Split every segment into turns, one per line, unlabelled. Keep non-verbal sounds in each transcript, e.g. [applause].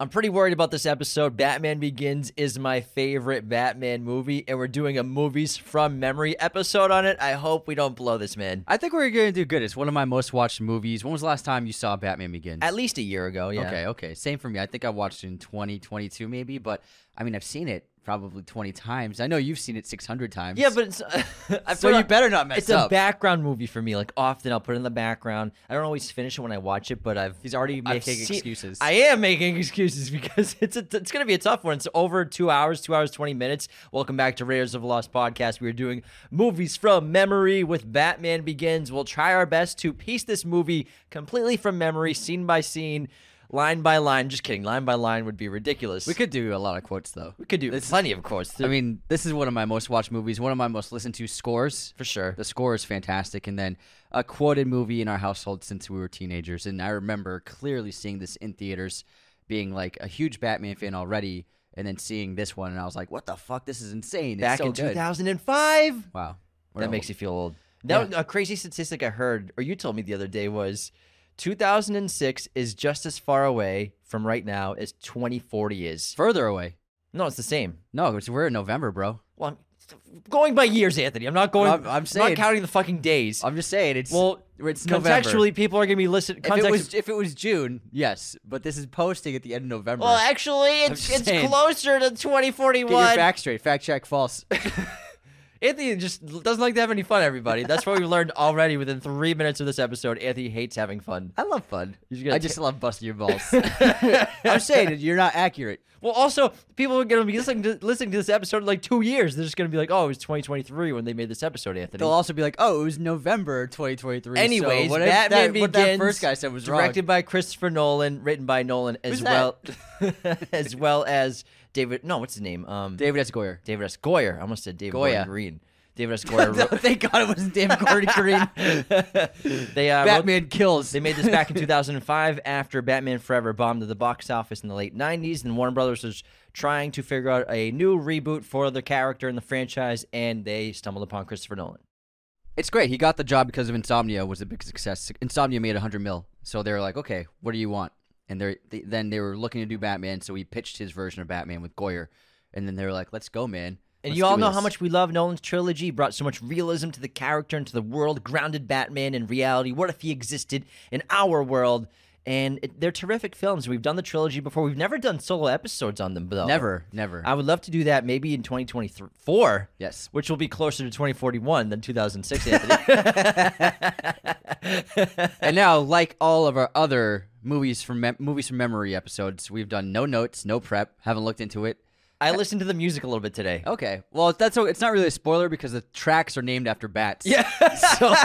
I'm pretty worried about this episode. Batman Begins is my favorite Batman movie, and we're doing a movies from memory episode on it. I hope we don't blow this, man.
I think we're going to do good. It's one of my most watched movies. When was the last time you saw Batman Begins?
At least a year ago, yeah.
Okay, okay. Same for me. I think I watched it in 2022 maybe, but I mean, I've seen it probably 20 times. I know you've seen it 600 times.
Yeah, but it's, [laughs] I
So
put
you
on-
better not mess
It's
up.
a background movie for me. Like often, I'll put it in the background. I don't always finish it when I watch it, but I've
He's already
I've
making
seen-
excuses.
I am making [laughs] excuses because it's a, it's gonna be a tough one. It's over two hours, two hours twenty minutes. Welcome back to Raiders of the Lost podcast. We are doing movies from memory with Batman Begins. We'll try our best to piece this movie completely from memory, scene by scene, line by line. Just kidding, line by line would be ridiculous.
we could do a lot of quotes though.
we could do plenty, of course.
I mean, this is one of my most watched movies, one of my most listened to scores.
for sure.
The score is fantastic. And then a quoted movie in our household since we were teenagers. And I remember clearly seeing this in theaters, being like a huge Batman fan already, and then seeing this one, and I was like, what the fuck? This is insane. It's
Back
so
in
good.
2005.
Wow.
That makes you feel old. That a crazy statistic I heard, or you told me the other day, was 2006 is just as far away from right now as 2040 is.
further away.
No, it's the same.
No, it's, we're in November, bro.
Well, I'm going by years, Anthony. I'm not going.
I'm- I'm saying-
not counting the fucking days.
I'm just saying it's
well,
it's November.
contextually, people are gonna be listening.
If
Context-
it was if it was June, yes, but this is posting at the end of November.
well, actually, it's
just
it's
saying.
closer to
Get your
2041.
facts straight. Fact check false.
Anthony just doesn't like to have any fun. Everybody, that's what we learned already within three minutes of this episode. Anthony hates having fun.
I love fun.
You just gotta
I just love busting your balls. [laughs] I'm saying that you're not accurate.
Well, also, people are going to be listening to, listening to this episode in like two years. They're just going to be like, oh, it was 2023 when they made this episode, Anthony.
They'll also be like, "Oh, it was November 2023." so
Anyways,
what if
Batman
that,
Begins,
what that first guy said was
directed by Christopher Nolan, written by Nolan as
Who's
well,
[laughs]
as well [laughs] as David. No, what's his name? Um,
wrong. David S. [laughs] Goyer.
David S. Goyer. I almost said David
Goya.
Gordon Green. David
[laughs]
S. Goyer. wrote,
Thank God it wasn't David Gordon Green. [laughs]
they uh, wrote
Batman kills.
They made this back in 2005 after Batman Forever bombed at the box office in the late 90s, and Warner Brothers was trying to figure out a new reboot for the character in the franchise, and they stumbled upon Christopher Nolan.
It's great. He got the job because of Insomnia was a big success. Insomnia made 100 mil. So they were like, okay, what do you want? And they they then they were looking to do Batman, so he pitched his version of Batman with Goyer. And then they were like, let's go, man.
And
Let's
you all
do
know
this."
how much we love Nolan's trilogy. He brought so much realism to the character and to the world, grounded Batman in reality. What if he existed in our world? And it, they're terrific films. We've done the trilogy before. We've never done solo episodes on them, though.
Never, never.
I would love to do that maybe in 2024.
yes.
which will be closer to 2041 than 2006,
[laughs]
Anthony.
and now, like all of our other movies from mem- movies from memory episodes, we've done no notes, no prep, haven't looked into it.
I listened to the music a little bit [laughs] today.
Okay, well, that's o- it's not really a spoiler because the tracks are named after bats.
Yeah.
so [laughs]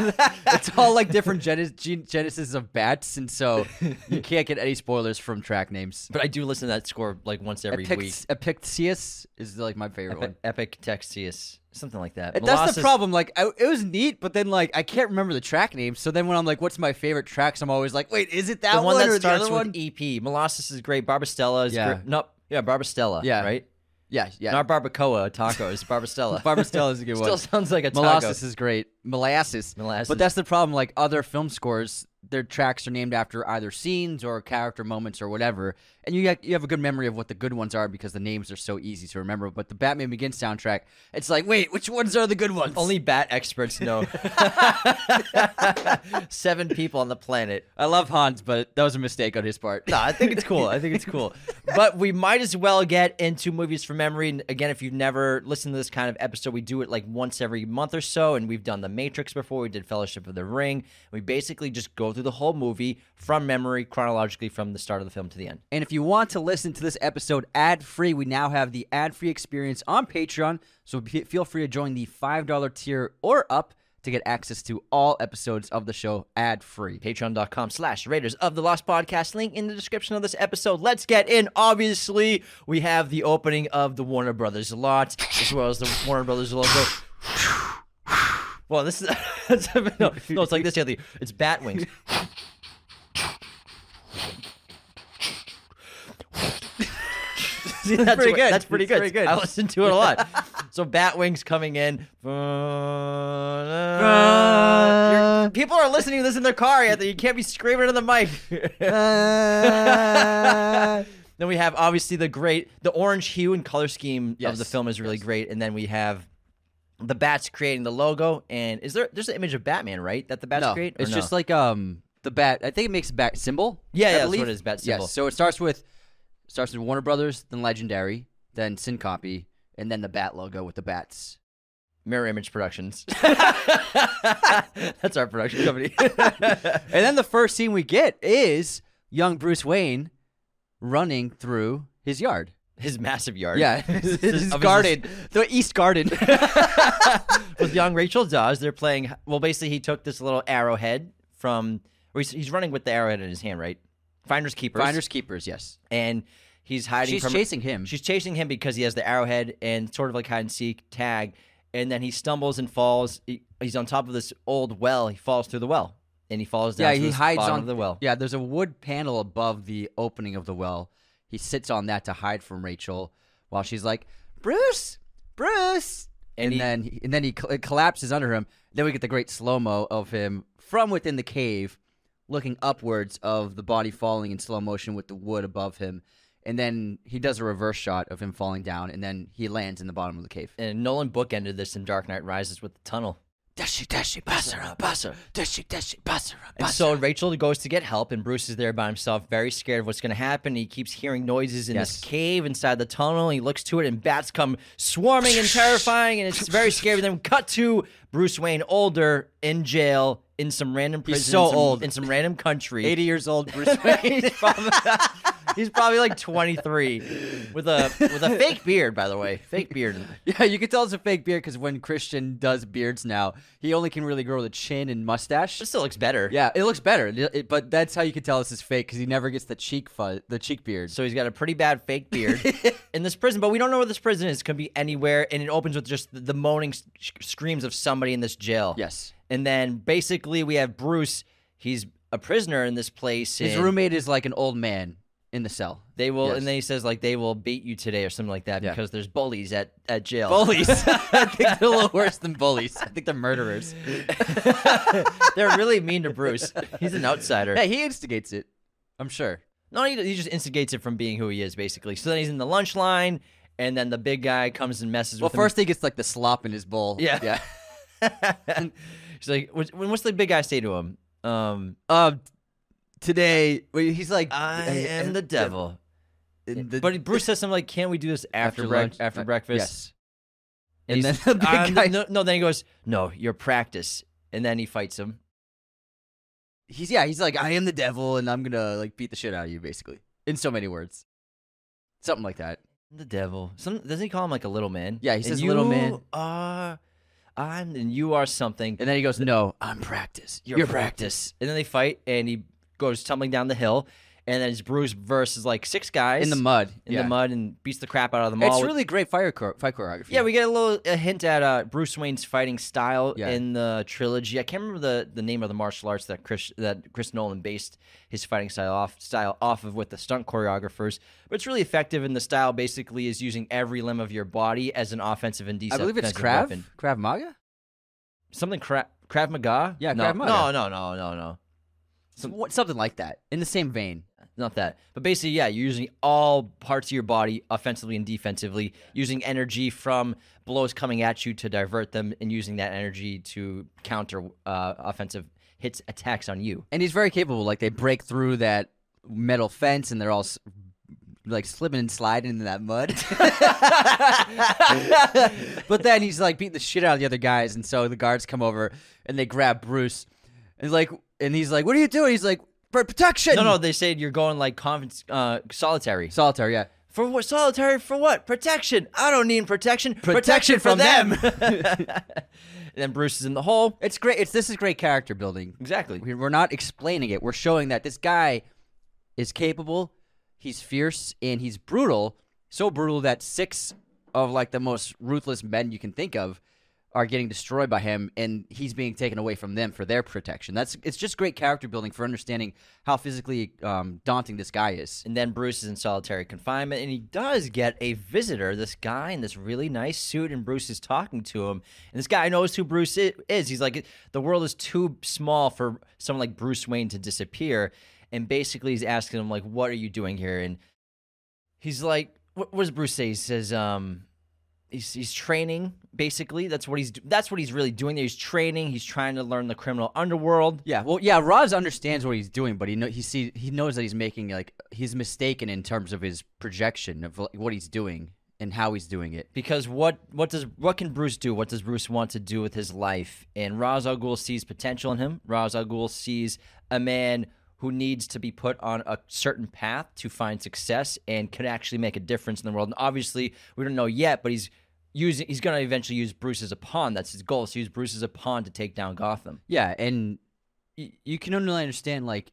it's all like different genes- gen- genesis of bats, and so [laughs] you can't get any spoilers from track names.
But I do listen to that score like once every week.
Epict- Epictetus is like my favorite one.
Epic, Epic Texius, something like that.
And That's the
Molossus-
problem. Like, I, it was neat, but then like I can't remember the track names. So then when I'm like, "What's my favorite tracks?" I'm always like, "Wait, is it that
The one that
or the
starts
other
with E.
one?"
EP. Molossus is great. Barbastella is
Yeah.
great. Nope. Yeah, Barbastella.
Yeah.
Right?
yeah, yeah.
Not barbacoa, tacos.
[laughs]
Barbastella.
Barbastella is a good
Still
one.
sounds like a taco.
Molasses is great. Molasses.
Molasses.
But that's the problem. Like other film scores, their tracks are named after either scenes or character moments or whatever, and you get, you have a good memory of what the good ones are because the names are so easy to remember. But the Batman Begins soundtrack, it's like, wait, which ones are the good ones?
Only bat experts
[laughs]
know. [laughs] Seven people on the planet.
I love Hans, but that was a mistake on
[laughs]
his part.
No, I think it's cool. I think it's cool. But we might as well get into movies from memory. And again, if you've never listened to this kind of episode, we do it like once every month or so. And we've done The Matrix before. We did Fellowship of the Ring. We basically just go through the whole movie from memory, chronologically, from the start of the film to the end.
And if you want to listen to this episode ad free, we now have the ad free experience on Patreon. So p- feel free to join the $5 tier or up to get access to all episodes of the show ad free.
Patreon.com slash Raiders of the Lost Podcast. Link in the description of this episode. Let's get in. Obviously, we have the opening of the Warner Brothers lot, as well as the Warner Brothers logo. Well, this is [laughs] no, no, it's like this, Anthony. It's bat wings.
[laughs]
See, that's
pretty
wh-
good.
That's pretty good.
That's pretty good.
I listen to it a lot. so bat wings coming in. [laughs] You're- people are listening to [laughs] this in their car, Anthony. You can't be screaming in the mic. Then we have obviously the great, the orange hue and color scheme of the
Yes,
film is really great, and then we have the bats creating the logo. And is there there's an image of Batman right that the bats
no,
create? or
it's
no?
just like um the bat. I think it makes a bat symbol.
Yeah,
I
yeah, that's
believe.
what it is, bat symbol.
Yes. So it starts with starts with Warner Brothers, then Legendary, then Syncopy, and then the bat logo with the bats.
Mirror Image Productions. [laughs] That's our production [laughs] company.
And then the first scene we get is young Bruce Wayne running through his yard.
his massive yard. [laughs]
Yeah, [laughs]
This
his,
is- of [laughs]
garden, the East Garden.
With young Rachel Dawes, they're playing. Well, basically, he took this little arrowhead from. Or he's, he's running with the arrowhead in his hand, right? Finders keepers.
Finders keepers, yes.
And he's hiding
She's
from.
chasing him.
She's chasing him because he has the arrowhead and sort of like hide and seek tag. And then he stumbles and falls. He, he's on top of this old well. He falls through the well. And he falls down
yeah,
to
he
this
hides
bottom
on
of the well.
Yeah, there's a wood panel above the opening of the well. He sits on that to hide from Rachel while she's like, "Bruce, Bruce,"
And
and,
he-
then he, and then he cl- it collapses under him. Then we get the great slow mo of him from within the cave, looking upwards of the body falling in slow motion with the wood above him. And then he does a reverse shot of him falling down, and then he lands in the bottom of the cave.
And Nolan bookended this in Dark Knight Rises with the tunnel.
Dashi dashi basara basara dashi dashi basara
And so Rachel goes to get help, and Bruce is there by himself, very scared of what's going to happen. He keeps hearing noises in this
Yes.
cave inside the tunnel. He looks to it, and bats come swarming and terrifying, and
[laughs]
it's very scary. Then we cut to Bruce Wayne, older, in jail, in some random prison,
so
in some,
old.
in some random country.
eighty years old Bruce [laughs] Wayne.
he's, probably, he's probably like 23 with a with
[laughs]
a fake beard, by the way, fake beard.
Yeah, you can tell it's a fake beard because when Christian does beards now, he only can really grow the chin and mustache.
It still looks better.
Yeah, it looks better, it- it- but that's how you can tell this is fake because he never gets the cheek fuzz, the cheek beard.
So he's got a pretty bad fake
[laughs]
beard in this prison, but we don't know where this prison is. It could be anywhere, and it opens with just the, the moaning s- sh- screams of somebody in this jail.
Yes,
And then basically we have Bruce. He's a prisoner in this place.
his
and
roommate is like an old man in the cell.
They will,
Yes.
and then he says like they will beat you today or something like that
Yeah.
because there's bullies at at jail.
[laughs] Bullies. [laughs] I think they're a little worse than bullies. I think they're murderers.
[laughs] They're really mean to Bruce. He's an outsider.
Hey, he instigates it. I'm sure.
No, he, he just instigates it from being who he is, basically. So then he's in the lunch line, and then the big guy comes and messes
Well,
with him.
first he gets like the slop in his bowl.
Yeah.
yeah.
[laughs] and she's like, what's, when- what's the big guy say to him? Um,
Um, today well, he's like, uh,
I am the devil.
The,
but Bruce says something like, "Can we do this after
after
brec-
lunch,
after
uh,
breakfast?"
Yes.
[laughs]
And
he's-
then the big
"Uh, no-
guy-
No, no, then he goes, "No, your practice." And then he fights him.
he's yeah, he's like, I am the devil, and I'm gonna like beat the shit out of you, basically, in so many words, something like that.
The devil. Some doesn't he call him like a little man?
Yeah, he
And
says little
you
man.
Are I'm and you are something.
And then he goes, No, I'm practice.
your, practice. And then they fight, and he goes tumbling down the hill, and then it's Bruce versus like six guys
in the mud.
in
yeah.
the mud, and beats the crap out of them all.
It's
with-
really great fire chor- fight choreography.
yeah, we get a little a hint at uh, Bruce Wayne's fighting style
Yeah.
in the trilogy. I can't remember the, the name of the martial arts that Chris that Chris Nolan based his fighting style off style off of with the stunt choreographers, but it's really effective. And the style basically is using every limb of your body as an offensive and
I
defensive.
believe it's Krav
weapon.
Krav Maga.
Something Krav Krav Maga.
Yeah,
no,
Krav Maga.
No, no, no, no, no.
Some, what- something like that. In the same vein.
not that but basically yeah you're using all parts of your body offensively and defensively using energy from blows coming at you to divert them and using that energy to counter uh, offensive hits attacks on you
And he's very capable. Like they break through that metal fence, and they're all s- like slipping and sliding into that mud. [laughs] but then he's like beating the shit out of the other guys, and so the guards come over and they grab Bruce, and like, and he's like, "What are you doing?" He's like, "For protection."
no no they said you're going like conf- uh, solitary
solitaire. Yeah,
for what solitary for what protection i don't need protection
Protection
for [laughs]
from
and then bruce is in the hole
it's great. It's this is great character building.
exactly
We- We're not explaining it. We're showing that this guy is capable. He's fierce and he's brutal. So brutal that six of like the most ruthless men you can think of are getting destroyed by him, and he's being taken away from them for their protection. That's it's just great character building for understanding how physically um, daunting this guy is.
And then Bruce is in solitary confinement, and he does get a visitor. This guy in this really nice suit, and Bruce is talking to him. And this guy knows who Bruce i- is. He's like, the world is too small for someone like Bruce Wayne to disappear. And basically, he's asking him like, "What are you doing here?" And he's like, what, what does Bruce say? He says, um, he's he's training basically. That's what he's do- that's what he's really doing. There. He's training. He's trying to learn the criminal underworld.
Yeah, well, yeah, Roz understands what he's doing, but he know he see he knows that he's making like he's mistaken in terms of his projection of like, what he's doing and how he's doing it.
Because what what does what can Bruce do? What does Bruce want to do with his life? And Ra's al Ghul sees potential in him. Ra's al Ghul sees a man who needs to be put on a certain path to find success and can actually make a difference in the world. And obviously, we don't know yet, but he's using he's going to eventually use Bruce as a pawn. That's his goal. is to use Bruce as a pawn to take down Gotham.
Yeah, and y- you can only understand like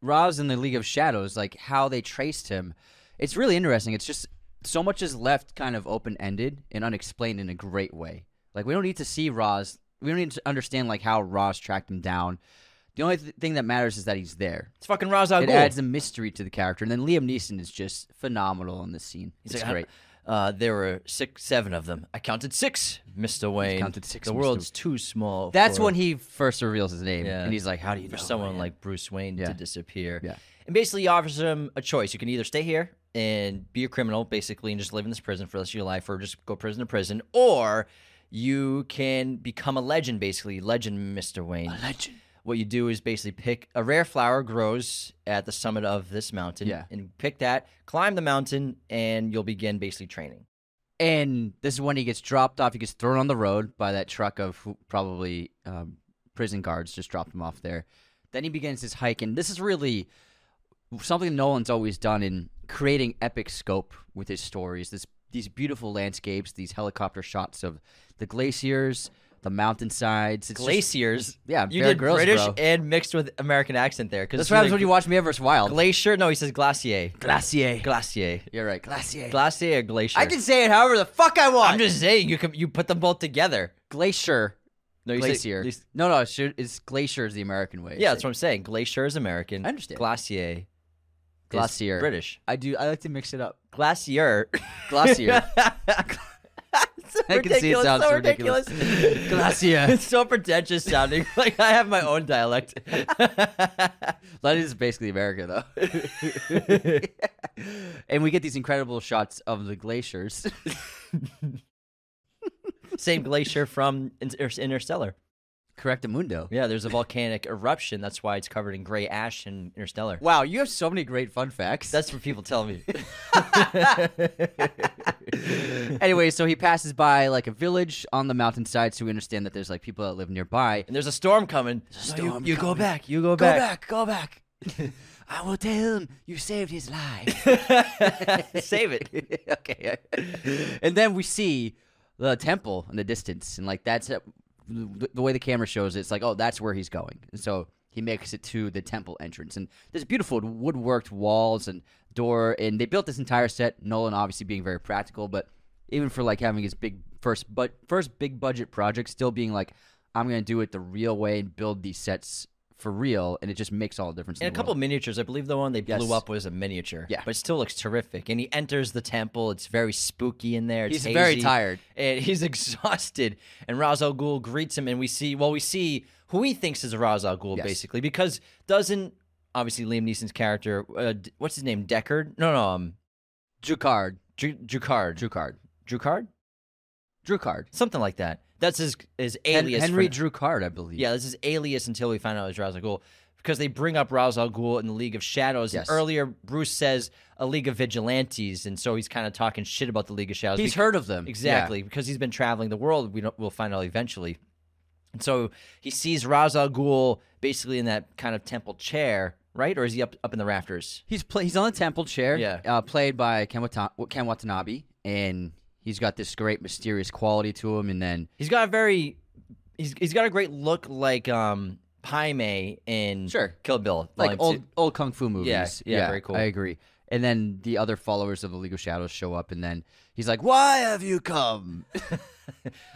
Roz in the League of Shadows, like how they traced him. It's really interesting. It's just so much is left kind of open ended and unexplained in a great way. Like we don't need to see Roz. We don't need to understand like how Roz tracked him down. The only th- thing that matters is that he's there.
It's fucking Ra's al
It
Ghul.
adds a mystery to the character, and then Liam Neeson is just phenomenal in this scene.
He's
it's
like, "I-
great.
Uh, there were six, seven of them. I counted six, Mister Wayne.
counted six,
The
Mr.
world's too small.
That's
for-
when he first reveals his name,
Yeah.
and he's like, "How do you
for
know
someone
man?"
like Bruce Wayne
Yeah.
to disappear.
Yeah.
And basically he offers him a choice. You can either stay here and be a criminal, basically, and just live in this prison for the rest of your life, or just go prison to prison, or you can become a legend, basically. Legend, Mr. Wayne.
a legend?"
What you do is basically pick a rare flower grows at the summit of this mountain.
Yeah.
And pick that, climb the mountain, and you'll begin basically training.
And this is when he gets dropped off. He gets thrown on the road by that truck of who, probably um, prison guards. Just dropped him off there. Then he begins his hike, and this is really something Nolan's always done in creating epic scope with his stories. This these beautiful landscapes, these helicopter shots of the glaciers, the mountainsides. It's just-
Glaciers.
yeah,
You
Bear
did
Grylls,
British
bro.
and mixed with American accent there.
That's what happens when you watch Me vs. Wild.
Glacier? No, he says glacier.
Glacier.
Glacier.
You're right. Glacier.
Glacier or glacier?
I can say it however the fuck I want.
I'm just saying you can you put them both together.
glacier.
No, you say-
Glacier.
you s-
no, no, it's, it's glacier is the American way.
yeah, that's what I'm saying. Glacier is American.
I understand.
Glacier. is
Glacier.
British.
I do. I like to mix
[laughs]
it up.
Glacier.
Glacier.
It's so
I can see it
ridiculous,
sounds
so
ridiculous.
ridiculous.
glacier.
[laughs] It's so pretentious sounding. [laughs] Like I have my own dialect. [laughs]
That is basically America, though.
[laughs]
and we get these incredible shots of the glaciers. [laughs]
Same glacier from Inter- Interstellar.
Correctamundo.
Yeah, there's a volcanic eruption. That's why it's covered in gray ash in Interstellar.
Wow, you have so many great fun facts.
That's what people tell me.
[laughs] anyway, so he passes by like a village on the mountainside, so we understand that there's like people that live nearby.
And there's a storm coming.
There's a
No, you-
storm
you, go
coming.
back. You go
Go
back.
back, go back.
[laughs]
I will tell him you saved his life.
[laughs] Save it.
[laughs] okay. And then we see the temple in the distance, and like that's it. the the way the camera shows it, it's like, oh, that's where he's going. And so he makes it to the temple entrance, and there's beautiful woodworked walls and door, and they built this entire set. Nolan obviously being very practical, but even for like having his big first but first big budget project, still being like, I'm gonna do it the real way and build these sets for real, and it just makes all the difference. in
And a
the
couple
world.
of miniatures. I believe the one they blew
Yes.
up was a miniature.
Yeah.
But it still looks terrific. And he enters the temple. It's very spooky in there. It's
He's very
hazy.
tired.
And [laughs] he's exhausted. And Ra's al Ghul greets him. And we see, well, we see who he thinks is Ra's al Ghul,
Yes.
basically, because doesn't, obviously, Liam Neeson's character, uh, D- what's his name? Deckard? No, no, um,
Drucard,
Dru- Drucard.
Drucard,
Drucard?
Drucard.
Something like that. That's his, his
Hen-
alias. for-
Henry Drew Card, I believe.
Yeah, this is alias until we find out it's Ra's al Ghul. Because they bring up Ra's al Ghul in the League of Shadows.
Yes.
And earlier, Bruce says a League of Vigilantes, and so he's kind of talking shit about the League of Shadows.
he's
Bec-
heard of them.
exactly because he's been traveling the world. We don't, we'll find out eventually. And so he sees Ra's al Ghul basically in that kind of temple chair, right? Or is he up up in the rafters?
Yeah. He's play- he's on the temple chair.
Yeah.
Uh, played by Ken, Wata- Ken Watanabe, and he's got this great mysterious quality to him. And then
He's got a very he's he's got a great look like um Paime in
Sure.
Kill Bill,
like
Volume
old
Two.
old kung fu movies.
yeah, very cool.
I agree. And then the other followers of the League of Shadows show up, and then he's like, "Why have
[laughs]
you come?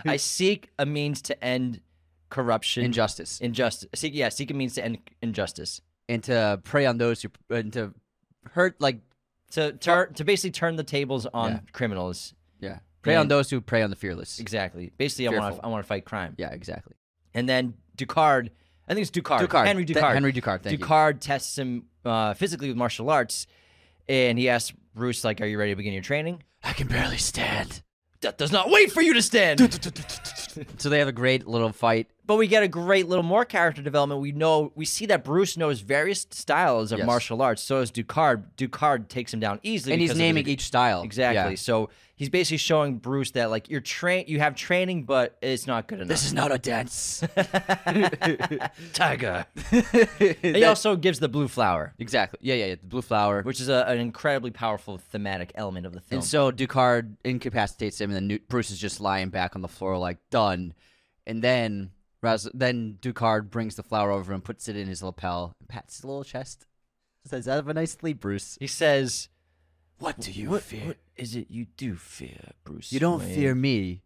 I seek a means to end corruption.
Injustice,
injustice. Seek, yeah, seeking means to end injustice.
and to prey on those who and to hurt like
To tur- to basically turn the tables on
Yeah.
criminals.
yeah, prey on
And-
those who prey on the fearless.
Exactly. Basically, I want
Fearful.
to I want to fight crime.
Yeah, exactly.
And then Ducard, I think it's Ducard.
Ducard.
Henry
Th-
Ducard.
Henry Ducard. Thank you.
Ducard tests him uh, physically with martial arts, and he asks Bruce, like, are you ready to begin your training?
I can barely stand.
That does not wait for you to
[laughs]
stand.
So they have a great little fight.
But we get a great little more character development. We know we see that Bruce knows various styles of
Yes.
martial arts. So is Ducard. Ducard takes him down easily,
And he's
because of his-
naming each style.
exactly.
Yeah.
So he's basically showing Bruce that like you're train, you have training, but it's not good enough.
This is not a [laughs] dance. [laughs]
Tiger. And [laughs] he
That-
also gives the blue flower,
exactly. Yeah, yeah, yeah. The blue flower.
which is a, an incredibly powerful thematic element of the film.
And so Ducard incapacitates him, and then Nu- Bruce is just lying back on the floor, like done. And then Raz- then Ducard brings the flower over and puts it in his lapel and pats his little chest. Says, "Have a nice sleep, Bruce."
he says,
What do you
what, "What is it you do fear, Bruce?
You don't
Wayne?"
fear me.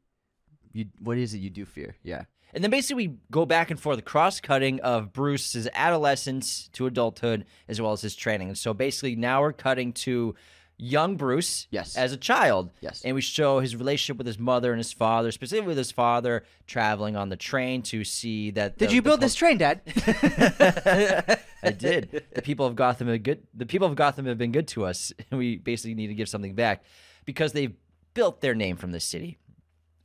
You what is it you do fear? Yeah.
And then basically we go back and forth, cross cutting of Bruce's adolescence to adulthood, as well as his training. And so basically now we're cutting to young Bruce
Yes.
as a child.
Yes.
And we show his relationship with his mother and his father, specifically with his father traveling on the train to see that.
Did
the-
you
the
build
pub-
this train, Dad? [laughs]
I did. The people of Gotham have good. The people of Gotham have been good to us, [laughs] and we basically need to give something back because they've built their name from this city.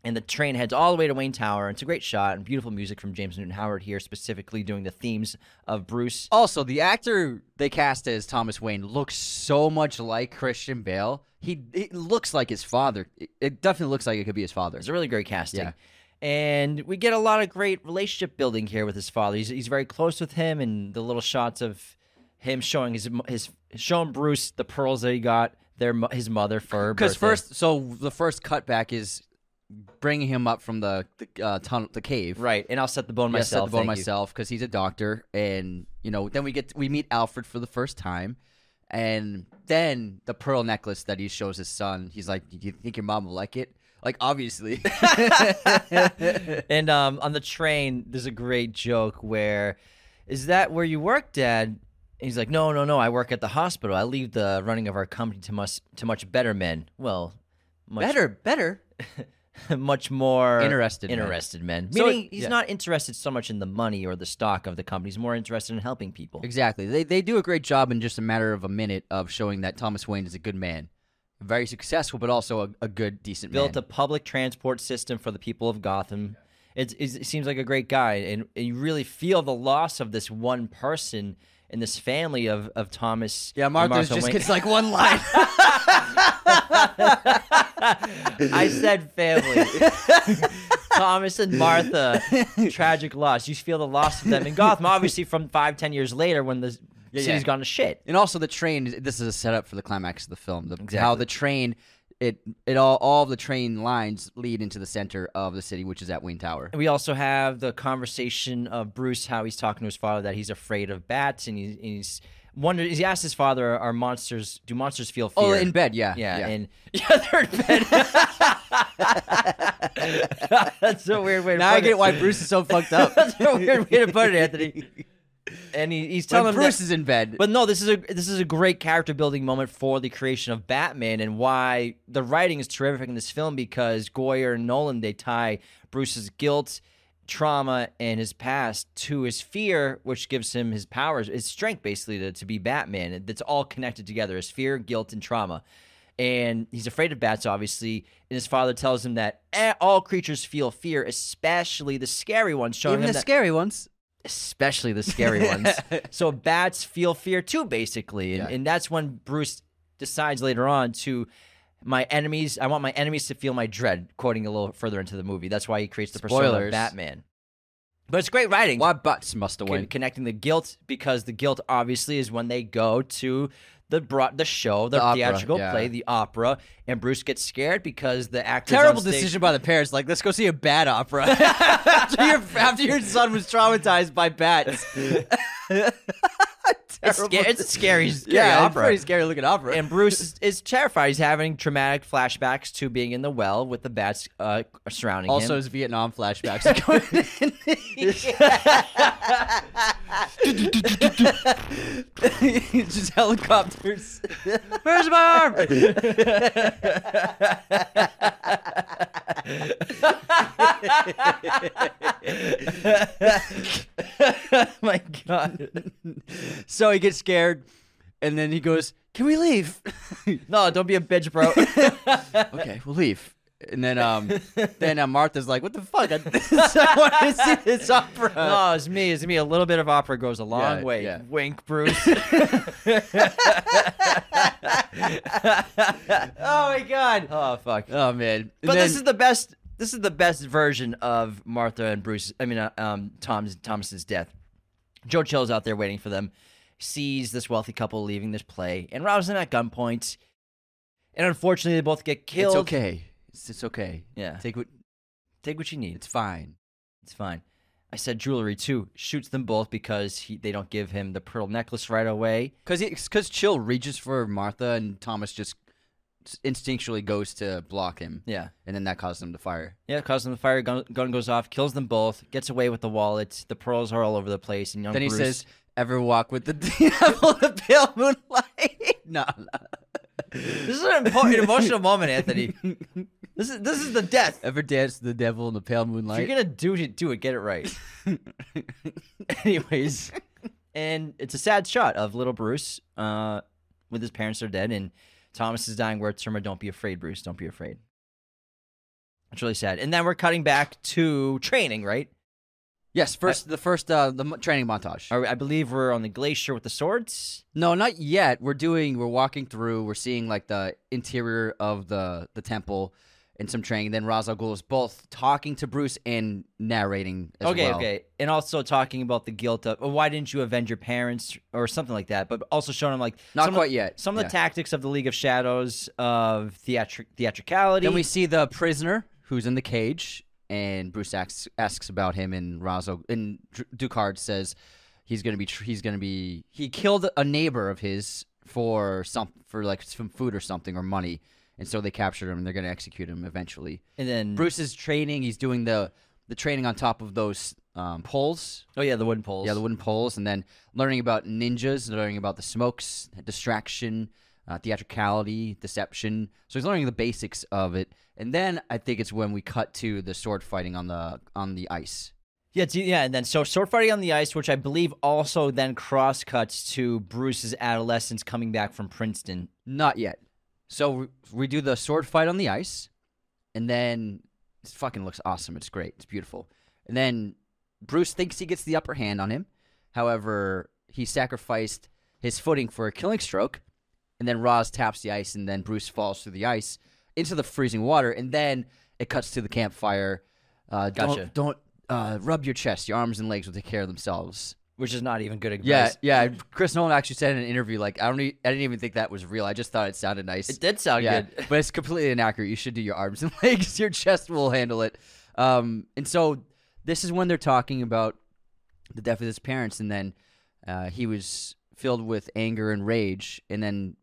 And the train heads all the way to Wayne Tower. It's a great shot and beautiful music from James Newton Howard here, specifically doing the themes of Bruce.
also, the actor they cast as Thomas Wayne looks so much like Christian Bale. He it looks like his father. It, it definitely looks like it could be his father.
It's a really great casting.
Yeah.
And we get a lot of great relationship building here with his father. He's, he's very close with him, and the little shots of him showing his his showing Bruce the pearls that he got their mo- his mother for her
Because
birthday.
first, so the first cutback is bringing him up from the the uh, tunnel, the cave.
Right, and I'll set the bone
I set
myself.
the bone
thank you.
myself because he's a doctor, and you know, then we get we meet Alfred for the first time, and then the pearl necklace that he shows his son. He's like, "Do you think your mom will like it?" Like,
[laughs]
obviously.
and um, on the train, there's a great joke where, is that where you work, Dad? And he's like, no, no, no. I work at the hospital. I leave the running of our company to much to much better men. Well, much,
better, better.
[laughs] much more
Interested men.
interested men.
So
Meaning,
it-
he's
yeah.
not interested so much in the money or the stock of the company. He's more interested in helping people.
Exactly. They they do a great job in just a matter of a minute of showing that Thomas Wayne is a good man, very successful, but also a, a good, decent man.
built a public transport system for the people of Gotham. It's, it's, it seems like a great guy, and, and you really feel the loss of this one person in this family of, of Thomas.
Yeah,
and
Martha's
Martha
just
Wayne.
gets like one line.
I said
[laughs]
family. Thomas and Martha, tragic loss. You feel the loss of them in Gotham, obviously, from five, ten years later when the
Yeah,
city's
yeah.
gone to shit.
[laughs] and also the train. This is a setup for the climax of the film. The, How
Exactly.
the train, it it all all of the train lines lead into the center of the city, which is at Wayne Tower.
And we also have the conversation of Bruce, how he's talking to his father that he's afraid of bats, and, he, and he's wonder. He asked his father, "Are monsters? Do monsters feel fear?"
Oh, in bed, yeah,
yeah, and [laughs] yeah, they're in bed. [laughs] That's a weird way. To
now
put
I get
it.
why
[laughs]
Bruce [laughs] is so fucked up.
That's a weird way to put it, Anthony. And he, he's telling
When
him that-
Bruce is in bed.
but no, this is a this is a great character building moment for the creation of Batman and why the writing is terrific in this film because Goyer and Nolan they tie Bruce's guilt, trauma, and his past to his fear, which gives him his powers, his strength basically to, to be Batman. That's all connected together: his fear, guilt, and trauma. And he's afraid of bats, obviously. And his father tells him that eh, all creatures feel fear, especially the scary ones. Showing
even
him
the
that
scary ones.
especially the scary
[laughs]
ones. So bats feel fear too, basically. And,
Yeah.
and that's when Bruce decides later on to my enemies, I want my enemies to feel my dread, quoting a little further into the movie. That's why he creates the persona
Spoilers.
of Batman. But it's great writing.
Why butts must have
con-
won.
connecting the guilt because the guilt obviously is when they go to the bro- the show, the,
The opera,
theatrical
yeah.
play, the opera, and Bruce gets scared because the actor
Terrible decision by the parents. Like, let's go see a bad opera [laughs] after, your, after your son was traumatized by bats.
It's, sca- it's a scary, scary
yeah, it's
opera.
pretty scary looking opera.
and Bruce is, is terrified. He's having traumatic flashbacks to being in the well with the bats uh, surrounding
also
him.
his Vietnam flashbacks are
[laughs]
going in.
[laughs]
just helicopters.
Where's my arm? [laughs] my God.
So he gets scared, And then he goes, "Can we leave?" [laughs]
No, don't be a bitch, bro. [laughs]
okay, we'll leave. And then um, then uh, Martha's like, "What the fuck?
[laughs]
I, [laughs] I want to see this opera."
no, it's me. It's me. A little bit of opera goes a long
Yeah,
way.
yeah.
Wink, [laughs] Bruce.
Oh my god.
oh fuck.
Oh man.
But this is the best. This is the best version of Martha and Bruce. I mean, uh, um, Tom's Thomas's death. Joe Chill's out there waiting for them. Sees this wealthy couple leaving this play and robs them at gunpoint. And unfortunately, they both get killed.
It's okay. It's, it's okay.
Yeah.
Take what.
Take what you need.
It's fine.
It's fine. I said jewelry too. Shoots them both because he, they don't give him the pearl necklace right away.
Cause he, cause Chill reaches for Martha and Thomas just instinctually goes to block him,
Yeah.
and then that causes him to fire.
Yeah, causes them the fire. Gun, gun goes off, kills them both, gets away with the wallet. The pearls are all over the place. And young
Then he
Bruce-
says, "Ever walk with the [laughs] devil in the pale moonlight?" [laughs] no, no.
This is an important, emotional moment, Anthony. This is this is the death.
Ever dance to the devil in the pale
If
moonlight?
you're gonna do it, do it. Get it right. Anyways, and it's a sad shot of little Bruce, uh, with his parents are dead, and Thomas's dying words from her, "Don't be afraid, Bruce. Don't be afraid." It's really sad. And then we're cutting back to training, right?
yes, first the first uh, the mo- training montage.
Or I believe we're on the glacier with the swords.
No, not yet. We're doing. We're walking through. We're seeing like the interior of the the temple and some training. Then Ra's al Ghul is both talking to Bruce and narrating. As
okay,
well.
okay. And also talking about the guilt of oh, why didn't you avenge your parents or something like that, but also showing him like
Not
some of-
quite yet.
some of the
Yeah.
tactics of the League of Shadows of theatri- theatricality.
Then we see the prisoner who's in the cage, and Bruce asks, asks about him, and Razo and Dr- Ducard says he's gonna be tr- he's gonna be he killed a neighbor of his for some for like some food or something or money, and so they captured him and they're gonna execute him eventually.
and then
Bruce is training. He's doing the the training on top of those um, poles
oh yeah, the wooden poles.
yeah, the wooden poles, and then learning about ninjas, learning about the smokes, distraction, uh, theatricality, deception. So he's learning the basics of it, and then I think it's when we cut to the sword fighting on the on the ice.
yeah, it's- yeah. And then so sword fighting on the ice, which I believe also then cross cuts to Bruce's adolescence coming back from Princeton.
Not yet. So we, we do the sword fight on the ice, and then it fucking looks awesome. It's great. It's beautiful. And then Bruce thinks he gets the upper hand on him. However, he sacrificed his footing for a killing stroke, and then Roz taps the ice, and then Bruce falls through the ice into the freezing water, and then it cuts to the campfire. Uh,
Gotcha.
Don't, don't uh, rub your chest. Your arms and legs will take care of themselves.
Which is not even good advice.
Yeah, yeah. Chris Nolan actually said in an interview, like, I don't, e- I didn't even think that was real. I just thought it sounded nice.
It did sound
yeah,
good.
but it's completely inaccurate. You should do your arms and [laughs] legs. Your chest will handle it. Um, and so this is when they're talking about the death of his parents, and then uh, he was filled with anger and rage, and then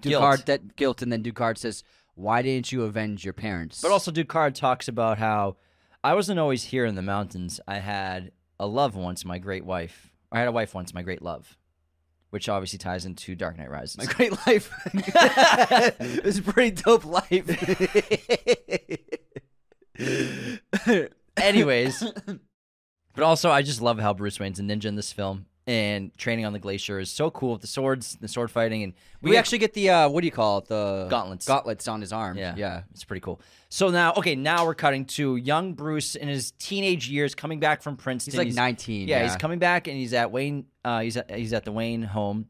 Guilt.
Ducard that guilt, and then Ducard says, "Why didn't you avenge your parents?"
But also, Ducard talks about how I wasn't always here in the mountains. I had a love once, my great wife. I had a wife once, my great love, which obviously ties into Dark Knight Rises.
my [laughs] great life. [laughs] it's a pretty dope
[laughs]
life. [laughs]
Anyways, but also, I just love how Bruce Wayne's a ninja in this film, and training on the glacier is so cool with the swords, the sword fighting, and
We, actually get the uh, what do you call it? The
Gauntlets.
Gauntlets on his arm.
Yeah.
yeah.
It's pretty cool. So now, okay, now we're cutting to young Bruce in his teenage years, coming back from Princeton.
He's like 19.
yeah, he's coming back and he's at Wayne. Uh, he's at, he's at the Wayne home,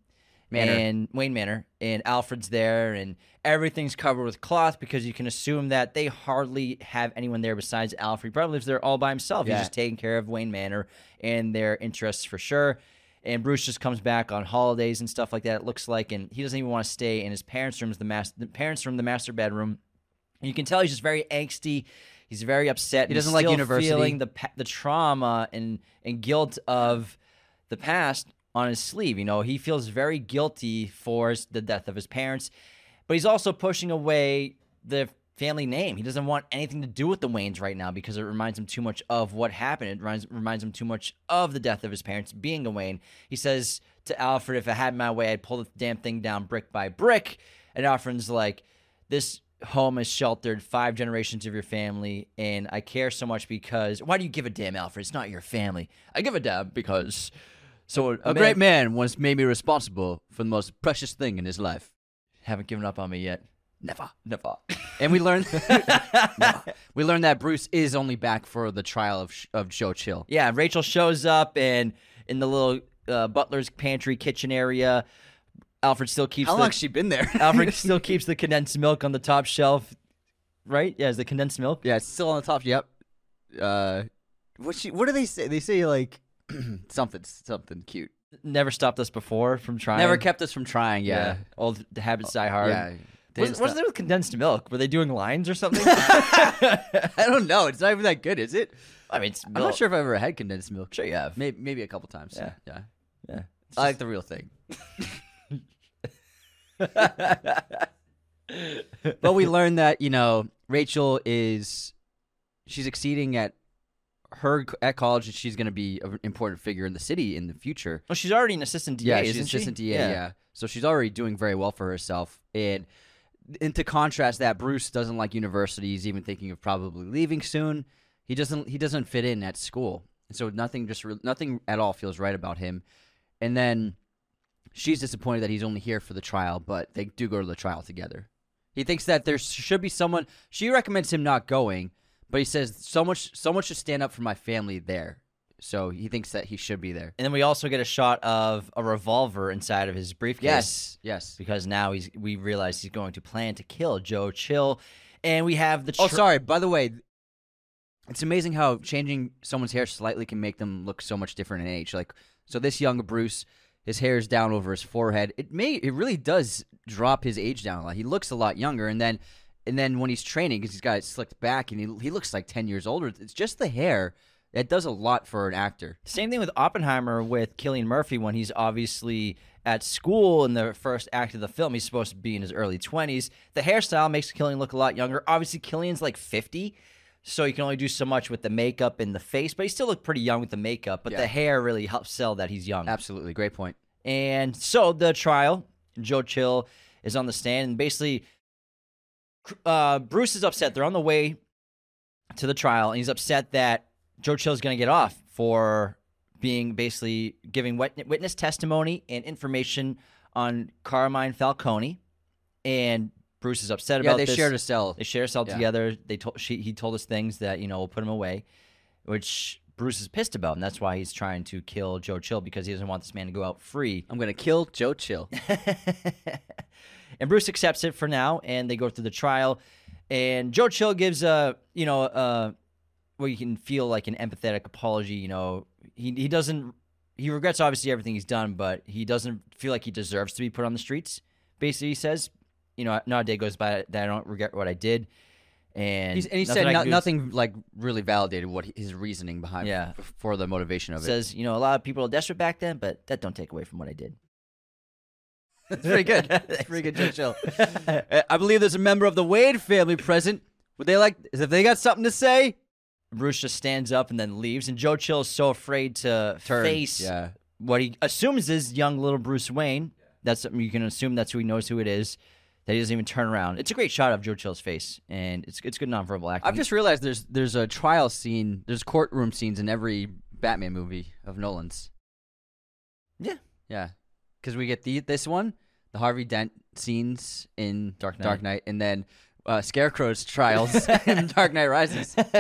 Manor.
and Wayne Manor, and Alfred's there, and everything's covered with cloth because you can assume that they hardly have anyone there besides Alfred. He probably lives there all by himself.
Yeah.
He's just taking care of Wayne Manor and their interests for sure. And Bruce just comes back on holidays and stuff like that. It looks like, and he doesn't even want to stay in his parents' rooms. The master, the parents' room, the master bedroom. And you can tell he's just very angsty. He's very upset. He
doesn't like university.
Feeling the pa- the trauma and and guilt of the past on his sleeve. You know, he feels very guilty for his, the death of his parents, but he's also pushing away the family name. He doesn't want anything to do with the Waynes right now because it reminds him too much of what happened. It reminds reminds him too much of the death of his parents being a Wayne. He says to Alfred, "If I had my way, I'd pull the damn thing down brick by brick." And Alfred's like, this home has sheltered five generations of your family, and I care so much because why do you give a damn, Alfred? It's not your family. I give a damn because So a,
A great man once made me responsible for the most precious thing in his life.
haven't given up on me yet.
Never.
Never.
And we [laughs] learned [laughs] we learned that Bruce is only back for the trial of Sh- of Joe Chill.
Yeah, Rachel shows up and in the little uh, butler's pantry kitchen area. Alfred still keeps
How
the,
long's she been [laughs] there?
[laughs] Alfred still keeps the condensed milk on the top shelf, right? Yeah, is the condensed milk?
yeah, it's still on the top. Yep. Uh, what she? What do they say? They say like [clears throat] something something cute.
Never stopped us before from trying.
Never kept us from trying. Yeah.
old habits die
Yeah.
hard.
They
Was,
didn't
was
stop-
there with condensed milk? Were they doing lines or
[laughs]
something?
I don't know. It's not even that good, is it?
I mean, it's
I'm
milk.
not sure if I've ever had condensed milk.
Sure you have.
Maybe, maybe a couple times.
Yeah.
Yeah.
Yeah. It's
I like
just-
the
[laughs]
real thing. but we learned that you know Rachel is she's exceeding at her at college, and she's going to be an important figure in the city in the future.
well, she's already an assistant DA,
she's
isn't she?
assistant DA. Yeah. so she's already doing very well for herself. And and to contrast that, Bruce doesn't like university. He's even thinking of probably leaving soon. He doesn't. He doesn't fit in at school, and so nothing just re- nothing at all feels right about him. And then she's disappointed that he's only here for the trial, but they do go to the trial together. He thinks that there should be someone. She recommends him not going, but he says so much. Someone should stand up for my family there. So he thinks that he should be there.
And then we also get a shot of a revolver inside of his briefcase.
Yes. Yes.
because now he's we realize he's going to plan to kill Joe Chill, and we have the
Oh,
tr-
sorry. By the way, it's amazing how changing someone's hair slightly can make them look so much different in age. Like, so this young Bruce, his hair is down over his forehead. It may, it really does drop his age down a lot. He looks a lot younger, and then, and then when he's training, because he's got it slicked back, and he he looks like ten years older. It's just the hair that does a lot for an actor.
Same thing with Oppenheimer with Killian Murphy when he's obviously at school in the first act of the film. He's supposed to be in his early twenties. The hairstyle makes Killian look a lot younger. Obviously, Killian's like fifty. So you can only do so much with the makeup and the face, but he still looked pretty young with the makeup. But
Yeah.
the hair really helps sell that he's young.
Um, Absolutely, great point.
And so the trial, Joe Chill is on the stand, and basically, uh, Bruce is upset. They're on the way to the trial, and he's upset that Joe Chill is going to get off for being basically giving wit- witness testimony and information on Carmine Falcone. And Bruce is upset
Yeah,
about
they
this.
shared a cell.
They share a cell
Yeah.
together. They told she he told us things that you know will put him away, which Bruce is pissed about, and that's why he's trying to kill Joe Chill because he doesn't want this man to go out free.
I'm gonna kill Joe Chill.
[laughs] and Bruce accepts it for now, and they go through the trial. And Joe Chill gives a you know a where you can feel like an empathetic apology. You know he he doesn't he regrets obviously everything he's done, but he doesn't feel like he deserves to be put on the streets. Basically, he says, you know, not a day goes by that I don't regret what I did. And,
He's, and he
I
said
can
no,
do is-
nothing like really validated what he- his reasoning behind
Yeah.
f- for the motivation of it.
says, you know, a lot of people are desperate back then, but that don't take away from what I did.
That's pretty
[laughs]
good. That's pretty good, Judge Hill. Uh, I believe there's a member of the Wade family present. Would they like? If they got something to say,
Bruce just stands up and then leaves, and Joe Chill is so afraid to
turn.
face
Yeah.
what he assumes is young little Bruce Wayne. That's you can assume that's who he knows who it is. That he doesn't even turn around. It's a great shot of Joe Chill's face, and it's it's good nonverbal acting.
I've just realized there's there's a trial scene. There's courtroom scenes in every Batman movie of Nolan's.
Yeah.
Yeah. Because we get the this one, the Harvey Dent scenes in
Dark Knight.
Dark Knight, and then uh,
[laughs]
Scarecrow's trials in Dark Knight Rises. [laughs]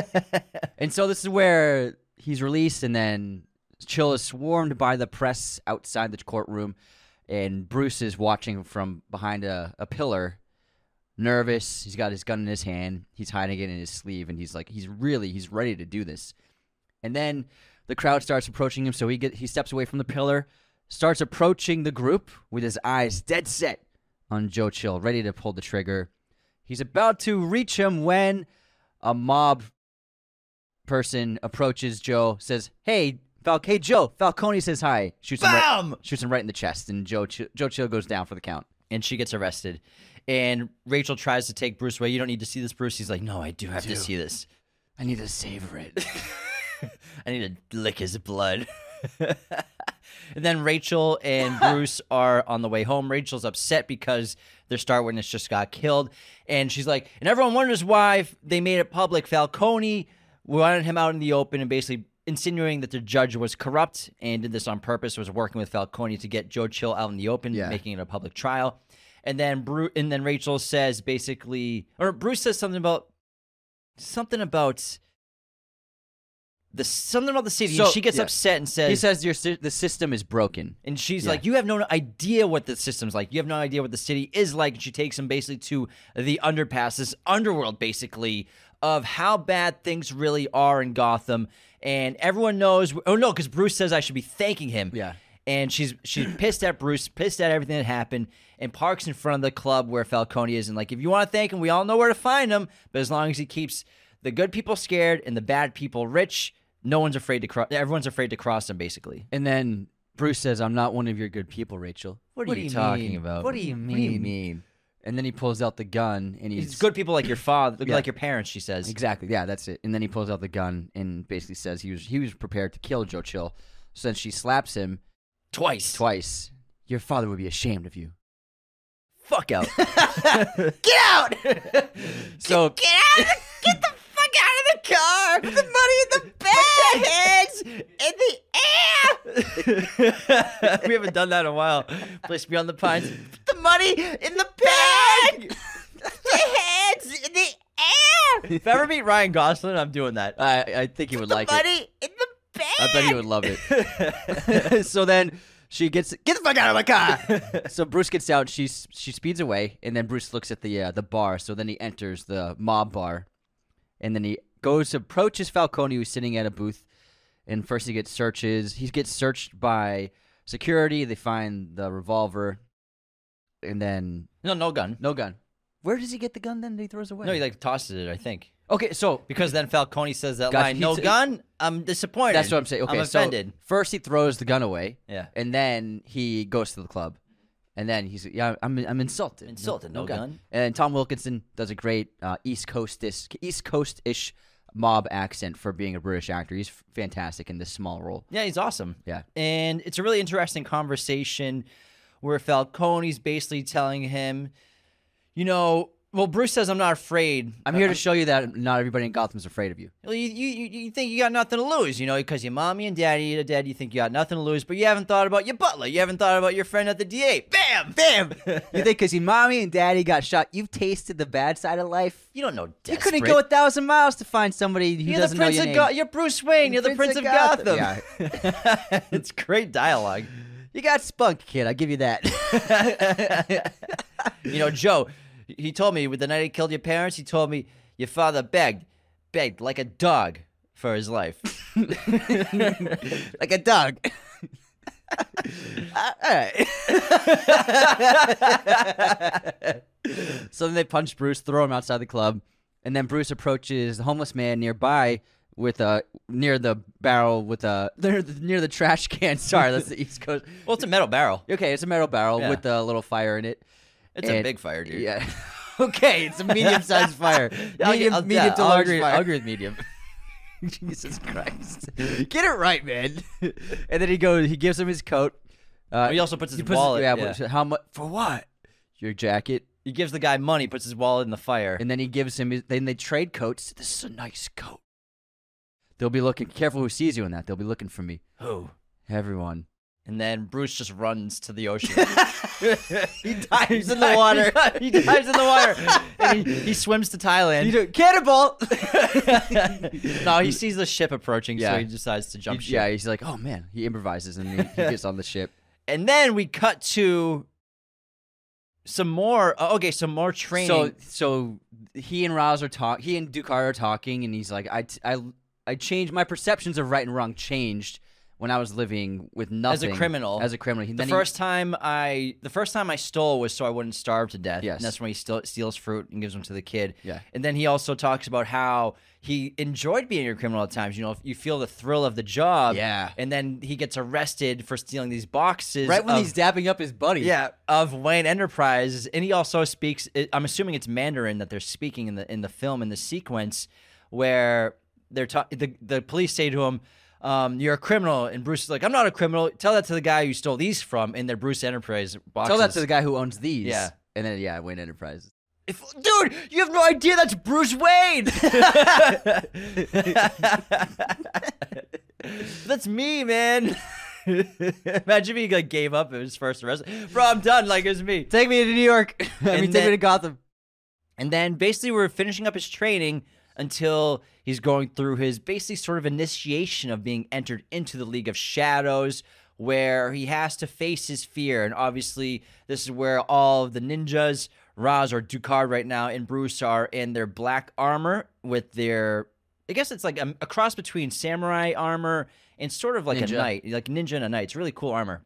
And so this is where he's released, and then Chill is swarmed by the press outside the courtroom, and Bruce is watching from behind a, a pillar, nervous. He's got his gun in his hand. He's hiding it in his sleeve, and he's like, he's really, he's ready to do this. And then the crowd starts approaching him, so he get, he steps away from the pillar, starts approaching the group with his eyes dead set on Joe Chill, ready to pull the trigger. He's about to reach him when a mob person approaches Joe, says, "Hey, Fal- hey Joe." Falcone says hi, shoots him, right,
Bam!
shoots him right in the chest, and Joe Ch- Joe Chill goes down for the count.
and she gets arrested. And Rachel tries to take Bruce away. You don't need to see this, Bruce. He's like, no, I do have to see this.
I need to savor it.
[laughs] I need to lick his blood. [laughs] and then Rachel and
[laughs]
Bruce are on the way home. Rachel's upset because their star witness just got killed. And she's like, and everyone wonders why f- they made it public. Falcone wanted him out in the open and basically insinuating that the judge was corrupt and did this on purpose, was working with Falcone to get Joe Chill out in the open,
Yeah.
making it a public trial. And then Bru- and then Rachel says basically, or Bruce says something about something about the something about the city.
So-
and she gets
yeah.
upset and
He
says,
says your sy- the system is broken.
and she's
Yeah.
like, "You have no idea what the system's like. You have no idea what the city is like." And she takes him basically to the underpass, this underworld, basically of how bad things really are in Gotham. And everyone knows. Oh no, because Bruce says I should be thanking him.
Yeah.
And she's she's
[clears throat]
pissed at Bruce, pissed at everything that happened, and parks in front of the club where Falcone is. And like, if you want to thank him, we all know where to find him. But as long as he keeps the good people scared and the bad people rich, no one's afraid to cross. Everyone's afraid to cross him, basically.
And then Bruce says, "I'm not one of your good people, Rachel."
What are you
mean?
talking about?
What do you mean?
What do you mean?
And then he pulls out the gun, and he's
It's good people like your father,
Yeah.
like your parents. She says,
Exactly. Yeah, that's it. And then he pulls out the gun and basically says he was he was prepared to kill Joe Chill. So then she slaps him
twice.
twice. Your father would be ashamed of you.
Fuck
[laughs]
out.
Get out! [laughs]
[laughs]
so
Get out! Of the, get the fuck out of the car! With the
[laughs]
money in the bag, heads [laughs] in the air. [laughs] we haven't done that in a while. Place beyond the pines. Put the money in the [laughs] bag. the heads in the air. If I ever meet Ryan Gosling, I'm doing that.
I I think he would like it.
money in the bag.
I bet he would love it. [laughs] so then she gets get the fuck out of my car. so Bruce gets out. She s- she speeds away, and then Bruce looks at the uh, the bar. So then he enters the mob bar, and then he goes approaches Falcone, who's sitting at a booth. And first he gets searches. He gets searched by security. They find the revolver, and then
No, no gun.
no gun. Where does he get the gun? Then that he throws away.
No, he like tosses it. I think.
okay, so
Because then Falcone says that
Gotcha.
line,
He
"No
t-
gun." I'm disappointed.
that's what I'm saying. Okay,
I'm offended.
so first he throws the gun away.
yeah.
and then he goes to the club, and then he's yeah, I'm I'm insulted,
Insulted, no gun.
And Tom Wilkinson does a great uh, East Coast East Coast ish mob accent for being a British actor. He's f- fantastic in this small role.
Yeah, he's awesome.
Yeah.
And it's a really interesting conversation where Falcone's basically telling him, you know, well, Bruce says, I'm not afraid.
I'm here to show you that not everybody in Gotham's afraid of you.
Well, you, you, you you think you got nothing to lose, you know, because your mommy and daddy are dead. You think you got nothing to lose, but you haven't thought about your butler. You haven't thought about your friend at the DA. Bam, [laughs] bam.
You think because your mommy and daddy got shot, you've tasted the bad side of life.
you don't know desperate.
You couldn't go a thousand miles to find somebody who
You're the
doesn't know
Prince
your
of
name.
Gotham. You're Bruce Wayne. You're the Prince, of Gotham. [laughs] it's great dialogue.
[laughs] You got spunk, kid. I give you [laughs] that.
You know, Joe, he told me with the night he killed your parents, he told me your father begged, begged like a dog for his life.
[laughs] like a dog. [laughs] Uh, all right. [laughs] so then they punch Bruce, throw him outside the club, and then Bruce approaches the homeless man nearby with a near the barrel with a [laughs] near the, near the trash can. [laughs] Sorry, that's the East Coast.
well, it's a metal barrel.
Okay, it's a metal barrel
Yeah.
with a little fire in it.
It's a
And-
big fire, dude.
Yeah. [laughs] okay, it's a medium sized fire.
I'll-
Medium,
I'll- [laughs]
medium
yeah,
to
I'll
large
agree-
fire.
I'll agree
with medium. [laughs] Jesus Christ. Get it right, man. [laughs] and then he goes, he gives him his coat. Uh,
Oh, He also puts his
he
wallet.
yeah,
yeah.
puts- how much? For what? Your jacket.
He gives the guy money, puts his wallet in the fire.
And then he gives him, his, then they trade coats. This is a nice coat. They'll be looking, careful who sees you in that. They'll be looking for me.
Who?
Everyone.
And then Bruce just runs to the ocean. [laughs]
[laughs]
he dives
in the water.
[laughs] He dives in the water. and he, he swims to Thailand.
do, cannibal! [laughs]
no, he sees the ship approaching, so
Yeah.
he decides to jump ship.
yeah, he's like, oh man, he improvises and he, he gets on the ship.
And then we cut to some more. oh, Okay, some more training.
So so he and Roz are talk. He and Ducati are talking, and he's like, I t- I I changed my perceptions of right and wrong changed when I was living with nothing
criminal.
As a criminal, He-
the
then he-
first time I, the first time I stole was so I wouldn't starve to death.
Yes.
and that's when he still steals fruit and gives them to the kid.
Yeah.
and then he also talks about how he enjoyed being a criminal at times. You know, you feel the thrill of the job.
Yeah.
and then he gets arrested for stealing these boxes.
right when
of-
he's dapping up his buddy.
yeah of Wayne Enterprises, and he also speaks. it- I'm assuming it's Mandarin that they're speaking in the in the film in the sequence where they're ta- the the police say to him. Um, you're a criminal, and Bruce is like, "I'm not a criminal." Tell that to the guy you stole these from in their Bruce Enterprise boxes.
Tell that to the guy who owns these.
Yeah.
And then yeah, Wayne Enterprises.
If- dude. You have no idea that's Bruce Wayne. [laughs] That's me, man. [laughs] Imagine if he like gave up in his first arrest. Bro, I'm done. Like it's me.
Take me to New [laughs] York. I mean,
And
take
then-
me to Gotham.
And then basically we're finishing up his training until he's going through his basically sort of initiation of being entered into the League of Shadows where he has to face his fear. And obviously this is where all of the ninjas, Raz or Ducard right now and Bruce are in their black armor with their I guess it's like a, a cross between samurai armor and sort of like a
Ninja.
knight, like ninja and a knight. It's really cool armor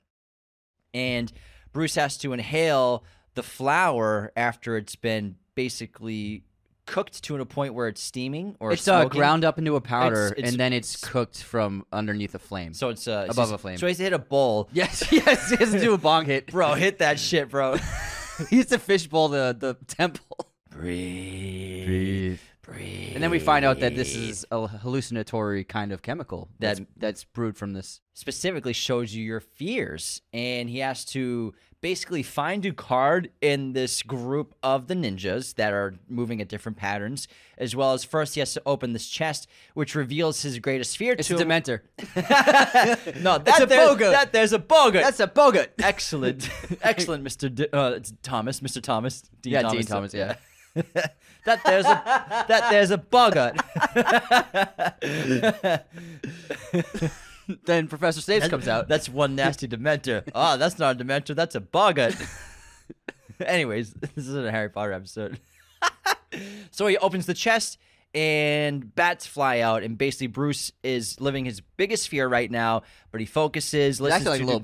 and Bruce has to inhale the flour after it's been basically cooked to a point where it's steaming or
It's uh,
smoking.
ground up into a powder,
It's- it's-
and then it's cooked from underneath a flame.
So it's uh, it's
above
just-
a flame.
So he has to hit a bowl,
[laughs] yes, yes, he has to do a bong hit,
bro. Hit that shit, bro.
[laughs] he has to fishbowl the the temple.
breathe, breathe.
And then we find out that this is a hallucinatory kind of chemical
That-
that's, that's brewed from this.
specifically shows you your fears, and he has to basically find Ducard in this group of the ninjas that are moving at different patterns, as well as first he has to open this chest, which reveals his greatest fear
It's
to
a
him.
dementor.
no, that
a
there-
boga.
That there's a boga. [laughs]
That's a bogut.
excellent, excellent, Mister. D- uh, it's Thomas, Mister Thomas, Dean
Yeah,
Thomas.
Dean Thomas. Yeah.
that there's a that there's a
[laughs]
boga.
[laughs] then Professor Snape
[laughs]
comes out.
That's one nasty
[laughs]
dementor. Ah, that's not a dementor. That's a boga. [laughs] Anyways, [laughs] this isn't a Harry Potter episode. [laughs] so he opens the chest and bats fly out and basically Bruce is living his biggest fear right now, but he focuses,
He's
listens
acting like
to
a little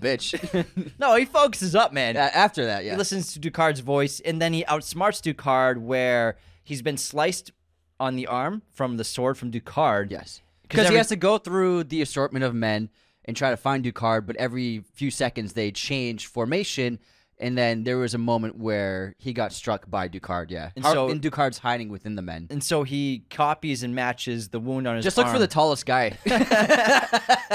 bitch.
[laughs] No, he focuses up, man.
A- After that,
he
yeah.
listens to Ducard's voice, and then he outsmarts Ducard where he's been sliced on the arm from the sword from Ducard.
Yes.
'Cause
Because
every-
he has to go through the assortment of men and try to find Ducard, but every few seconds they change formation. And then there was a moment where he got struck by Ducard, yeah.
And
Har-
so-
and Ducard's hiding within the men.
And so he copies and matches the wound on his
Just look for
arm.
the tallest guy.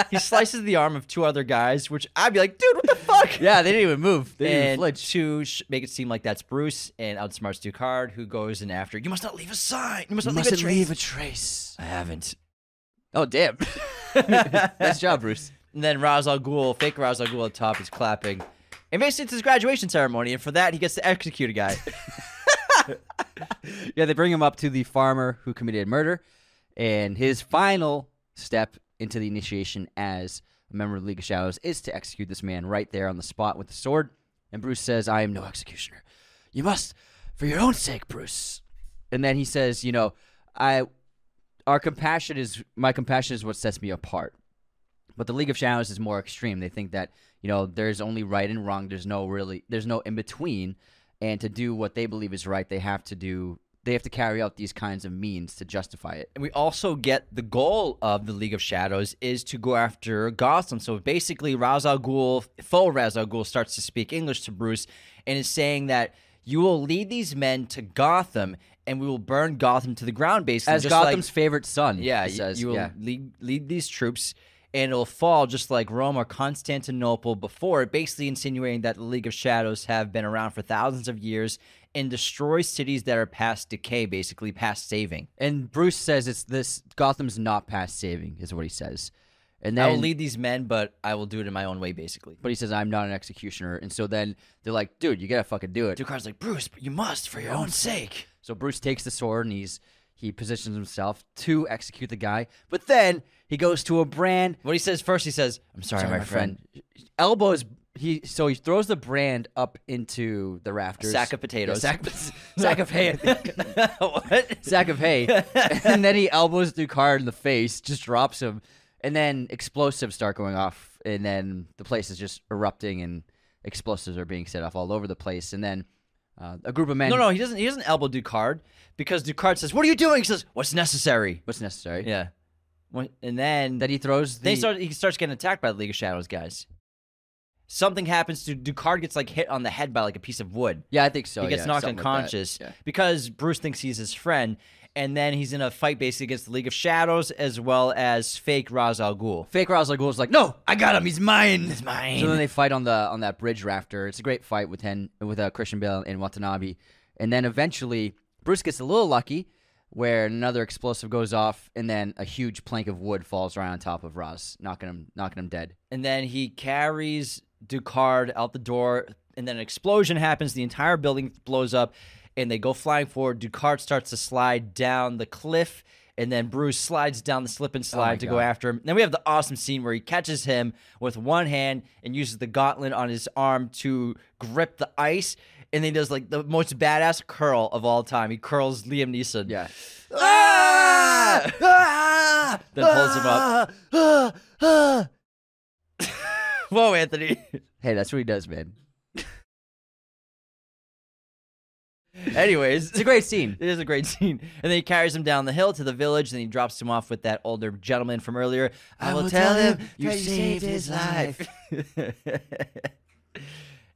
he slices the arm of two other guys, which I'd be like, dude, what the fuck?
[laughs] yeah, they didn't even move. They didn't even
And
flinch.
to sh- make it seem like that's Bruce and outsmarts Ducard, who goes in after, you must not leave a sign. You must not leave a trace.
a trace.
I haven't.
Oh, damn. [laughs] nice job, Bruce.
And then Ra's al Ghul, fake Ra's al Ghul at top, is clapping. And basically, it's his graduation ceremony, and for that, he gets to execute a guy.
Yeah, they bring him up to the farmer who committed murder, and his final step into the initiation as a member of the League of Shadows is to execute this man right there on the spot with the sword. And Bruce says, I am no executioner. You must, for your own sake, Bruce. And then he says, You know, I. Our compassion is my compassion is what sets me apart. But the League of Shadows is more extreme. They think that you know there's only right and wrong. There's no really there's no in between. And to do what they believe is right, they have to do they have to carry out these kinds of means to justify it.
and we also get the goal of the League of Shadows is to go after Gotham. So basically, Ra's al Ghul, faux Ra's al Ghul, starts to speak English to Bruce and is saying that you will lead these men to Gotham, and we will burn Gotham to the ground. Basically,
As
just like-
Gotham's favorite son,
yeah,
it
y-
says,
you will
yeah.
lead, lead these troops, and it'll fall just like Rome or Constantinople before it, basically insinuating that the League of Shadows have been around for thousands of years and destroy cities that are past decay, basically past saving.
And Bruce says it's this Gotham's not past saving is what he says. And
I will
then
lead these men, but I will do it in my own way, basically.
but he says I'm not an executioner. And so then they're like, dude, you gotta fucking do it.
Ducard's like, Bruce, but you must for your own sake.
So Bruce takes the sword and he's he positions himself to execute the guy. But then he goes to a brand
What he says first, he says, I'm sorry,
Sorry,
my,
[laughs]
friend.
Elbows he so he throws the brand up into the rafters.
Sack of potatoes.
Yeah,
[laughs]
sack, sack of [laughs] hay. I think.
what?
sack of hay.
[laughs]
and then he elbows Ducard in the face, just drops him, and then explosives start going off, and then the place is just erupting, and explosives are being set off all over the place, and then uh, a group of men.
No, no, he doesn't. He doesn't elbow Ducard because Ducard says, "What are you doing?" He says, "What's necessary."
What's necessary?
Yeah. When- And then
That he throws. The,
they start. He starts getting attacked by the League of Shadows guys. Something happens to Ducard. Gets like hit on the head by like a piece of wood.
Yeah, I think so.
he gets
yeah,
knocked
something like that.
unconscious
Yeah.
because Bruce thinks he's his friend, and then he's in a fight basically against the League of Shadows as well as fake Ra's al Ghul.
Fake Ra's al Ghul's like, no, I got him. He's mine.
It's mine.
So then they fight on the on that bridge rafter. It's a great fight with him with uh, Christian Bale and Watanabe, and then eventually Bruce gets a little lucky, where another explosive goes off and then a huge plank of wood falls right on top of Ross, knocking him knocking him dead.
and then he carries Ducard out the door, and then an explosion happens. The entire building blows up, and they go flying forward. Ducard starts to slide down the cliff, and then Bruce slides down the slip and slide to go
Oh God.
after him. Then we have the awesome scene where he catches him with one hand and uses the gauntlet on his arm to grip the ice. And then he does like the most badass curl of all time. He curls Liam Neeson.
[sighs] Yeah.
Ah!
Ah!
Then pulls him up. Whoa, Anthony. [laughs]
Hey, that's what he does, man.
Anyways,
It's a great scene.
It is a great scene. And then he carries him down the hill to the village, and he drops him off with that older gentleman from earlier. I, will tell him you saved his life. [laughs]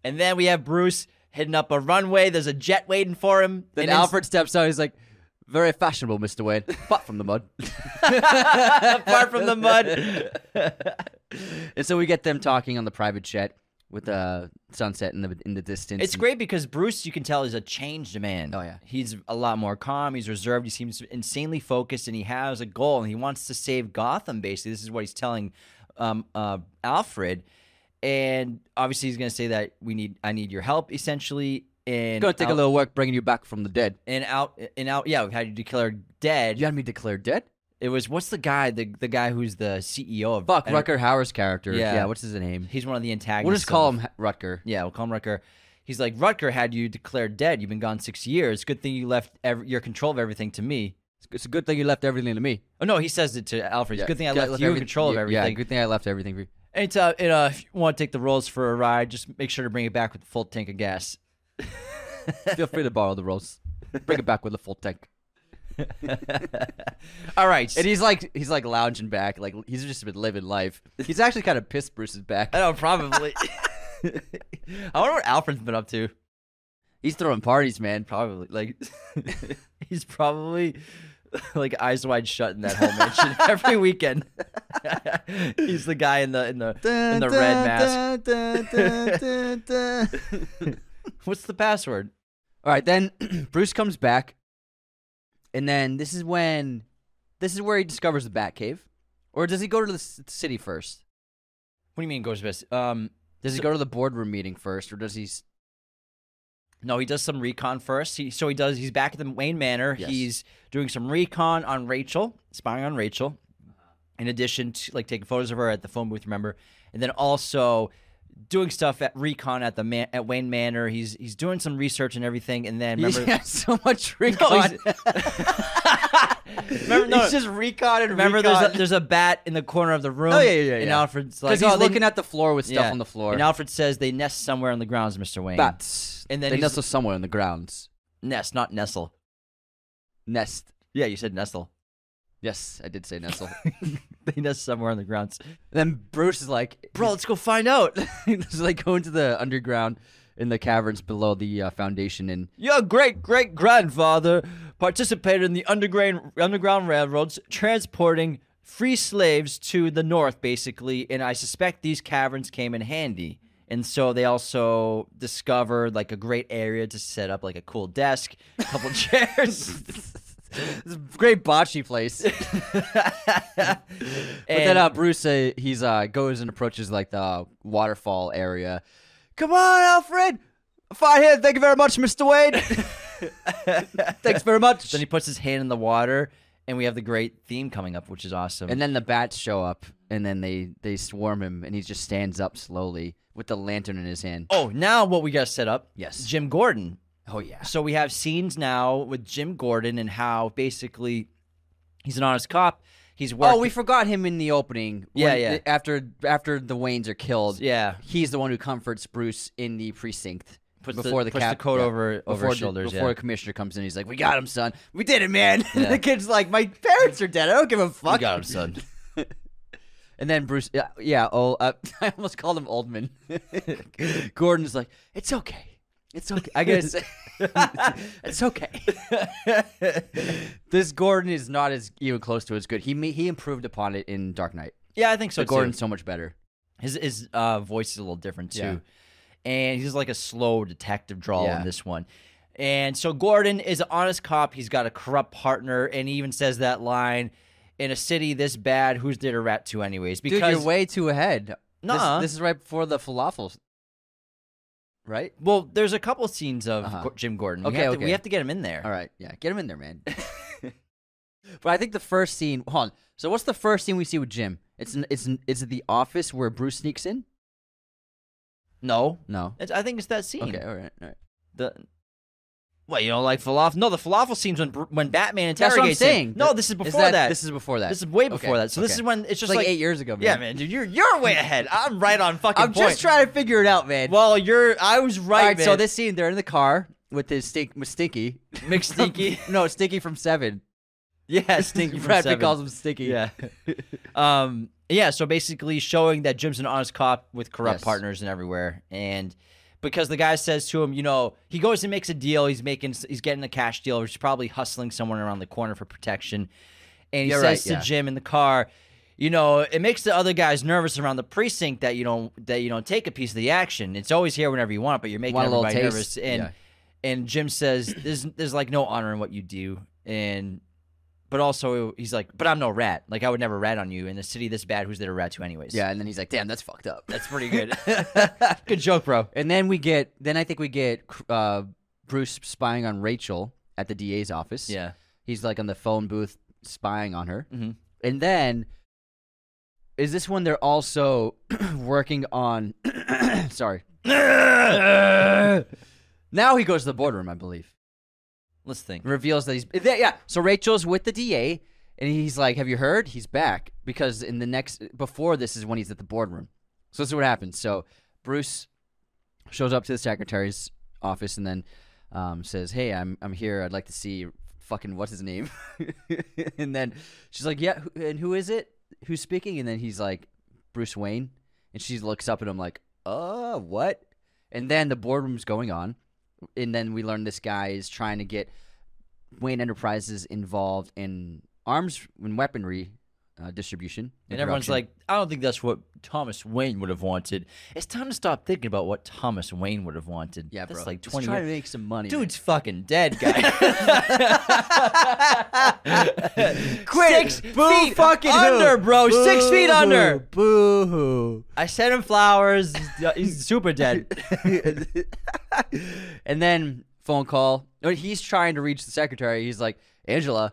and then we have Bruce hitting up a runway. There's a jet waiting for him.
Then
And
Alfred steps out. He's like, "Very fashionable, Mister Wayne, but from the [laughs] mud."
apart from the [laughs] mud.
and so we get them talking on the private jet with the uh, sunset in the in the distance.
It's
and-
great because Bruce, you can tell, is a changed man.
Oh, yeah.
he's a lot more calm. He's reserved. He seems insanely focused, and he has a goal, and he wants to save Gotham. Basically, this is what he's telling um, uh, Alfred, and obviously, he's going to say that we need, I need your help, essentially. And
It's gonna take
Al-
a little work bringing you back from the dead.
And out, and out. Yeah, we had you declared dead.
You had me declared dead.
It was what's the guy, the the guy who's the CEO of
Fuck
I-
Rucker Hauer's character.
Yeah.
Yeah. what's his name?
He's one of the antagonists.
We'll just
of-
call him H- Rutger.
Yeah, we'll call him Rutger. He's like, Rutger had you declared dead. You've been gone six years. Good thing you left ev- your control of everything to me.
It's- It's a good thing you left everything to me.
Oh, no, he says it to Alfred. It's
Yeah.
Good thing I
Good-
left, you in
everything-
control of
yeah,
everything.
Yeah, good thing I left everything
[laughs]
for you.
And, uh, and uh, if you want to take the rolls for a ride, just make sure to bring it back with a full tank of gas.
Feel free to borrow the rolls. Bring it back with a full tank.
[laughs] All right.
And he's like, he's like lounging back, like he's just been living life. He's actually kind of pissed Bruce's back.
I know, probably. [laughs] I wonder what Alfred's been up to.
He's throwing parties, man.
Probably. Like, [laughs] he's probably like eyes wide shut in that whole mansion every weekend. [laughs] he's the guy in the in the in the red mask.
[laughs] mask.
What's the password?
All right, then [clears throat] Bruce comes back, and then this is when, this is where he discovers the Batcave, or does he go to the c- city first?
What do you mean goes best? Um,
Does he
So-
go to the boardroom meeting first, or does he?
[laughs]
s-
no, he does some recon first. He, so he does. He's back at the Wayne Manor.
Yes.
He's doing some recon on Rachel, spying on Rachel. In addition to like taking photos of her at the phone booth, remember, and then also doing stuff at recon at the man, at Wayne Manor. He's he's doing some research and everything, and then
He's
remember.
got so much
[laughs]
[laughs]
Oh,
recon. [laughs]
he's- remember, no,
He's just recon and
remember
recon.
there's a, there's a bat in the corner of the room.
Oh, yeah, yeah, yeah,
And
yeah.
Alfred's [laughs] like,
Because he's
"Oh, they-
looking at the floor with stuff
yeah."
on the floor.
And Alfred says they nest somewhere on the grounds, Mister Wayne.
Bats.
And then
they
he's-
nestle somewhere in the grounds.
Nest, not nestle.
Nest.
Yeah, you said nestle.
Yes, I did say nestle.
[laughs] they nest somewhere on the grounds.
then Bruce is like, [laughs]
Bro, let's go find out. [laughs]
he's like going to the underground in the caverns below the uh, foundation, and
Your great great grandfather participated in the underground underground railroads transporting free slaves to the north, basically, and I suspect these caverns came in handy. And so they also discovered like a great area to set up like a cool desk, a
[laughs]
couple chairs.
It's a great
[laughs]
bocce place. but then
And-
uh, Bruce, uh, he's uh, goes and approaches like the waterfall area. Come on, Alfred. Fine here. Thank you very much, Mr.
[laughs]
Wade. Thanks very much.
Then he puts his hand in the water, and we have the great theme coming up, which is awesome.
and then the bats show up, and then they they swarm him, and he just stands up slowly with the lantern in his hand.
oh, now what we got set up?
Yes.
Jim Gordon.
Oh yeah.
So we have scenes now with Jim Gordon and how basically he's an honest cop. He's working.
Oh, we forgot him in the opening. when-
Yeah, yeah.
After after the Waynes are
[laughs]
killed,
yeah.
he's the one who comforts Bruce in the precinct
Puts
before
the,
the,
puts
cap,
the coat
yeah.
over over
before
his shoulders.
The, before
yeah.
the commissioner comes in, he's like, "We got him, son. We did it, man." [laughs]
Yeah.
the kid's like, "My parents are dead. I don't give a fuck."
got him, son.
[laughs] and then Bruce, yeah, yeah oh, uh, [laughs] I almost called him Oldman. [laughs] Gordon's like, "It's okay. It's okay. I gotta say, [laughs] it's okay."
[laughs]
this Gordon is not as even close to as good. He ma- he improved upon it in Dark Knight.
yeah, I think so.
But
too.
Gordon's so much better.
his his uh, voice is a little different too,
Yeah.
and he's like a slow detective drawl
Yeah.
in this one. And so Gordon is an honest cop. He's got a corrupt partner, and he even says that line in a city this bad, who's there to rat to, anyways?
Dude, you're way too ahead.
Nuh-uh.
This, this is right before the falafels. Right?
well, there's a couple scenes of
Uh-huh.
Go- Jim Gordon. we
Okay,
have, To, we
okay.
have to get him in there.
All right. Yeah. Get him in
[laughs]
there, man. but I think the first scene. Hold on. So what's the first scene we see with Jim? It's in- it's in- is it the office where Bruce sneaks in?
No,
No.
it's, I think it's that scene.
Okay. All right. All right.
The what you don't like falafel? No, the falafel scenes when Br- when Batman interrogates
That's what I'm
him.
saying.
No,
Th-
this is before
that,
that,
This is before that.
This is way before
Okay,
that. So this
okay.
is when it's just
It's like, eight years ago. Man.
Yeah, man, dude, you're you're
[laughs]
way ahead. I'm right on fucking
I'm
point.
just trying to figure it out, man.
Well, you're. I was right.
all right.
man. [laughs]
So this scene, they're in the car with his stink with Stinky. [laughs]
McStinky.
no, Stinky from Seven.
yeah, [laughs] stinky from
Brad Pitt
seven.
calls him Stinky.
Yeah. [laughs] um. Yeah. So basically, showing that Jim's an honest cop with corrupt
Yes.
partners and everywhere, and because the guy says to him, you know, he goes and makes a deal. He's making. He's getting a cash deal. He's probably hustling someone around the corner for protection, and he
You're
says
right,
to
yeah.
Jim in the car. You know, it makes the other guys nervous around the precinct that you don't that you don't take a piece of the action. It's always here whenever you want, but you're making
Want a little
everybody nervous.
taste?
And
Yeah.
and Jim says there's there's like no honor in what you do and but also he's like but I'm no rat like I would never rat on you in a city this bad who's there to rat to anyways
Yeah. And then he's like, "Damn, that's fucked up." [laughs]
that's pretty [laughs] good good joke bro
And then we get, then I think we get uh, Bruce spying on Rachel at the DA's office.
yeah
He's like on the phone booth spying on her.
[laughs] Mhm.
And then, is this when they're also [clears throat] working on, [clears throat] sorry. now he goes to the boardroom, I believe.
let's think
Reveals that he's, yeah, yeah. So Rachel's with the DA and he's like, have you heard? He's back because in the next, before this is when he's at the boardroom. So this is what happens. So Bruce shows up to the secretary's office and then um, says, "Hey, I'm I'm here. I'd like to see fucking what's his name." [laughs] and then she's like, "Yeah, who- and who is it? Who's speaking?" And then he's like, "Bruce Wayne." And she looks up at him like, "Uh, what?" And then the boardroom's going on, and then we learn this guy is trying to get Wayne Enterprises involved in arms and weaponry uh, distribution.
and everyone's
production.
like I don't think that's what Thomas Wayne would have wanted it's time to stop thinking about what Thomas Wayne would have wanted
"Yeah,
that's
bro,
like
just
20
trying
years
to make some money, man."
Dude's fucking dead, [laughs] guy. Quick, six
Boo
feet
fucking who.
under, bro. Six feet under.
Boo hoo.
I sent him flowers. He's, he's super dead.
[laughs] and then phone call. No, He's trying to reach the secretary. He's like, Angela,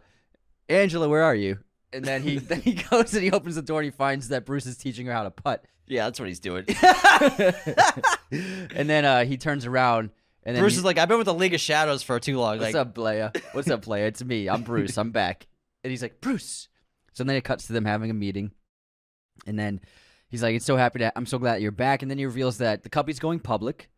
Angela, where are you? And then he [laughs] then he goes and he opens the door and he finds that Bruce is teaching her how to putt.
[laughs] Yeah, that's what he's doing.
And then uh, he turns around and then
Bruce
he-
is like, I've been with the League of Shadows for too long. Like,
What's up, playa? What's up, playa? It's me. I'm Bruce. I'm back. And he's like, Bruce. So then it cuts to them having a meeting, and then he's like, "It's so happy to. I'm so glad you're back." And then he reveals that the company's going public,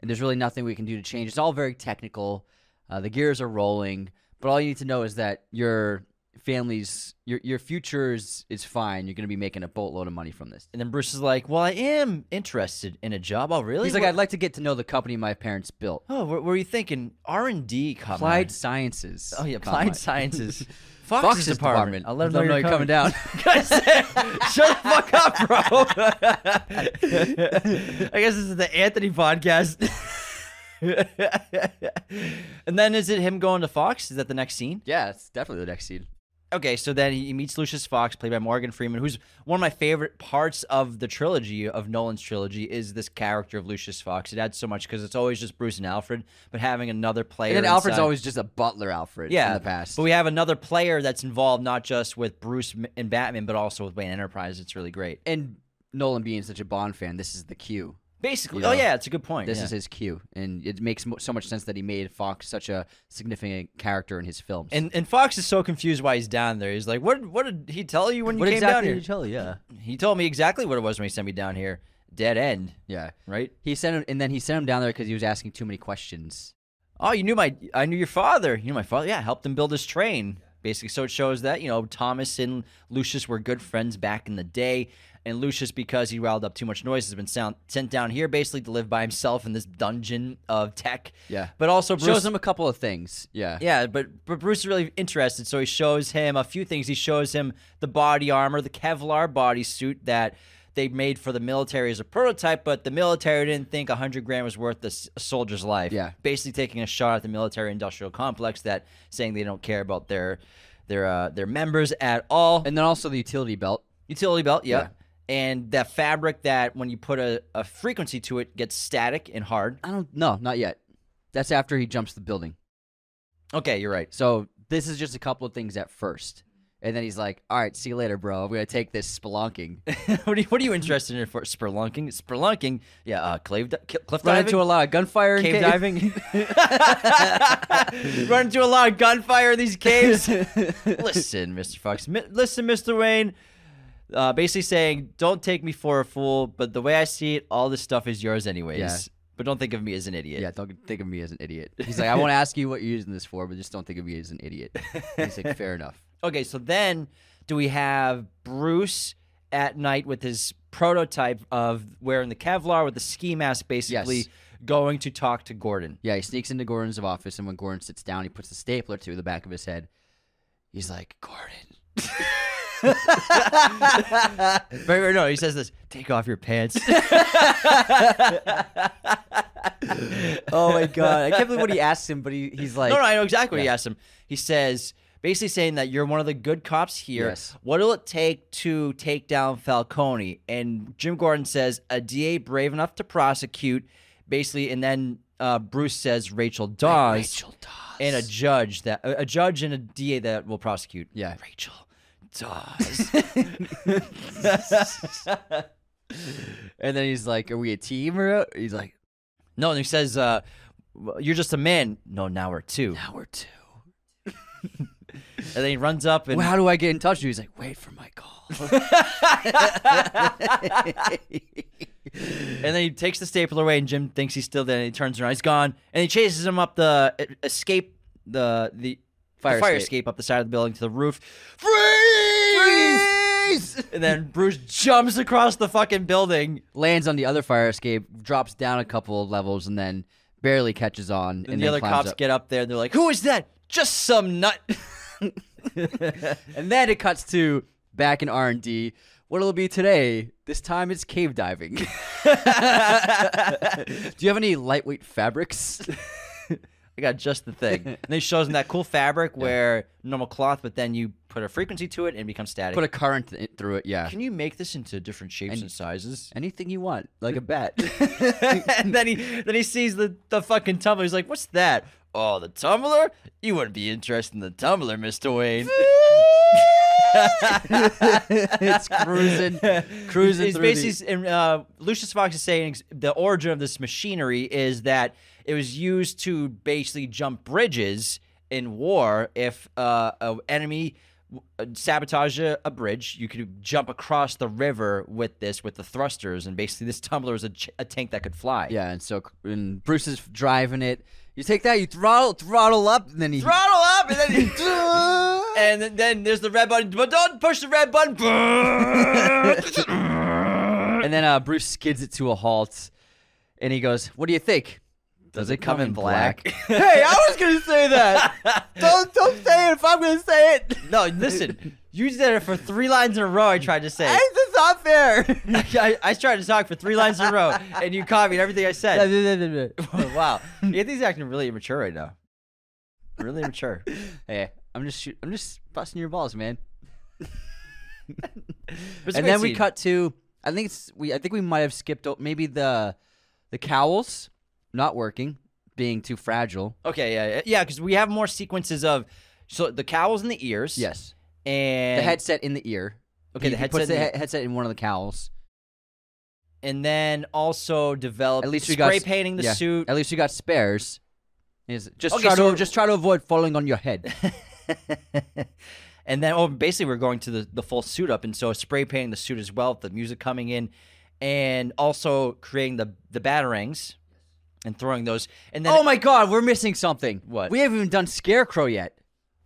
and there's really nothing we can do to change. It's all very technical. Uh, the gears are rolling, but all you need to know is that your family's your your future is, is fine. You're going to be making a boatload of money from this.
and then Bruce is like, Well, I am interested in a job. Oh, really?
He's like,
What-
"I'd like to get to know the company my parents built,
Oh, what were you thinking? R and D, come
Applied
on.
Sciences.
Oh yeah,
Come
applied [laughs]
on.
sciences.
Fox's
department.
department.
I'll let him know, you're coming. down.
down. [laughs]
Shut [laughs] the fuck up, bro. [laughs] I guess this is the Anthony podcast. [laughs] and then is it him going to Fox? Is that the next scene?
Yeah, it's definitely the next scene.
Okay, so then he meets Lucius Fox, played by Morgan Freeman, who's one of my favorite parts of the trilogy of Nolan's trilogy is this character of Lucius Fox. It adds so much because it's always just Bruce and Alfred, but having another player.
And then Alfred's
inside-
always just a butler Alfred
yeah,
in the past.
But we have another player that's involved not just with Bruce m- and Batman, but also with Wayne Enterprise. It's really great.
and Nolan being such a Bond fan, this is the cue.
Basically,
You
oh
know,
yeah, it's a good point.
This
yeah.
is his cue. And it makes mo- so much sense that he made Fox such a significant character in his films.
and and Fox is so confused why he's down there. He's like, "What? What did he tell you when you
what
came
exactly
down
did he tell you? Yeah.
here?" He told me exactly what it was when he sent me down here. Dead end,
Yeah.
right?
He sent him, and then he sent him down there because he was asking too many questions.
Oh, you knew my, I knew your father. You knew my father. Yeah, I helped him build his train. Basically, so it shows that you know Thomas and Lucius were good friends back in the day, and Lucius, because he riled up too much noise, has been sound, sent down here basically to live by himself in this dungeon of tech.
Yeah.
but also Bruce,
Shows him a couple of things. Yeah.
yeah, but but Bruce is really interested, so he shows him a few things. He shows him the body armor, the Kevlar bodysuit that they made for the military as a prototype, but the military didn't think 100 grand was worth a s- a soldier's life.
Yeah.
Basically taking a shot at the military industrial complex that saying they don't care about their their uh, their members at all.
And then also the utility belt.
Utility belt, yeah.
Yeah.
And that fabric that when you put a, a frequency to it gets static and hard.
I don't no, not yet. That's after he jumps the building.
Okay, you're right.
So this is just a couple of things at first. And then he's like, "All right, see you later, bro. I'm gonna take this [laughs] spelunking."
[laughs] what, are you, what are you interested in for spelunking? Spelunking, yeah. Uh, cliff, di- cl- cliff
Run
diving,
into a lot of gunfire, and
cave
ca-
diving. Run into a lot of gunfire in [laughs] these caves. listen, Mr. Fox. Mi- listen, Mr. Wayne. Uh, basically saying, don't take me for a fool, but the way I see it, all this stuff is yours anyways.
Yeah.
But don't think of me as an idiot.
[laughs] Yeah, don't think of me as an idiot. He's like, I won't ask you what you're using this for, but just don't think of me as an idiot. He's like, fair enough.
Okay, so then do we have Bruce at night with his prototype of wearing the Kevlar with the ski mask, basically
Yes.
going to talk to Gordon?
Yeah, he sneaks into Gordon's office, and when Gordon sits down, he puts the stapler to the back of his head. He's like, Gordon.
Wait, wait, no, he says this take off your pants.
[laughs]
[laughs]
Oh my god, I can't believe what he asks him, but he, he's like,
no, no, I know exactly what he asked him. He says, basically saying that you're one of the good cops here.
Yes.
What'll it take to take down Falcone? And Jim Gordon says, a DA brave enough to prosecute, basically, and then uh, Bruce says Rachel Dawes
Rachel Dawes.
and a judge that a a judge and a DA that will prosecute.
Yeah.
Rachel Dawes.
and then he's like, Are we a team or a-" he's like,
no, and he says, uh, "Well, "You're just a man." No, now we're two.
Now we're two.
And then he runs up and
Well, how do I get in touch with you? He's like, Wait for my [laughs] call.
And then he takes the stapler away, and Jim thinks he's still there. And he turns around, he's gone, and he chases him up the e- escape, the the fire,
Fire
fire
escape.
escape up the side of the building to the roof. Freeze! And then Bruce jumps across the fucking building,
[laughs] Lands on the other fire escape, drops down a couple of levels, and then barely catches on. And,
and, the
then
other
climbs
cops
up.
get up there, and they're like, "Who is that? Just some nut." [laughs]
And then it cuts to back in R and D. What'll it be today? This time it's cave diving. [laughs] Do you have any lightweight [laughs] fabrics?
I got just the thing. And then he shows him that cool fabric where normal cloth, but then you put a frequency to it and it becomes static.
Put a current th- through it. Yeah.
Can you make this into different shapes and sizes?
Anything you want, like a [laughs] bat.
[laughs] and then he then he sees the, the fucking tumbler. He's like, "What's that? Oh, the tumbler? You wouldn't be interested in the tumbler, Mister Wayne."
it's cruising, [laughs] cruising
It's
through the-
basically, and, uh, Lucius Fox is saying the origin of this machinery is that it was used to basically jump bridges in war. If uh, an enemy w- uh, sabotage a, a bridge, you could jump across the river with this, with the thrusters, and basically this tumbler is a, ch- a tank that could fly.
Yeah, and so and Bruce is driving it. You take that, you throttle, throttle up, and then he
throttle up, and then and then- then there's the red button, but don't push the red
[laughs]
button.
[laughs] and then uh, Bruce skids it to a halt, and he goes, "What do you think? Does, it come, in black?"
[laughs]
[laughs] hey, I was gonna say that. don't don't say it if I'm gonna say it. [laughs]
no, listen, you did it for three lines in a row. I tried to say.
This is not fair.
[laughs]
[laughs]
I, I tried to talk for three lines in a row, and you copied everything I said. Oh,
[laughs]
wow, Anthony's acting really immature right now. Really
[laughs]
immature.
hey, I'm just shoot, I'm just busting your balls, man.
But it's a great
and then we
scene.
cut to I think it's we I think we might have skipped o- maybe the the cowls not working, being too fragile.
Okay, yeah, yeah, yeah, because we have more sequences of so the cowls and the ears.
Yes.
and
The headset in the ear.
Okay,
He-
the
he
headset
puts the
in the-
he- headset in one of the cowls.
and then also develop
At least we
spray
got s-
painting the
yeah.
suit.
At least you got spares. Is just
Okay,
try
so-
to just try to avoid falling on your [laughs] head.
and then oh basically we're going to the, the full suit up and so spray painting the suit as well with the music coming in and also creating the the batarangs and throwing those and then
oh my god, we're missing something.
What?
We haven't even done Scarecrow yet.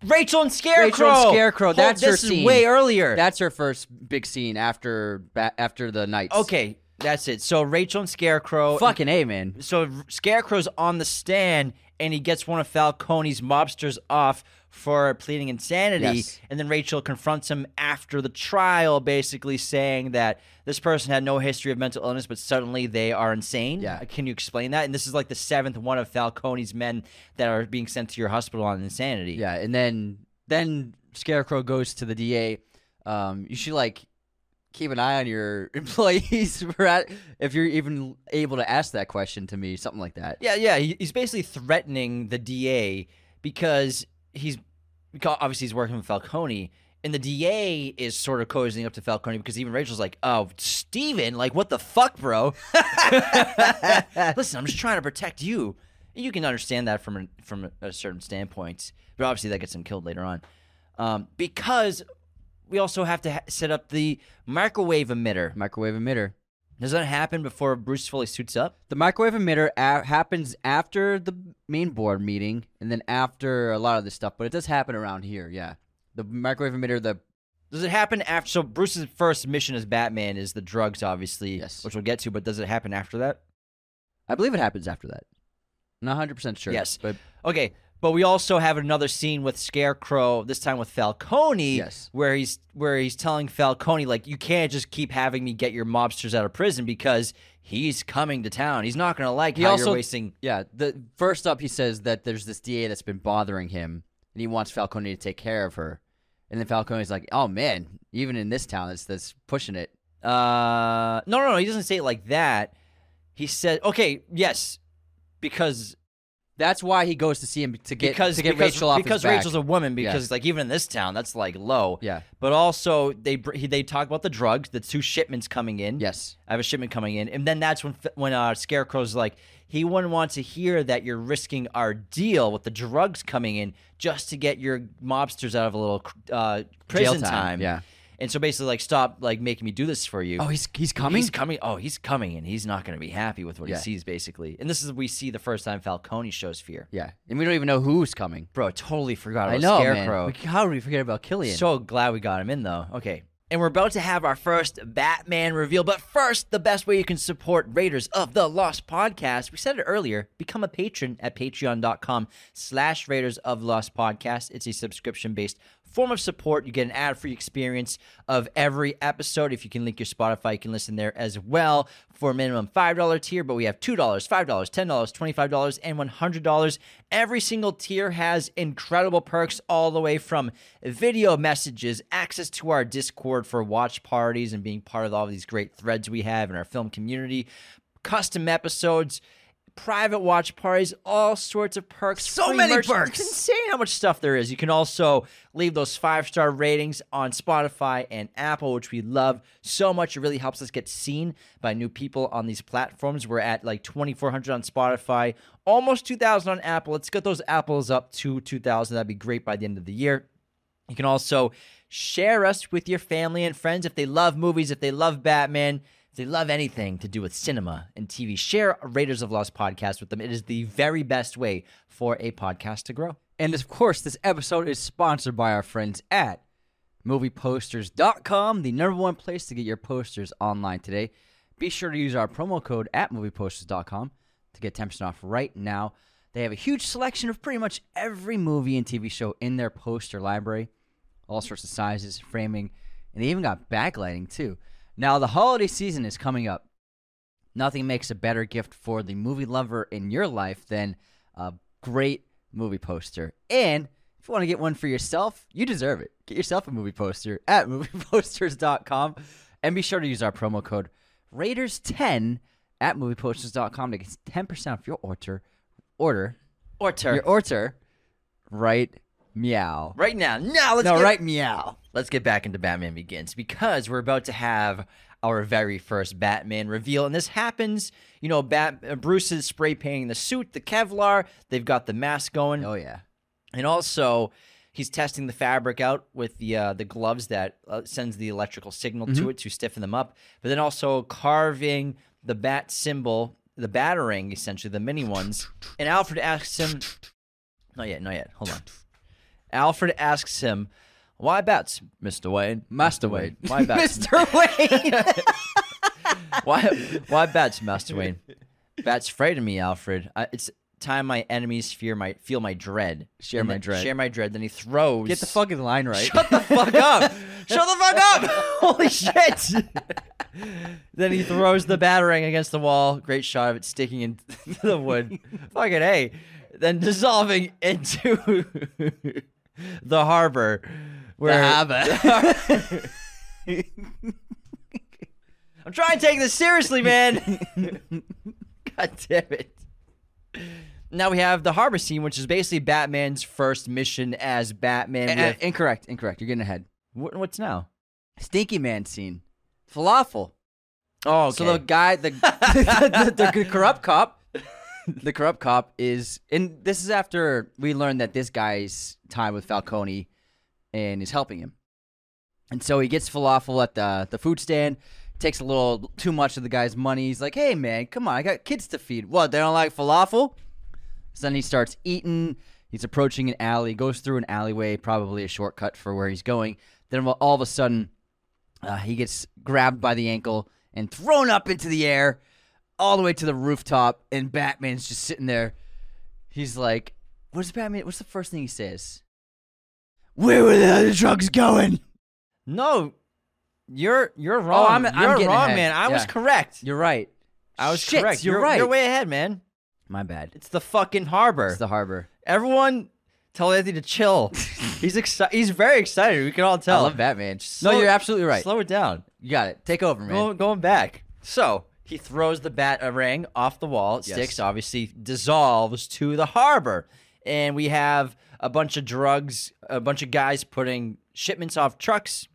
Rachel and Scarecrow
Rachel and Scarecrow,
Hold-
that's her
this is
scene.
way earlier
That's her first big scene after ba- after the nights.
okay that's it so Rachel and Scarecrow
Fucking A, man.
so Scarecrow's on the stand and he gets one of Falcone's mobsters off for pleading insanity.
Yes.
And then Rachel confronts him after the trial, basically saying that this person had no history of mental illness, but suddenly they are insane.
Yeah.
Can you explain that? And this is like the seventh one of Falcone's men that are being sent to your hospital on insanity.
Yeah, and then then Scarecrow goes to the DA. Um, you should like keep an eye on your [laughs] employees for at- if you're even able to ask that question to me, something like that.
Yeah, yeah. he- He's basically threatening the DA because he's because obviously he's working with Falcone, and the DA is sort of cozying up to Falcone because even Rachel's like, "Oh, Steven, like what the fuck, bro? [laughs] Listen, I'm just trying to protect you. You can understand that from a, from a certain standpoint, but obviously that gets him killed later on um, because." We also have to ha- set up the microwave emitter.
Microwave emitter.
Does that happen before Bruce fully suits up?
The microwave emitter a- happens after the main board meeting and then after a lot of this stuff, but it does happen around here. Yeah, the microwave emitter. The
Does it happen after? So Bruce's first mission as Batman is the drugs, obviously,
Yes.
which we'll get to. But does it happen after that?
I believe it happens after that. Not 100 percent sure.
Yes.
but
Okay, but we also have another scene with Scarecrow. This time with Falcone,
Yes.
where he's where he's telling Falcone like, you can't just keep having me get your mobsters out of prison because he's coming to town. He's not gonna like
He
how
also-
you're wasting.
Yeah, the first up he says that there's this DA that's been bothering him and he wants Falcone to take care of her. And then Falcone's like, "Oh man, even in this town it's that's pushing it."
Uh, no, no, no. He doesn't say it like that. He said, okay, yes, because
That's why he goes to see him to get
because
to get
because,
Rachel off
because
his back.
Rachel's a woman
Yeah.
because like even in this town that's like low.
Yeah.
But also they br- he- they talk about the drugs, the two shipments coming in.
Yes.
I have a shipment coming in, and then that's when f- when uh, Scarecrow's like he wouldn't want to hear that you're risking our deal with the drugs coming in just to get your mobsters out of a little cr- uh, prison
time, yeah.
And so basically like stop like making me do this for you.
Oh, he's he's coming.
He's coming. Oh, he's coming, and he's not going to be happy with what
Yeah.
he sees, basically. And this is we see the first time Falcone shows fear.
yeah. And we don't even know who's coming.
Bro, I totally forgot about
I know,
Scarecrow.
man. We, how did we forget about Killian?
So glad we got him in, though. Okay. And we're about to have our first Batman reveal. But first, the best way you can support Raiders of the Lost podcast, we said it earlier, become a patron at patreon.com slash Raiders of Lost podcast. It's a subscription-based form of support. You get an ad-free experience of every episode. If you can link your Spotify, you can listen there as well for a minimum $5 tier. But we have $2, $5, $10, $25, and $100. Every single tier has incredible perks all the way from video messages, access to our Discord for watch parties and being part of all these great threads we have in our film community, custom episodes, private watch parties, all sorts of perks.
So
free
many
merch. [laughs] It's
perks.
insane how much stuff there is. You can also leave those five star ratings on Spotify and Apple, which we love so much. It really helps us get seen by new people on these platforms. We're at like 2,400 on Spotify, almost 2,000 on Apple. Let's get those apples up to 2,000. That'd be great by the end of the year. You can also share us with your family and friends if they love movies, if they love Batman, if they love anything to do with cinema and TV. Share Raiders of Lost podcast with them. It is the very best way for a podcast to grow.
And of course, this episode is sponsored by our friends at movieposters.com, the number one place to get your posters online today. Be sure to use our promo code at movieposters.com to get 10% off right now. They have a huge selection of pretty much every movie and TV show in their poster library, all sorts of sizes, framing, and they even got backlighting too. Now, the holiday season is coming up. Nothing makes a better gift for the movie lover in your life than a great movie poster. And if you want to get one for yourself, you deserve it. Get yourself a movie poster at [laughs] movieposters.com and be sure to use our promo code Raiders10 at movieposters.com to get 10% off your order order
Or
your order right meow.
Right now. Now let's
No,
get
right meow.
let's get back into Batman Begins because we're about to have our very first Batman reveal, and this happens. You know, Bat uh, Bruce is spray painting the suit, the Kevlar. They've got the mask going,
Oh yeah.
and also he's testing the fabric out with the uh, the gloves that uh, sends the electrical signal
Mm-hmm.
to it to stiffen them up. But then also carving the bat symbol, the battering, essentially the mini ones. And Alfred asks him, "Not yet, not yet. Hold on." Alfred asks him, "Why bats, Mister Wayne?
Master [laughs] Wayne.
Why bats?
Mr. Wayne.
why why bats, Master Wayne? Bats frighten me, Alfred. I, it's time my enemies fear my feel my dread.
Share
And
my
then-
dread.
Share my dread. Then he throws.
Get the fucking line right.
Shut the fuck [laughs] up. Shut the fuck up. [laughs] Holy shit. then he throws the batarang against the wall. Great shot of it sticking into [laughs] the wood. Fucking A. Then dissolving into [laughs] the harbor. Where [laughs] I'm trying to take this seriously, [laughs] man. God damn it. Now we have the harbor scene, which is basically Batman's first mission as Batman.
Eh, eh,
with-
incorrect, incorrect. You're getting ahead.
What- what's now?
Stinky man scene. Falafel.
Oh,
So the guy, the, the, the, the corrupt cop, the corrupt cop is, and this is after we learned that this guy's time with Falcone and is helping him. And so he gets falafel at the, the food stand, takes a little too much of the guy's money. He's like, hey, man, come on, I got kids to feed. What, they don't like falafel? So then he starts eating. He's approaching an alley, goes through an alleyway, probably a shortcut for where he's going. Then all of a sudden, uh, he gets grabbed by the ankle and thrown up into the air, all the way to the rooftop. And Batman's just sitting there. He's like, "What's Batman? What's the first thing he says? Where were the other trucks going?"
No, you're you're wrong.
Oh, I'm- I'm
you're
getting
wrong,
ahead.
man. I was
Yeah.
correct.
You're right.
I was
Shit,
correct.
You're,
you're
right.
You're way ahead, man.
My bad.
It's the fucking harbor.
It's the harbor.
Everyone, tell Anthony to
[laughs]
chill. he's excited. He's very excited. We can all tell.
I love Batman.
Slow-
no, you're absolutely right.
Slow it down.
You got it. Take over, man.
Go, going back. So he throws the batarang off the wall. It
Yes.
sticks, obviously, dissolves to the harbor. And we have a bunch of drugs, a bunch of guys putting shipments off trucks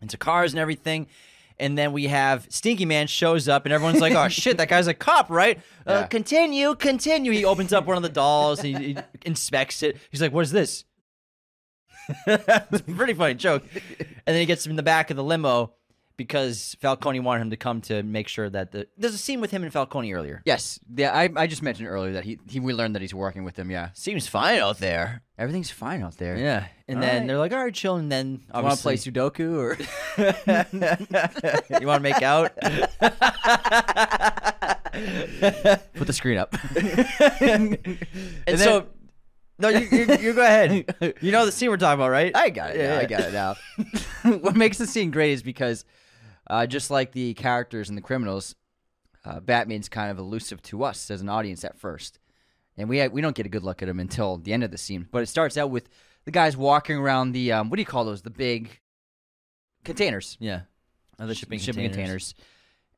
into cars and everything. And then we have Stinky Man shows up, and everyone's like,
[laughs]
"Oh shit, that guy's a cop, right?" Uh,
Yeah.
continue, continue. He opens up one of the dolls, and he, he inspects it. He's like, "What is this?" [laughs] it's a pretty funny joke. And then he gets him in the back of the limo because Falcone wanted him to come to make sure that the there's a scene with him and Falcone earlier.
Yes. Yeah, I, I just mentioned earlier that he, he we learned that he's working with him. Yeah.
Seems fine out there.
Everything's fine out there.
Yeah. And
All
then
right.
they're like, all right, chill. And then
I want to play
obviously,
Sudoku or
you want to make
[laughs]
out?
put the screen [laughs] up.
and,
And
so,
then-
no, you, you, you go ahead. You know the scene we're talking about, right?
I got it. now, I got it now. [laughs] what makes the scene great is because, uh, just like the characters and the criminals, uh, Batman's kind of elusive to us as an audience at first, and we we don't get a good look at him until the end of the scene. But it starts out with the guys walking around the um, what do you call those? The big containers.
Yeah. Other
sh-
shipping,
shipping containers.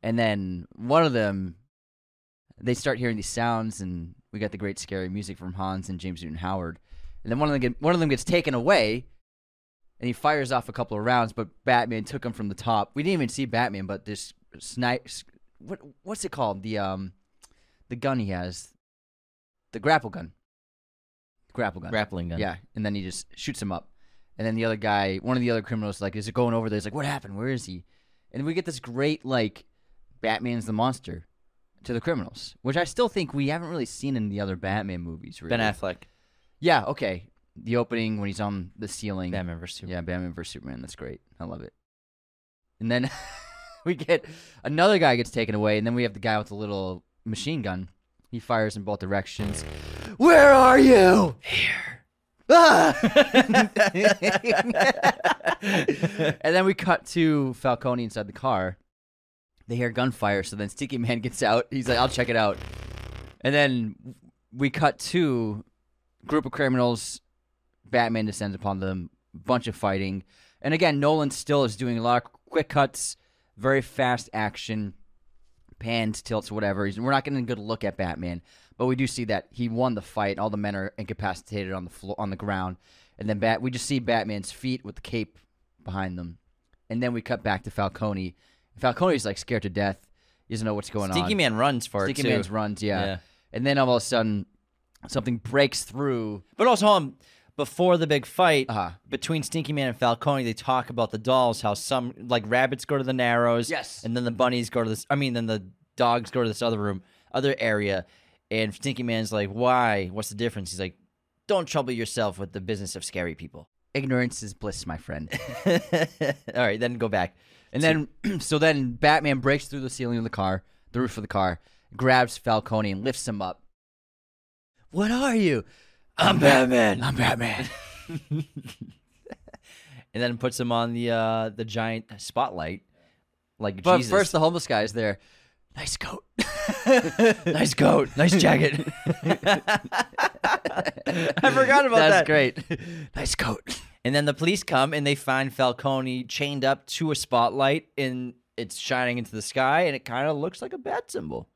And then one of them, they start hearing these sounds, and we got the great scary music from Hans and James Newton Howard. And then one of them get, one of them gets taken away, and he fires off a couple of rounds, but Batman took him from the top. We didn't even see Batman, but this snipe, what what's it called? The um, the gun he has, the grapple gun. Grapple gun.
Grappling gun.
Yeah, and then he just shoots him up. And then the other guy, one of the other criminals, like, is going over there. He's like, "What happened? Where is he?" And we get this great like, Batman's the monster to the criminals, which I still think we haven't really seen in the other Batman movies. Really.
Ben Affleck.
Yeah. Okay. The opening when he's on the ceiling.
Batman vs. Superman.
Yeah, Batman vs Superman. That's great. I love it. And then [laughs] we get another guy gets taken away, and then we have the guy with the little machine gun. He fires in both directions. Where are you? Here. Ah! [laughs] and then we cut to Falcone inside the car. They hear gunfire, so then Sticky Man gets out. He's like, "I'll check it out." And then we cut to group of criminals Batman descends upon them, bunch of fighting. And again, Nolan still is doing a lot of quick cuts, very fast action, pans, tilts, whatever. He's, we're not getting a good look at Batman, but we do see that he won the fight. All the men are incapacitated on the floor, on the ground, and then Bat. We just see Batman's feet with the cape behind them, and then we cut back to Falcone. Falcone's like scared to death. He doesn't know what's going on.
Stinky Man runs for
Stinky
it too.
Man's runs, yeah.
Yeah.
And then all of a sudden, something breaks through.
But also, um, before the big fight
Uh-huh.
between Stinky Man and Falcone, they talk about the dolls. How some like rabbits go to the Narrows,
Yes.
and then the bunnies go to this. I mean, then the dogs go to this other room, other area. And Stinky Man's like, "Why? What's the difference?" He's like, "Don't trouble yourself with the business of scary people." [laughs]
Ignorance is bliss, my [laughs] friend.
All right, then go back.
And then, [clears throat] so then Batman breaks through the ceiling of the car, the roof of the car, grabs Falcone and lifts him up. What are you?
I'm Batman.
I'm [laughs] Batman.
and then puts him on the uh the giant spotlight. Like
But
Jesus.
first, the homeless guy is there. Nice [laughs] coat.
[laughs] nice coat,
[laughs]
nice jacket. I forgot about
That's
that.
great. [laughs] nice coat. [laughs]
And then the police come and they find Falcone chained up to a spotlight and it's shining into the sky and it kind of looks like a bat symbol.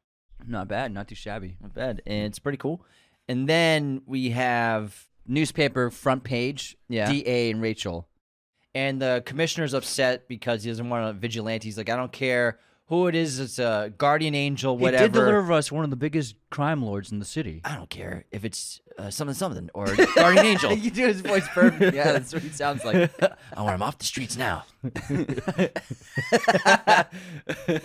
Not bad. Not too shabby.
Not bad. And it's pretty cool. And then we have
Newspaper front page.
Yeah.
Da and Rachel.
and the commissioner's upset because he doesn't want vigilantes. Like I don't care who it is. It's a guardian angel, whatever.
He did deliver us one of the biggest crime lords in the city.
I don't care if it's uh, something something or
[laughs]
guardian angel.
you do his voice [laughs] perfect. yeah, that's what he sounds like.
[laughs] I want him off the streets now.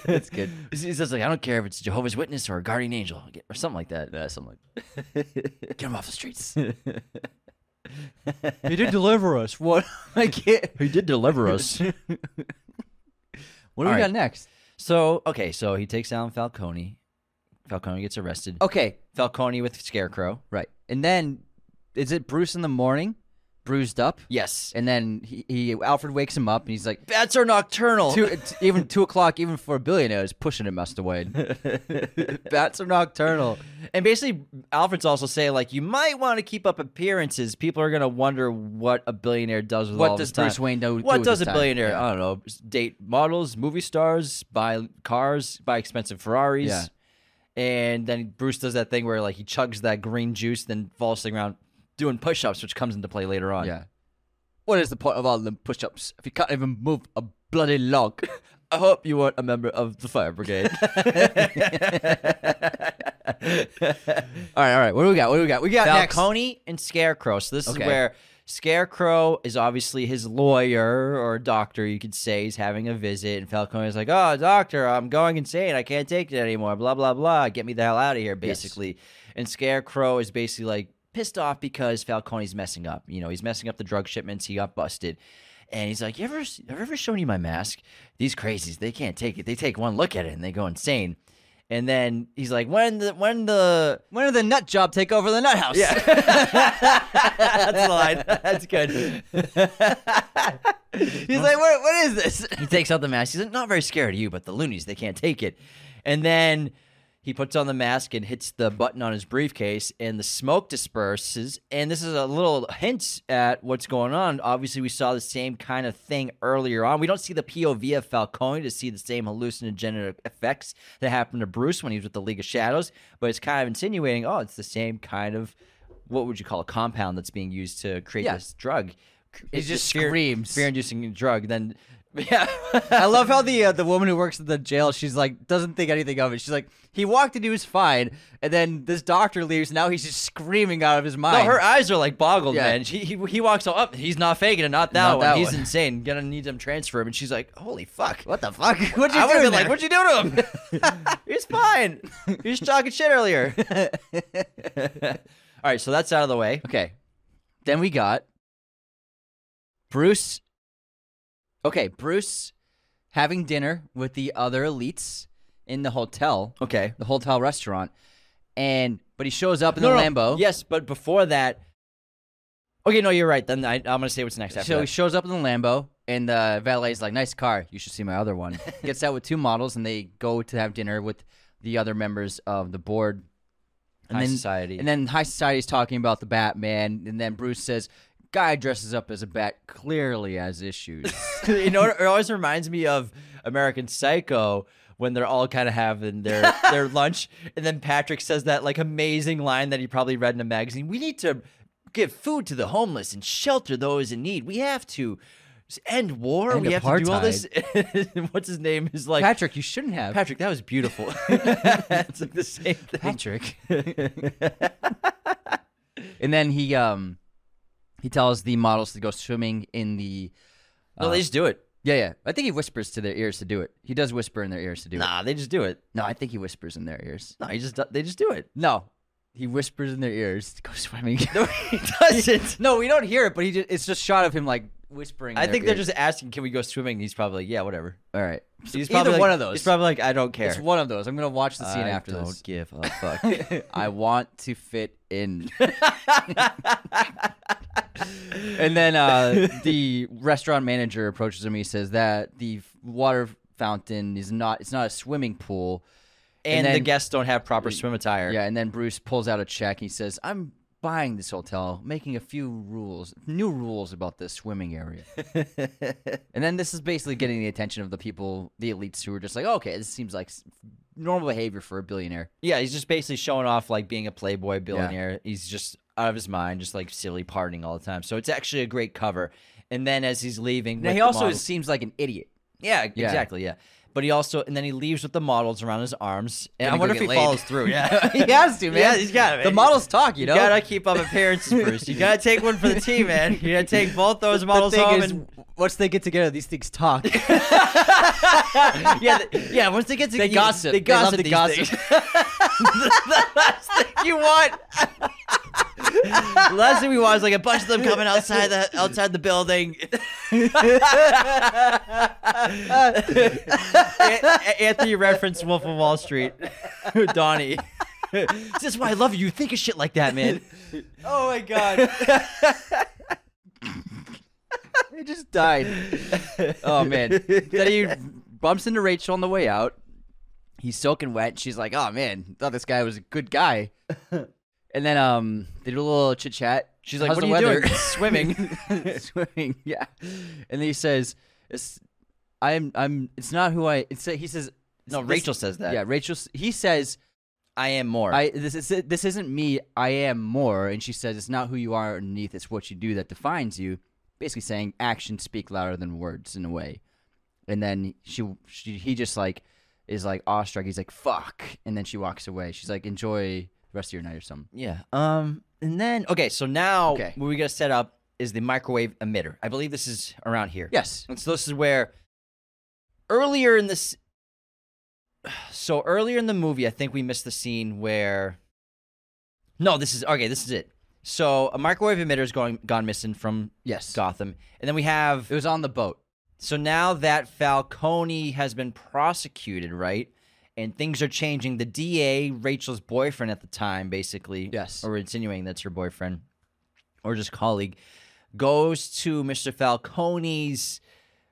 That's [laughs] good.
He's just like, I don't care if it's Jehovah's Witness or a guardian angel or something like that.
Yeah, something like
[laughs] Get him off the streets.
He did deliver us. What? [laughs] I can't.
[laughs] he did deliver us.
What do we
All right.
got next?
[laughs] so, okay, so he takes down Falcone. Falcone gets arrested.
Okay,
Falcone with Scarecrow.
right. And then, is it Bruce in the morning, bruised up?
Yes.
And then he, he Alfred wakes him up, and he's like,
Bats are nocturnal.
[laughs] two, it's even two o'clock, even for a billionaire, is pushing it, Master [laughs] Wayne. Bats are nocturnal.
And basically, Alfred's also say like, you might want to keep up appearances. People are gonna wonder what a billionaire does with
What
all
does
this time.
Bruce Wayne do- do
What
with
does
his
a
time?
billionaire?
Yeah.
I don't know. Date models, movie stars, buy cars, buy expensive Ferraris.
Yeah.
And then Bruce does that thing where like he chugs that green juice, then falls sitting around doing push-ups, which comes into play later on.
Yeah. What is the point of all them push-ups if you can't even move a bloody log?
I hope you weren't a member of the fire [laughs] brigade.
all right, all right. What do we got? What do we got? We got next.
Falcone and Scarecrow. So this
Okay.
is where Scarecrow is obviously his lawyer or doctor, you could say. He's having a visit, and Falcone is like, "Oh, doctor, I'm going insane. I can't take it anymore. Blah blah blah. Get me the hell out of here." Basically, and Scarecrow is basically like pissed off because Falcone's messing up. You know, he's messing up the drug shipments. He got busted. And he's like, you ever, have I ever shown you my mask? These crazies, they can't take it. They take one look at it and they go insane. And then he's like, when the, when the,
When did the nut job take over the nut house? Yeah.
That's the line. [laughs] That's good.
[laughs] He's like, what, what is this?
[laughs] He takes out the mask. He's like, not very scared of you, but the loonies, they can't take it. And then he puts on the mask and hits the button on his briefcase, and the smoke disperses. And this is a little hint at what's going on. Obviously, we saw the same kind of thing earlier on. We don't see the POV of Falcone to see the same hallucinogenic effects that happened to Bruce when he was with the League of Shadows, but it's kind of insinuating, oh, it's the same kind of what would you call a compound that's being used to create
Yeah.
this drug.
It
It's
just
the fear-
screams.
fear-inducing drug. Then, [laughs] yeah,
[laughs] I love how the uh, the woman who works at the jail, she's like, doesn't think anything of it. She's like, he walked and he was fine, and then this doctor leaves. Now he's just screaming out of his
No,
mind.
her eyes are like boggled,
Yeah.
man. She, he he walks all up. He's not faking it. Not that
Not
one.
that
He's
one.
insane. Gonna need them transfer him. And she's like, "Holy fuck!
[laughs] what the [laughs] fuck? What'd you
I
do?
would have been like, "What'd you do to him?
[laughs]
[laughs] He's fine. He was talking shit earlier." all right, so that's out of the way.
Okay. Then we got Bruce. Okay, Bruce having dinner with the other elites in the hotel,
Okay.
the hotel restaurant, and but he shows up in
No,
the
no, no.
Lambo.
Yes, but before that. Okay, no, you're right. Then I, I'm gonna say what's next after
So he
that.
shows up in the Lambo, and the valet's like, "Nice car. You should see my
[laughs]
other one." Gets out with two models, and they go to have dinner with the other members of the board. And
High
then,
society.
And then High Society's talking about the Batman, and then Bruce says, "Guy dresses up as a bat clearly
[laughs]
has issues."
you know, it always reminds me of American Psycho when they're all kind of having their their lunch, and then Patrick says that like amazing line that he probably read in a magazine. We need to give food to the homeless and shelter those in need. We have to end war.
End
we have to do all this. [laughs] What's his name is like
Patrick, you shouldn't have.
Patrick. That was beautiful. it's like the same thing.
Patrick. [laughs] and then he um he tells the models to go swimming in the
No, they just do it.
yeah yeah I think he whispers to their ears to do it. He does whisper in their ears to do it.
Nah, they just do it.
No, I think he whispers in their ears.
No, he just they just do it. [laughs]
No, he whispers in their ears to go swimming. [laughs]
No, he doesn't.
no, we don't hear it, but he just, it's just shot of him like whispering.
I
their
think they're
ear.
just asking, "Can we go swimming?" He's probably like, "Yeah, whatever."
all right.
He's
Either
probably like-
one of those.
He's probably like, "I don't care."
It's one of those. I'm gonna watch the scene
I
after
don't
this.
give [laughs] a fuck.
I want to fit
[laughs]
in. and then uh, the restaurant manager approaches him. He says that the f- water fountain is not. It's not a swimming pool.
and, the
then-
guests don't have proper swim attire.
Yeah. And then Bruce pulls out a check. He says, "I'm." Buying this hotel, making a few rules, new rules about this swimming [laughs] area, and then this is basically getting the attention of the people, the elites who are just like, okay, this seems like s- normal behavior for a billionaire.
Yeah, he's just basically showing off like being a playboy billionaire. He's just out of his mind, just like silly partying all the time. So it's actually a great cover. And then as he's leaving,
Now
with
he
the
also
models-
seems like an idiot.
yeah,
Yeah.
exactly, yeah. But he also and then he leaves with the models around his arms. And I
Gonna go
wonder if
get
he
laid.
follows [laughs] through.
[laughs]
Yeah,
he has to, man.
Yeah, he's got it,
The
man.
models talk, you
You
know.
gotta keep up appearances, Bruce. You gotta take one for the team, man. You gotta take both those models home. and,
once they get together, these things [laughs] talk.
yeah, th- yeah. Once they get to
They
you-
gossip.
they
They love
gossip.
to
these
gossip.
things. [laughs] the last thing you want. the last thing we want is like a bunch of them coming outside the outside the building. [laughs] An- Anthony referenced Wolf of Wall Street. [laughs] Donnie. [laughs] this is why I love you. You think of shit like that, [laughs] man.
oh
[laughs]
my god. [laughs] it just died. Oh man. Then he bumps into Rachel on the way out. He's soaking wet. She's like, "Oh man, thought this guy was a good [laughs] guy." And then um, they do a little chit chat. She's like,
How's
"What are
the
you [laughs] doing?
weather?"
Swimming, swimming, yeah." And then he says, it's, "I'm, I'm. It's not who I." It's he says,
No,
this-
Rachel says that.
Yeah, Rachel. s- He says,
[laughs] I am more.
I this is this isn't me. I am more. And she says it's not who you are underneath. It's what you do that defines you. Basically saying actions speak louder than words in a way. And then she, she he just like is like awestruck. He's like fuck. And then she walks away. She's like enjoy the rest of your night or something.
Yeah. Um. And then okay, so now
Okay.
what we gotta set up is the microwave emitter. I believe this is around here.
Yes.
And so this is where earlier in this. [sighs] So earlier in the movie, I think we missed the scene where. No, this is okay. This is it. So a microwave emitter is going gone missing from
Yes.
Gotham, and then we have.
It was on the boat.
So now that Falcone has been prosecuted, right? And things are changing. The DA, Rachel's boyfriend at the time, basically,
Yes.
or insinuating that's her boyfriend or just colleague, goes to Mr. Falcone's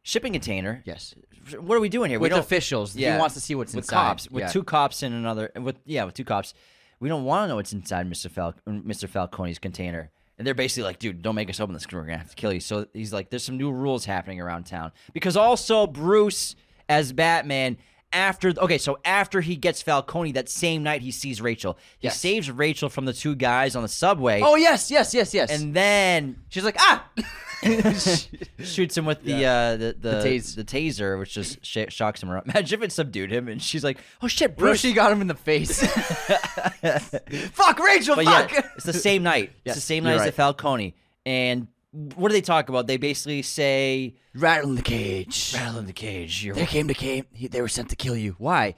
shipping container.
Yes.
What are we doing here?
With
we don't,
officials.
yeah.
He wants to see what's
with
inside.
cops, with
Yeah.
two cops and another, with yeah, with two cops. We don't want to know what's inside Mr. Fal- Mr. Falcone's container. And they're basically like, dude, don't make us open this. 'cause We're gonna have to kill you. So he's like, there's some new rules happening around town because also Bruce as Batman. After okay, so after he gets Falcone, that same night he sees Rachel. He
Yes.
saves Rachel from the two guys on the subway,
Oh yes, yes, yes, yes.
and then
she's like
[laughs]
ah. [laughs]
shoots him with the uh the the, the,
tase.
taser, which just sh- shocks him around. [laughs] Imagine if it subdued him, and she's like, "Oh shit,
Bro,
Bruce!"
she got him in the face.
[laughs]
fuck Rachel.
But
fuck.
yeah, it's the same night. It's
Yes,
the same
you're
night as the
right.
Falcone. And what do they talk about? They basically say,
Rattle in the cage.
"Rattle in the cage." You're
They came to came. He, they were sent to kill you. Why?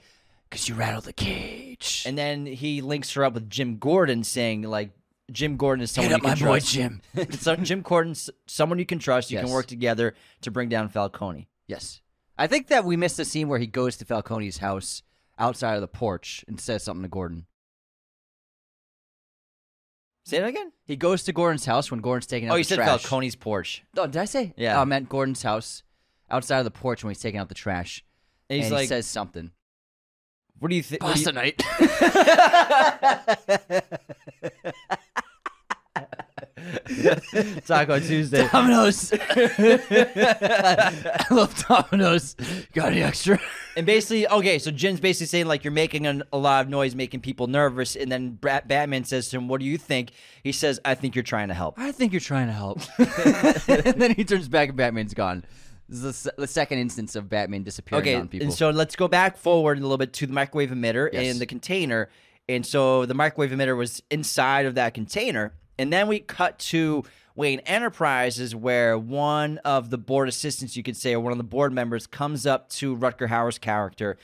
Because you rattled the cage.
and then he links her up with Jim Gordon, saying like, "Jim Gordon is someone
hit
you
up
can
my boy
trust." [laughs]
Jim.
so Jim Gordon's someone you can trust. You can
Yes.
work together to bring down Falcone.
[laughs] yes, I think that we missed the scene where he goes to Falcone's house outside of the porch and says something to Gordon.
Say that again.
He goes to Gordon's house when Gordon's taking out
Oh, you
the
said
trash.
Falcone's Porsche.
Oh, did I say?
Yeah.
I meant Gordon's house outside of the porch when he's taking out the trash.
And he's
and
like,
he says something.
"What do you think?"
[laughs] night.
[laughs] Taco Tuesday.
Domino's. [laughs] I love Domino's. Got any extra?
And basically, okay, so Jim's basically saying like you're making an, a lot of noise, making people nervous, and then Brat Batman says to him, "What do you think?" He says, "I think you're trying to help."
I think you're trying to
[laughs]
help. and then he turns back and Batman's gone. This is the, se- the second instance of Batman disappearing
Okay,
on people.
and so let's go back forward a little bit to the microwave emitter
Yes.
and the container. And so the microwave emitter was inside of that container, and then we cut to Wayne Enterprises, where one of the board assistants, you could say, or one of the board members, comes up to Rutger Hauer's character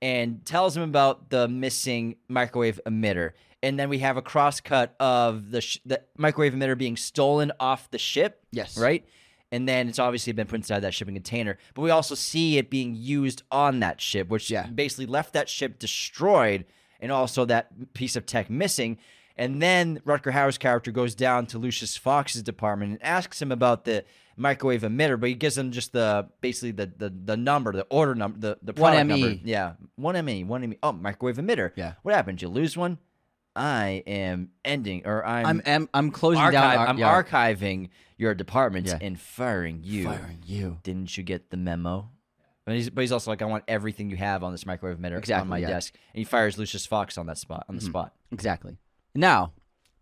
and tells him about the missing microwave emitter. And then we have a cross cut of the, sh- the microwave emitter being stolen off the ship.
Yes.
Right? and then it's obviously been put inside that shipping container. But we also see it being used on that ship, which
Yeah.
basically left that ship destroyed and also that piece of tech missing. And then Rutger Hauer's character goes down to Lucius Fox's department and asks him about the microwave emitter, but he gives him just the basically the the, the number, the order number, the, the
One
product
ME.
number. Yeah, one ME, one ME. Oh, microwave emitter.
Yeah.
What happened? Did you lose one? I am ending, or I'm
I'm I'm, I'm closing
archive,
down.
I'm
yeah.
archiving your departments
Yeah.
and firing you.
Firing you.
Didn't you get the memo? But he's, but he's also like, I want everything you have on this microwave emitter
Exactly,
on my
yeah.
desk, and he fires Lucius Fox on that spot on the spot.
Exactly. Now,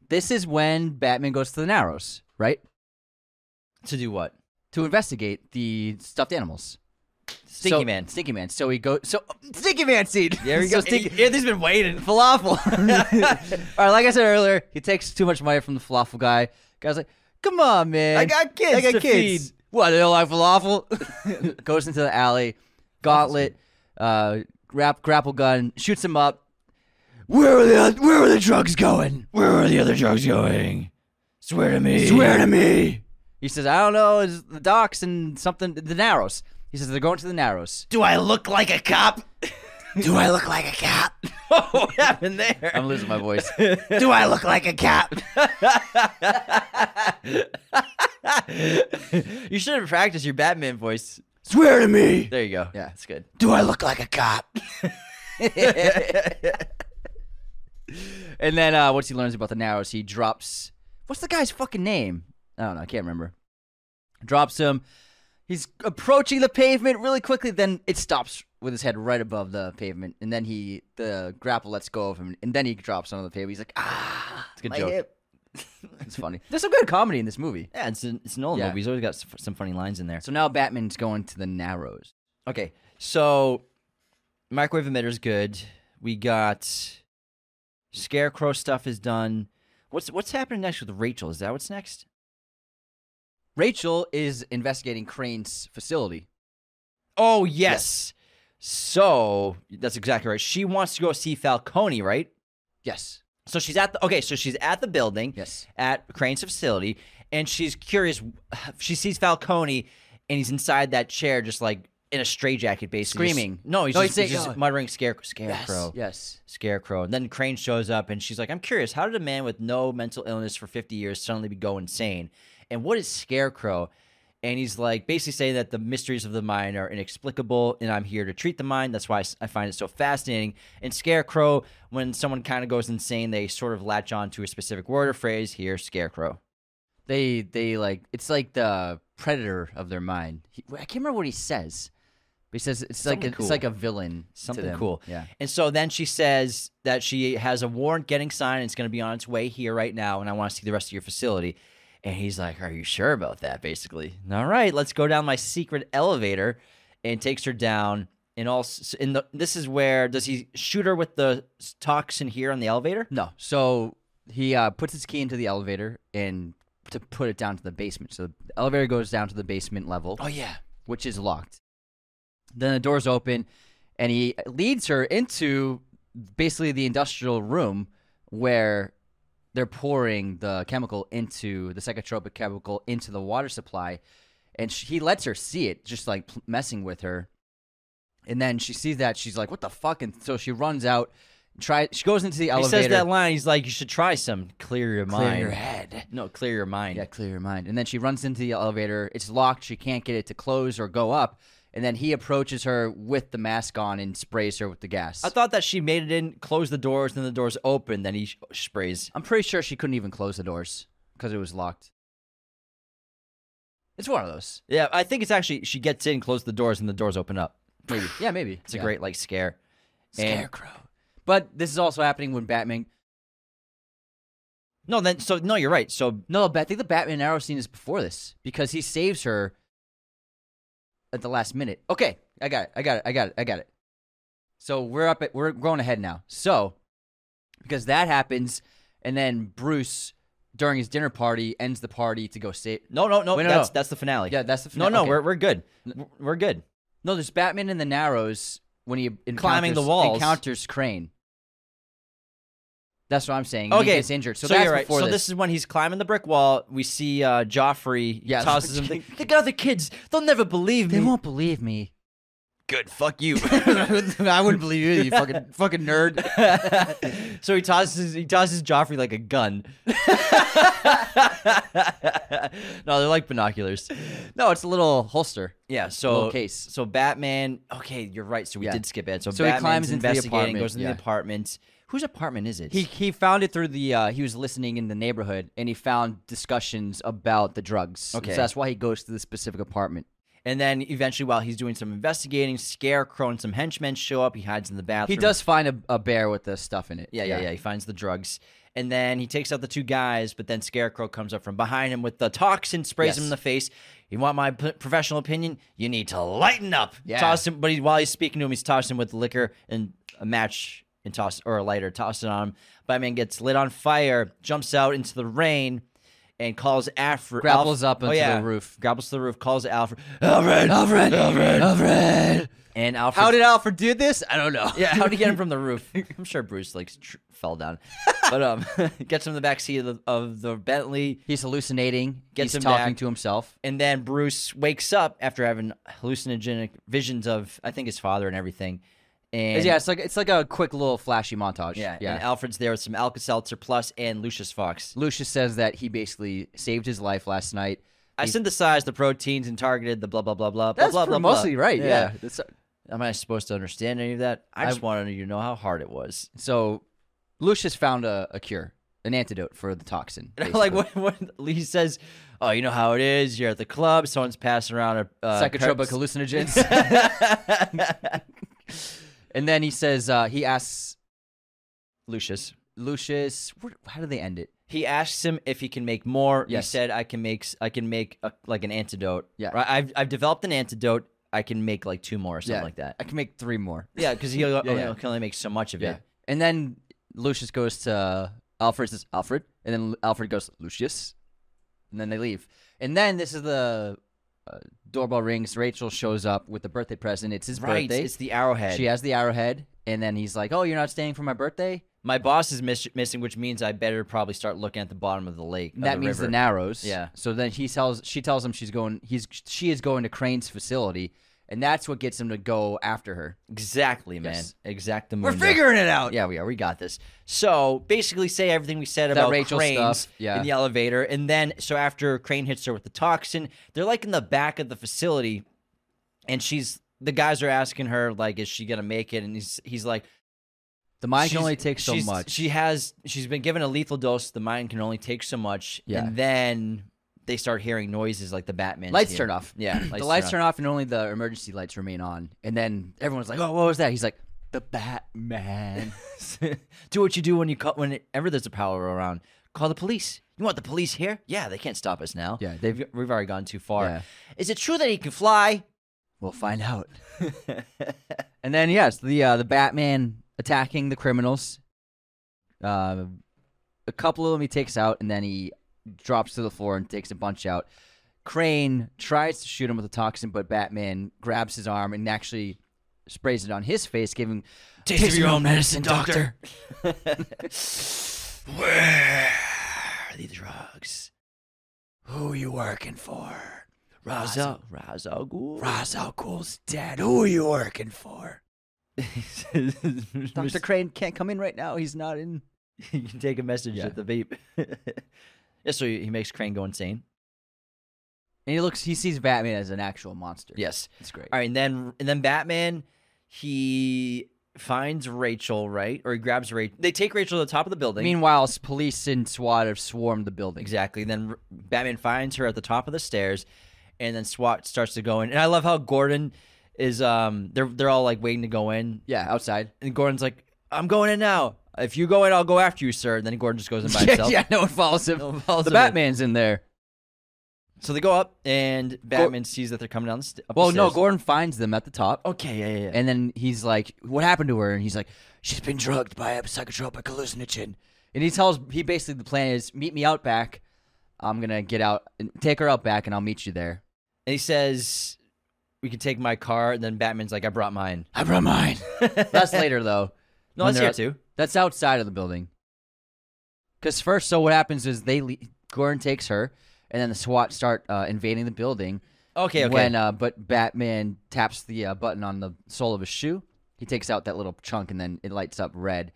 this is when Batman goes to the Narrows, right,
To do what?
to investigate the stuffed animals.
Stinky
So-
man.
Stinky Man. So he goes. So Stinky Man scene. [laughs]
There you
so
go.
Stinky,
yeah, this has been waiting. [laughs]
falafel. All right, like I said earlier, he takes too much money from the falafel guy. Guy's like, "Come on, man,
I got kids to feed."
What? They don't like
[laughs]
falafel. [laughs] Goes into the alley, gauntlet, uh, rap, grapple gun, shoots him up. Where are the Where are the drugs going?
Where are the other drugs going? Swear to me.
Swear to me. He says, "I don't know. It's the docks and something. The Narrows." He says, "They're going to the Narrows."
Do I look like a cop?
Do I look like a cat?
what happened there?
I'm losing my voice.
Do I look like a cat? you should have practiced your Batman voice.
[laughs] Swear to me.
There you go.
Yeah.
that's good.
Do I look like a cop? [laughs] and then uh, once he learns about the Narrows, he drops. What's the guy's fucking name? I don't know. I can't remember. Drops him. He's approaching the pavement really quickly. Then it stops with his head right above the pavement, and then he the grapple lets go of him, and then he drops onto the pavement. He's like, ah, it's a
Good joke.
[laughs] It's funny. There's some good comedy in this movie.
Yeah, it's an, it's an old
Yeah.
movie. He's always got s- some funny lines in there.
So now Batman's going to the Narrows.
Okay, so microwave emitter's good. We got Scarecrow stuff is done. What's what's happening next with Rachel? Is that what's next?
Rachel is investigating Crane's facility.
Oh yes. So that's exactly right. She wants to go see Falcone, right?
Yes.
So she's at the okay. So she's at the building
Yes.
at Crane's facility, and she's curious. [sighs] She sees Falcone, and he's inside that chair, just like in a straitjacket, basically just-
Screaming.
no, he's
No,
just,
he's saying-
he's just
oh.
muttering scarecrow, scarecrow,
Yes.
scarecrow. And then Crane shows up, and she's like, "I'm curious. How did a man with no mental illness for 50 years suddenly be go insane? And what is scarecrow?" And he's like basically saying that the mysteries of the mind are inexplicable, and I'm here to treat the mind. That's why I s- I find it so fascinating. And Scarecrow, when someone kind of goes insane, they sort of latch on to a specific word or phrase. Here, Scarecrow.
They they like it's like the predator of their mind. He, I can't remember what he says. But he says it's
Something
like a,
cool.
it's like a villain. to
Something
them.
cool.
Yeah.
And so then she says that she has a warrant getting signed and it's going to be on its way here right now. And I want to see the rest of your facility. And he's like, Are you sure about that? Basically, all right, let's go down my secret elevator and takes her down. And also, in the, this is where does he shoot her with the s- toxin here on the elevator?
No. So he uh, puts his key into the elevator and to put it down to the basement. So the elevator goes down to the basement level,
yeah.
which is locked. Then the doors open, and he leads her into basically the industrial room where they're pouring the chemical into the psychotropic chemical into the water supply, and sh he lets her see it, just like pl- messing with her. And then she sees that she's like, "What the fuck?" And so she runs out. Try. She goes into the
He
elevator.
says that line. He's like, You should try some. Clear your
Clear
mind.
your head.
No, clear your mind.
Yeah, clear your mind. And then she runs into the elevator. It's locked. She can't get it to close or go up. And then he approaches her with the mask on and sprays her with the gas.
I thought that she made it in, closed the doors, then the doors open, then he sh- sprays.
I'm pretty sure she couldn't even close the doors because it was locked. It's one of those.
Yeah, I think it's actually she gets in, closes the doors, and the doors open up.
Maybe. Yeah, maybe.
It's a great like scare. And-
scarecrow. But this is also happening when Batman.
No, then so no, you're right. So
No, but I think the Batman arrow scene is before this because he saves her at the last minute. Okay, I got it. I got it. I got it. I got it. So we're up at we're going ahead now. So because that happens, and then Bruce during his dinner party ends the party to go save.
no, no, no.
Wait, no,
that's
no.
that's the finale.
Yeah, that's the
No,
finale.
no,
Okay.
we're we're good. We're- We're good.
no. There's Batman in the Narrows when he encounters-
Climbing the walls.
encounters Crane. That's what I'm saying.
Okay.
he gets injured. So,
So,
that's
you're right.
before
So
this.
this is when he's climbing the brick wall. We see uh, Joffrey
Yeah.
tosses
[laughs]
him. The, Look at other kids. They'll never believe
they
me.
won't believe me.
Good. Fuck
[laughs]
you. [laughs]
I wouldn't believe you, you fucking fucking [laughs] nerd.
so he tosses he tosses Joffrey like a [laughs] gun. no, they're like binoculars.
No, it's a little holster.
Yeah. So
Little case.
So Batman. Okay, you're right. So we
Yeah.
did skip it. So,
So he
Batman's
climbs into the
investigating.
apartment,
Goes into
yeah.
the apartment. Whose apartment is it?
He he found it through the uh, he was listening in the neighborhood and he found discussions about the drugs.
Okay.
so that's why he goes to the specific apartment.
and then eventually, while he's doing some investigating, Scarecrow and some henchmen show up. He hides in the bathroom.
He does find a, a bear with the stuff in it.
Yeah, yeah, yeah. He finds the drugs. And then he takes out the two guys, but then Scarecrow comes up from behind him with the toxin, sprays him
Yes.
in the face. You want my p- professional opinion? You need to lighten up.
Yeah.
Toss him, but he, while he's speaking to him, he's tossing him with liquor and a match and toss or a lighter, tossing on him. Batman gets lit on fire, jumps out into the rain, and calls Alfred.
Grapples up
oh,
onto
yeah.
the roof.
Grapples to the roof, calls Alfred. [gasps] Alfred, Alfred, Alfred,
Alfred.
and Alfred.
How did Alfred do this? I don't know.
Yeah, how'd he get him from the roof? I'm sure Bruce like tr- fell down, but um, [laughs] gets him in the back seat of the, of the Bentley,
[laughs] He's hallucinating.
Gets
He's
him
talking
back.
to himself.
and then Bruce wakes up after having hallucinogenic visions of I think his father and everything, and
yeah, it's like it's like a quick little flashy montage.
yeah,
yeah.
and Alfred's there with some Alka Seltzer Plus and Lucius Fox.
Lucius says that he basically saved his life last night.
I synthesized the proteins and targeted the blah blah blah blah blah
That's
blah
pretty
blah.
mostly
blah.
right. Yeah. That's-
Am I supposed to understand any of that? I just wanted you to know how hard it
[laughs]
was.
So Lucius found a, a cure, an antidote for the [laughs] toxin.
And I'm like
basically.
what? What he says? Oh, you know how it is. You're at the club. Someone's passing around a uh,
psychotropic
per- [laughs]
hallucinogens. and then he says uh, he asks
Lucius.
Lucius, where, how do they end it?
He asks him if he can make more.
Yes.
He said, "I can make. s- I can make a, like an antidote.
Yeah.
right? I've I've developed an antidote. I can make like two more or something
Yeah.
like
[laughs]
that.
I can make three more.
Yeah, because he
yeah.
can only make so much of
Yeah.
it.
And then Lucius goes to Alfred says Alfred, and then Alfred goes Lucius, and then they leave. And then this is the uh, doorbell rings. Rachel shows up with the birthday present. It's his
Right.
birthday.
It's the arrowhead.
She has the arrowhead, and then he's like, "Oh, you're not staying for my birthday."
My boss is miss- missing, which means I better probably start looking at the bottom of the lake. of
that means
river.
the Narrows.
Yeah.
So then he tells she tells him she's going he's she is going to Crane's facility, and that's what gets him to go after her.
Exactly, man.
Yes.
Exactly.
it out. Yeah.
Oh, Yeah, we are. We got this. So basically, say everything we said about
Rachel
Crane's
stuff, yeah.
in the elevator, and then so after Crane hits her with the toxin, they're like in the back of the facility, and she's the guys are asking her like, is she gonna make it? And he's he's like,
The mind
she's-
can only take so
she's-
much.
She has she's been given a lethal dose. The mind can only take so much.
Yeah.
And then they start hearing noises like the Batman.
lights turn off. [clears throat]
Yeah,
the lights turn off, and only the emergency lights remain on. And then everyone's like, "Oh, what was that?" He's like, "The Batman."
[laughs] do what you do when you call whenever there's a power around. Call the police. You want the police here? Yeah, they can't stop us now.
Yeah,
they've
they've-
we've already gone too far.
Yeah.
Is it true that he can fly?
we'll find out. [laughs] and then yes, the uh, the Batman attacking the criminals. Uh, a couple of them he takes out, and then he drops to the floor and takes a bunch out. Crane tries to shoot him with a toxin, but Batman grabs his arm and actually sprays it on his face, giving
Taste of your own medicine, doctor." Where are the drugs?
Who you working for?
Ra's al Ra's al Ghul.
Ra's al Ghul's dead. Who are you working for? Doctor Crane can't come in right now. He's not in.
[laughs] you can take a message
Yeah.
at the beep. [laughs] yeah, so he he makes Crane go insane.
And he looks. He sees Batman as an actual monster.
Yes.
it's great.
All right, and then and then Batman, he finds Rachel, right? Or he grabs Rachel. They take Rachel to the top of the building.
Meanwhile, s- police and SWAT have swarmed the building.
exactly. And then R- Batman finds her at the top of the stairs, and then SWAT starts to go in. And I love how Gordon is um they're they're all like waiting to go in,
Yeah, outside.
and Gordon's like, "I'm going in now. If you go in, I'll go after you, sir." And then Gordon just goes in by himself.
[laughs] [laughs] yeah, no one follows him.
follows
the
him in.
Batman's in there.
So they go up, and Batman sees that they're coming down the st- up the
Well,
stairs.
no, Gordon finds them at the top,
Okay, yeah, yeah, yeah.
and then he's like, "What happened to her?" And he's like, "She's been drugged by a psychotropic hallucinogen." And he tells he basically the plan is meet me out back. I'm gonna get out, and take her out back, and I'll meet you there.
And he says, "We can take my car." And then Batman's like, "I brought mine."
I brought mine. that's later though.
No, that's
When they're
here
out-
too.
That's outside of the building. Because first, so what happens is they le- Gordon takes her, and then the SWAT start uh, invading the building.
Okay, okay.
When uh, but Batman taps the uh, button on the sole of his shoe, he takes out that little chunk, and then it lights up red,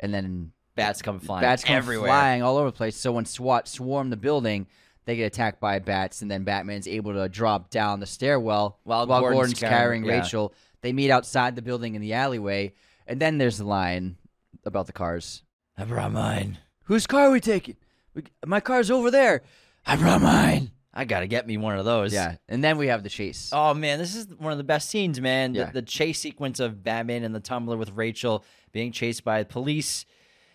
and then
bats come flying
bats come
everywhere.
flying all over the place. So when SWAT swarm the building, they get attacked by bats, and then Batman's able to drop down the stairwell
While
while
Gordon's
Gordon's,
carrying-
carrying
yeah.
Rachel. They meet outside the building in the alleyway, and then there's the line about the cars.
I brought mine.
Whose car are we taking? We, my car's over there. I brought mine.
I gotta get me one of those.
Yeah, and then we have the chase.
Oh man, this is one of the best scenes, man.
Yeah.
The, the chase sequence of Batman and the tumbler with Rachel being chased by police.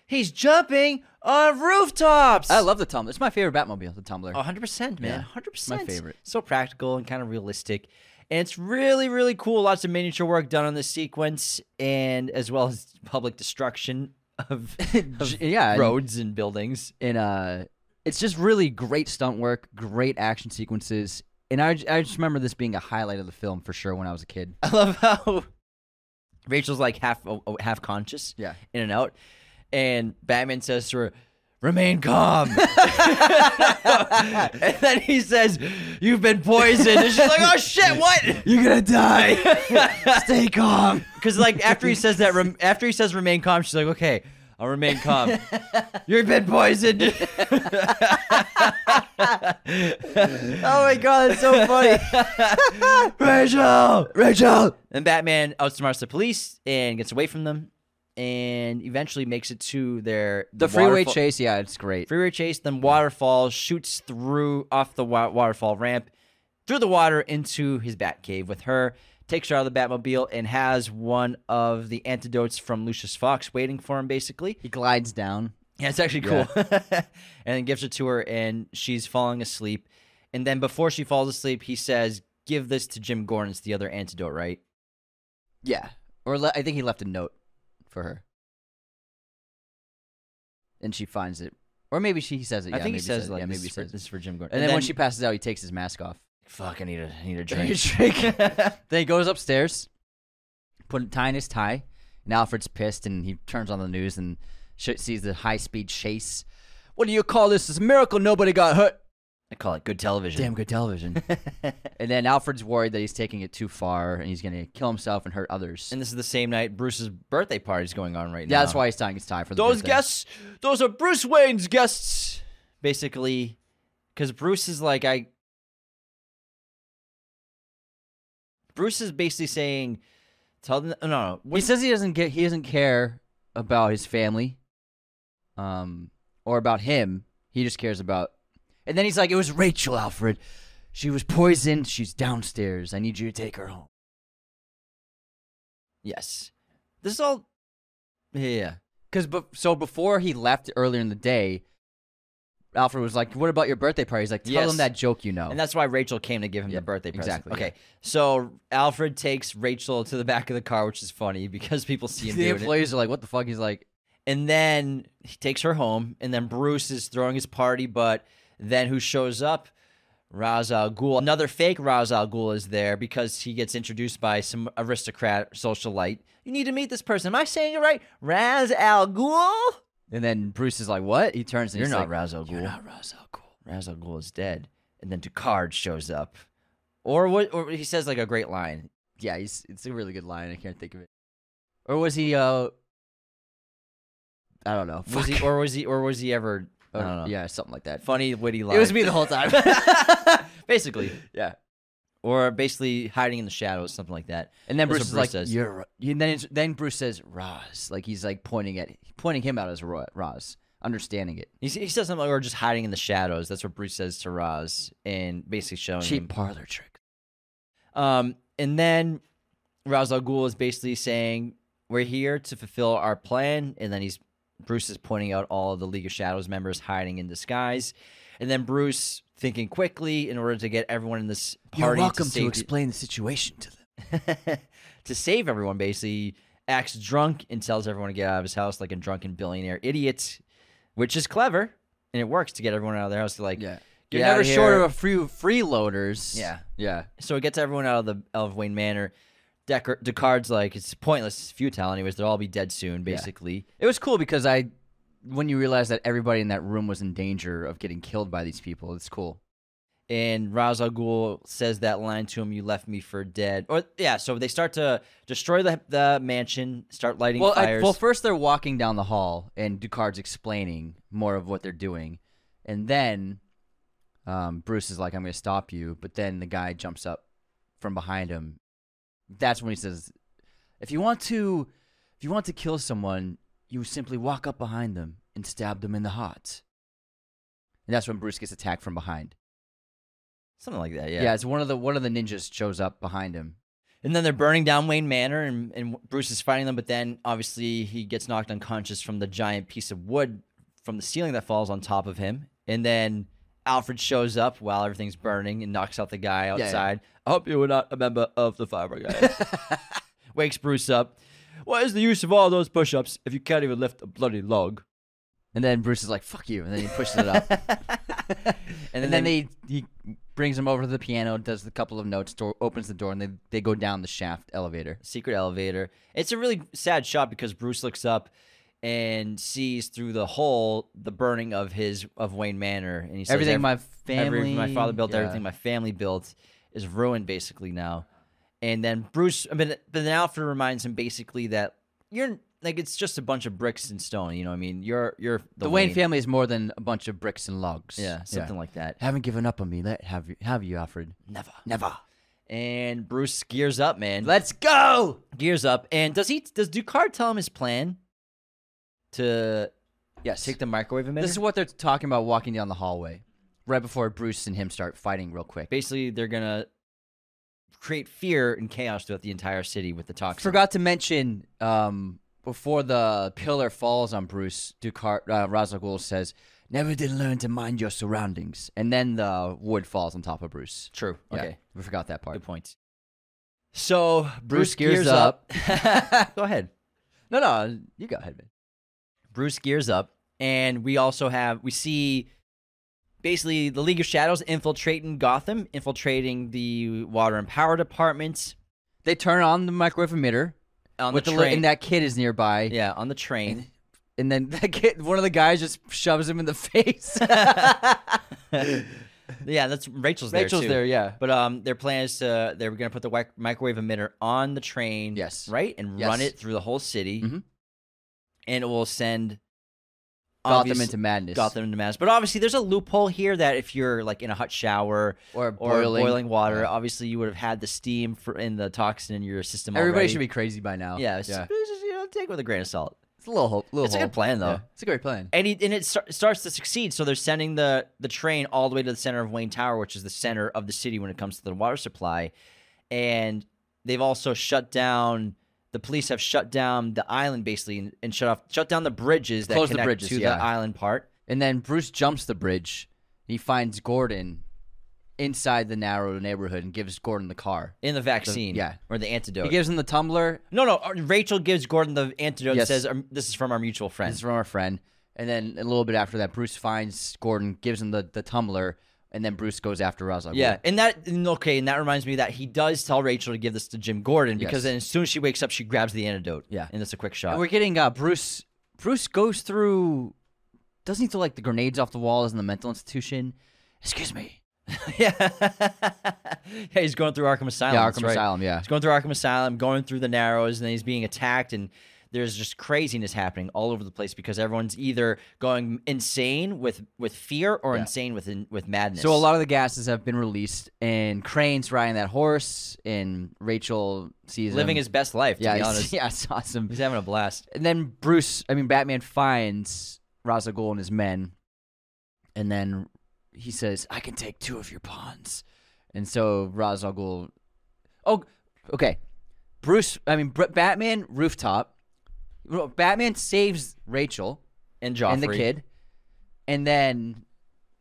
He's jumping on rooftops.
I love the tumbler. It's my favorite Batmobile, the tumbler.
Oh, 100%, man.
Yeah,
100%.
my favorite.
So practical and kind of realistic. And it's really, really cool. Lots of miniature work done on this sequence, and as well as public destruction
[laughs]
of, of
yeah, and-
roads and buildings.
and uh, it's just really great stunt work, great action sequences, and I, I just remember this being a highlight of the film for sure when I was a kid.
I love [laughs] how Rachel's like half oh, oh, half conscious,
Yeah.
in and out, and Batman says to her, "Remain
[laughs]
calm." and then he says, "You've been poisoned." And she's like, "Oh shit,
[laughs]
what?"
[laughs] You're gonna [laughs] die. Stay calm.
Because like after he says that, rem- after he says "remain calm," she's like, "Okay, I'll remain
[laughs]
calm." You've been poisoned.
Oh my god, that's so funny.
Rachel.
[laughs] Rachel.
And Batman outsmarts the police and gets away from them, and eventually makes it to their
The freeway
waterfall-
chase, yeah, it's great.
Freeway chase, then waterfall, shoots through off the wa- waterfall ramp, through the water into his bat cave with her, takes her out of the Batmobile, and has one of the antidotes from Lucius Fox waiting for him, basically.
He glides down.
Yeah, it's actually cool. [laughs] and then gives it to her, and she's falling asleep. And then before she falls asleep, he says, Give this to Jim Gordon. It's the other antidote, right?
Yeah, or le- I think he left a note for her, and she finds it, or maybe she he says it.
I
yeah,
think
maybe
he says,
it.
like,
yeah,
this,
maybe he
is for,
says. it.
this is for Jim Gordon.
And then, when she passes out, he takes his mask off.
Fuck, I need a, I [laughs] need a
Drink.
drink.
then he goes upstairs, put tie in his tie, and Alfred's pissed, and he turns on the news and sh- sees the high speed chase. What do you call this? It's a miracle nobody got hurt.
I call it good television.
Damn
[laughs]
good television. and then Alfred's worried that he's taking it too far and he's gonna kill himself and hurt others.
And this is the same night Bruce's birthday party is going on right now.
yeah, that's why he's tying his tie for the
Those
birthday.
guests, those are Bruce Wayne's guests, basically, because Bruce is like I. Bruce is basically saying, "Tell them no, no."
He says he doesn't get. He doesn't care about his family, um, or about him. He just cares about. And then he's like, "It was Rachel, Alfred. She was poisoned. She's downstairs. I need you to take her home."
Yes, this is all. Yeah, yeah.
Because be- so before he left earlier in the day, Alfred was like, "What about your birthday party?" He's like, "Tell
Yes.
him that joke, you know."
and that's why Rachel came to give him
Yeah,
the birthday present.
exactly,
Okay, so Alfred takes Rachel to the back of the car, which is funny because people see
[laughs]
him
the
doing it.
employees are like, "What the fuck?" He's like,
and then he takes her home, and then Bruce is throwing his party, but then who shows up? Ra's al Ghul. Another fake Ra's al Ghul is there because he gets introduced by some aristocrat socialite. You need to meet this person. Am I saying it right? Raz al Ghul?
and then Bruce is like, "What?" He turns and
You're
he's
not
like,
Ra's al
"You're
Ghul.
not Ra's al Ghul."
Ra's al Ghul is dead. And then Ducard shows up. Or what? Or he says like a great line.
Yeah, he's, it's a really good line. I can't think of it. Or was he? uh I don't know.
Was he? Or was he? Or was he ever? I
Or-
don't know.
Uh, Yeah, something like that.
Funny, witty line.
It was me [laughs] the whole time.
[laughs] basically,
yeah.
or basically hiding in the shadows, something like that.
And then
That's
Bruce is
what Bruce
like,
says.
"You're." right." And then it's- then Bruce says, "Roz," like he's like pointing at pointing him out as Ro- Roz, understanding it.
He, s- he says something like, or just hiding in the shadows. That's what Bruce says to Raz, and basically showing
Cheap
him.
parlor trick.
Um, and then Raz Al Ghul is basically saying, "We're here to fulfill our plan," and then he's Bruce is pointing out all of the League of Shadows members hiding in disguise, and then Bruce thinking quickly in order to get everyone in this party
You're welcome
to,
to,
safety-
explain the situation to them.
[laughs] to save everyone basically acts drunk and tells everyone to get out of his house like a drunken billionaire idiot which is clever and it works to get everyone out of their house to like
You're
get out
never
of
short
here.
of a few freeloaders.
Yeah.
Yeah.
so it gets everyone out of the of wayne manor Decker, Descartes like it's pointless, it's futile. Anyways, they'll all be dead soon. Basically,
It was cool because I when you realize that everybody in that room was in danger of getting killed by these people, it's cool.
and Ra's al Ghul says that line to him, "You left me for dead." Or yeah, so they start to destroy the the mansion, start lighting
Well, I,
fires.
well, first they're walking down the hall, and Ducard's explaining more of what they're doing, and then um, Bruce is like, "I'm going to stop you," but then the guy jumps up from behind him. That's when he says, "If you want to, if you want to kill someone, you simply walk up behind them and stab them in the heart." And that's when Bruce gets attacked from behind.
Something like that,
Yeah,
yeah.
it's one of the one of the ninjas shows up behind him.
And then they're burning down Wayne Manor, and, and Bruce is fighting them. But then, obviously, he gets knocked unconscious from the giant piece of wood from the ceiling that falls on top of him. And then Alfred shows up while everything's burning and knocks out the guy
yeah.
outside. I hope you were not a member of the fire brigade.
[laughs]
Wakes Bruce up. What is the use of all those push-ups if you can't even lift a bloody log?
And then Bruce is like, "Fuck you!" And then he pushes
[laughs]
it up. and, then, they, he brings him over to the piano, does the couple of notes, door, opens the door, and they, they go down the shaft elevator.
secret elevator. It's a really sad shot because Bruce looks up and sees through the hole the burning of his of Wayne Manor, and he says,
everything
"Every-
my
every-
family,
my father built,
yeah.
everything my family built is ruined basically now." And then Bruce, I mean, but then Alfred reminds him basically that you're like it's just a bunch of bricks and stone. You know, what I mean, you're you're
the Wayne, family is more than a bunch of bricks and logs.
yeah, something like that.
Haven't given up on me, let have you, have you, Alfred?
Never.
Never.
And Bruce gears up, man.
Let's go.
gears up, and does he? Does Ducard tell him his plan to
Yes.
Take the microwave emitter.
This is what they're talking about walking down the hallway, right before Bruce and him start fighting real quick.
Basically, they're gonna create fear and chaos throughout the entire city with the toxin.
Forgot to mention um, before the pillar falls on Bruce, Ducart, uh, Ra's al Ghul says, "Never did learn to mind your surroundings." And then the wood falls on top of Bruce.
True.
Yeah,
Okay.
we forgot that part.
Good point. So Bruce,
Bruce gears up.
up. Go ahead.
[laughs] No, no, you go ahead, man.
Bruce gears up, and we also have we see basically the League of Shadows infiltrating Gotham, infiltrating the Water and Power departments
They turn on the microwave emitter
on
with
the
the,
train.
and that kid is nearby.
yeah, on the
[laughs]
train. [laughs]
And then that kid, one of the guys, just shoves him in the [laughs] face.
yeah, that's Rachel's there
Rachel's
too.
there, yeah.
But um, their plan is to they're going to put the wic- microwave emitter on the train,
Yes.
right, and
Yes.
run it through the whole city,
Mhm.
and it will send
Gotham
obvious-
into madness.
Gotham into mass. But obviously, there's a loophole here that if you're like in a hot shower
or
or boiling,
boiling.
water,
Yeah.
obviously you would have had the steam for in the toxin in your system.
Everybody
already.
should be crazy by now.
yeah, it's- it's just, you know, take it with a grain of salt.
It's a little hope. Little
It's a good
hope.
plan, though.
Yeah, It's a great plan.
and he, and it star- starts to succeed. So they're sending the the train all the way to the center of Wayne Tower, which is the center of the city when it comes to the water supply. And they've also shut down. The police have shut down the island basically and, and shut off, shut down the bridges that
Close the
connect
bridges,
to
yeah.
the island part.
And then Bruce jumps the bridge. He finds Gordon inside the narrow neighborhood and gives Gordon the car.
In the vaccine,
yeah.
or the antidote.
He gives him the tumbler.
no, no. uh, Rachel gives Gordon the antidote. and
Yes.
Says um, this is from our mutual
This is
friend.
from our friend. And then a little bit after that, Bruce finds Gordon, gives him the, the tumbler, and then Bruce goes after Ra's al Ghul.
Yeah, and that and okay, and that reminds me that he does tell Rachel to give this to Jim Gordon because
Yes.
then as soon as she wakes up, she grabs the antidote.
Yeah.
and it's a quick
And
shot.
we're getting uh, Bruce. Bruce goes through. Doesn't he throw like the grenades off the walls in the mental institution? Excuse me.
[laughs] yeah. yeah, he's going through Arkham Asylum.
Yeah,
that's
Arkham
right.
Asylum. Yeah.
He's going through Arkham Asylum, going through the Narrows, and then he's being attacked, and there's just craziness happening all over the place because everyone's either going insane with with fear or
Yeah.
insane with in, with madness.
So a lot of the gases have been released, and Crane's riding that horse, and Rachel sees
living
him.
his best life. To
yeah,
be
he's-
honest,
[laughs] yeah, it's awesome.
he's having a blast.
And then Bruce, I mean Batman, finds Ra's al Ghul and his men, and then he says, "I can take two of your pawns," and so Ra's al Ghul, oh, okay, Bruce, I mean Br- Batman, rooftop, Well, Batman saves Rachel
And Joffrey
and the kid, and then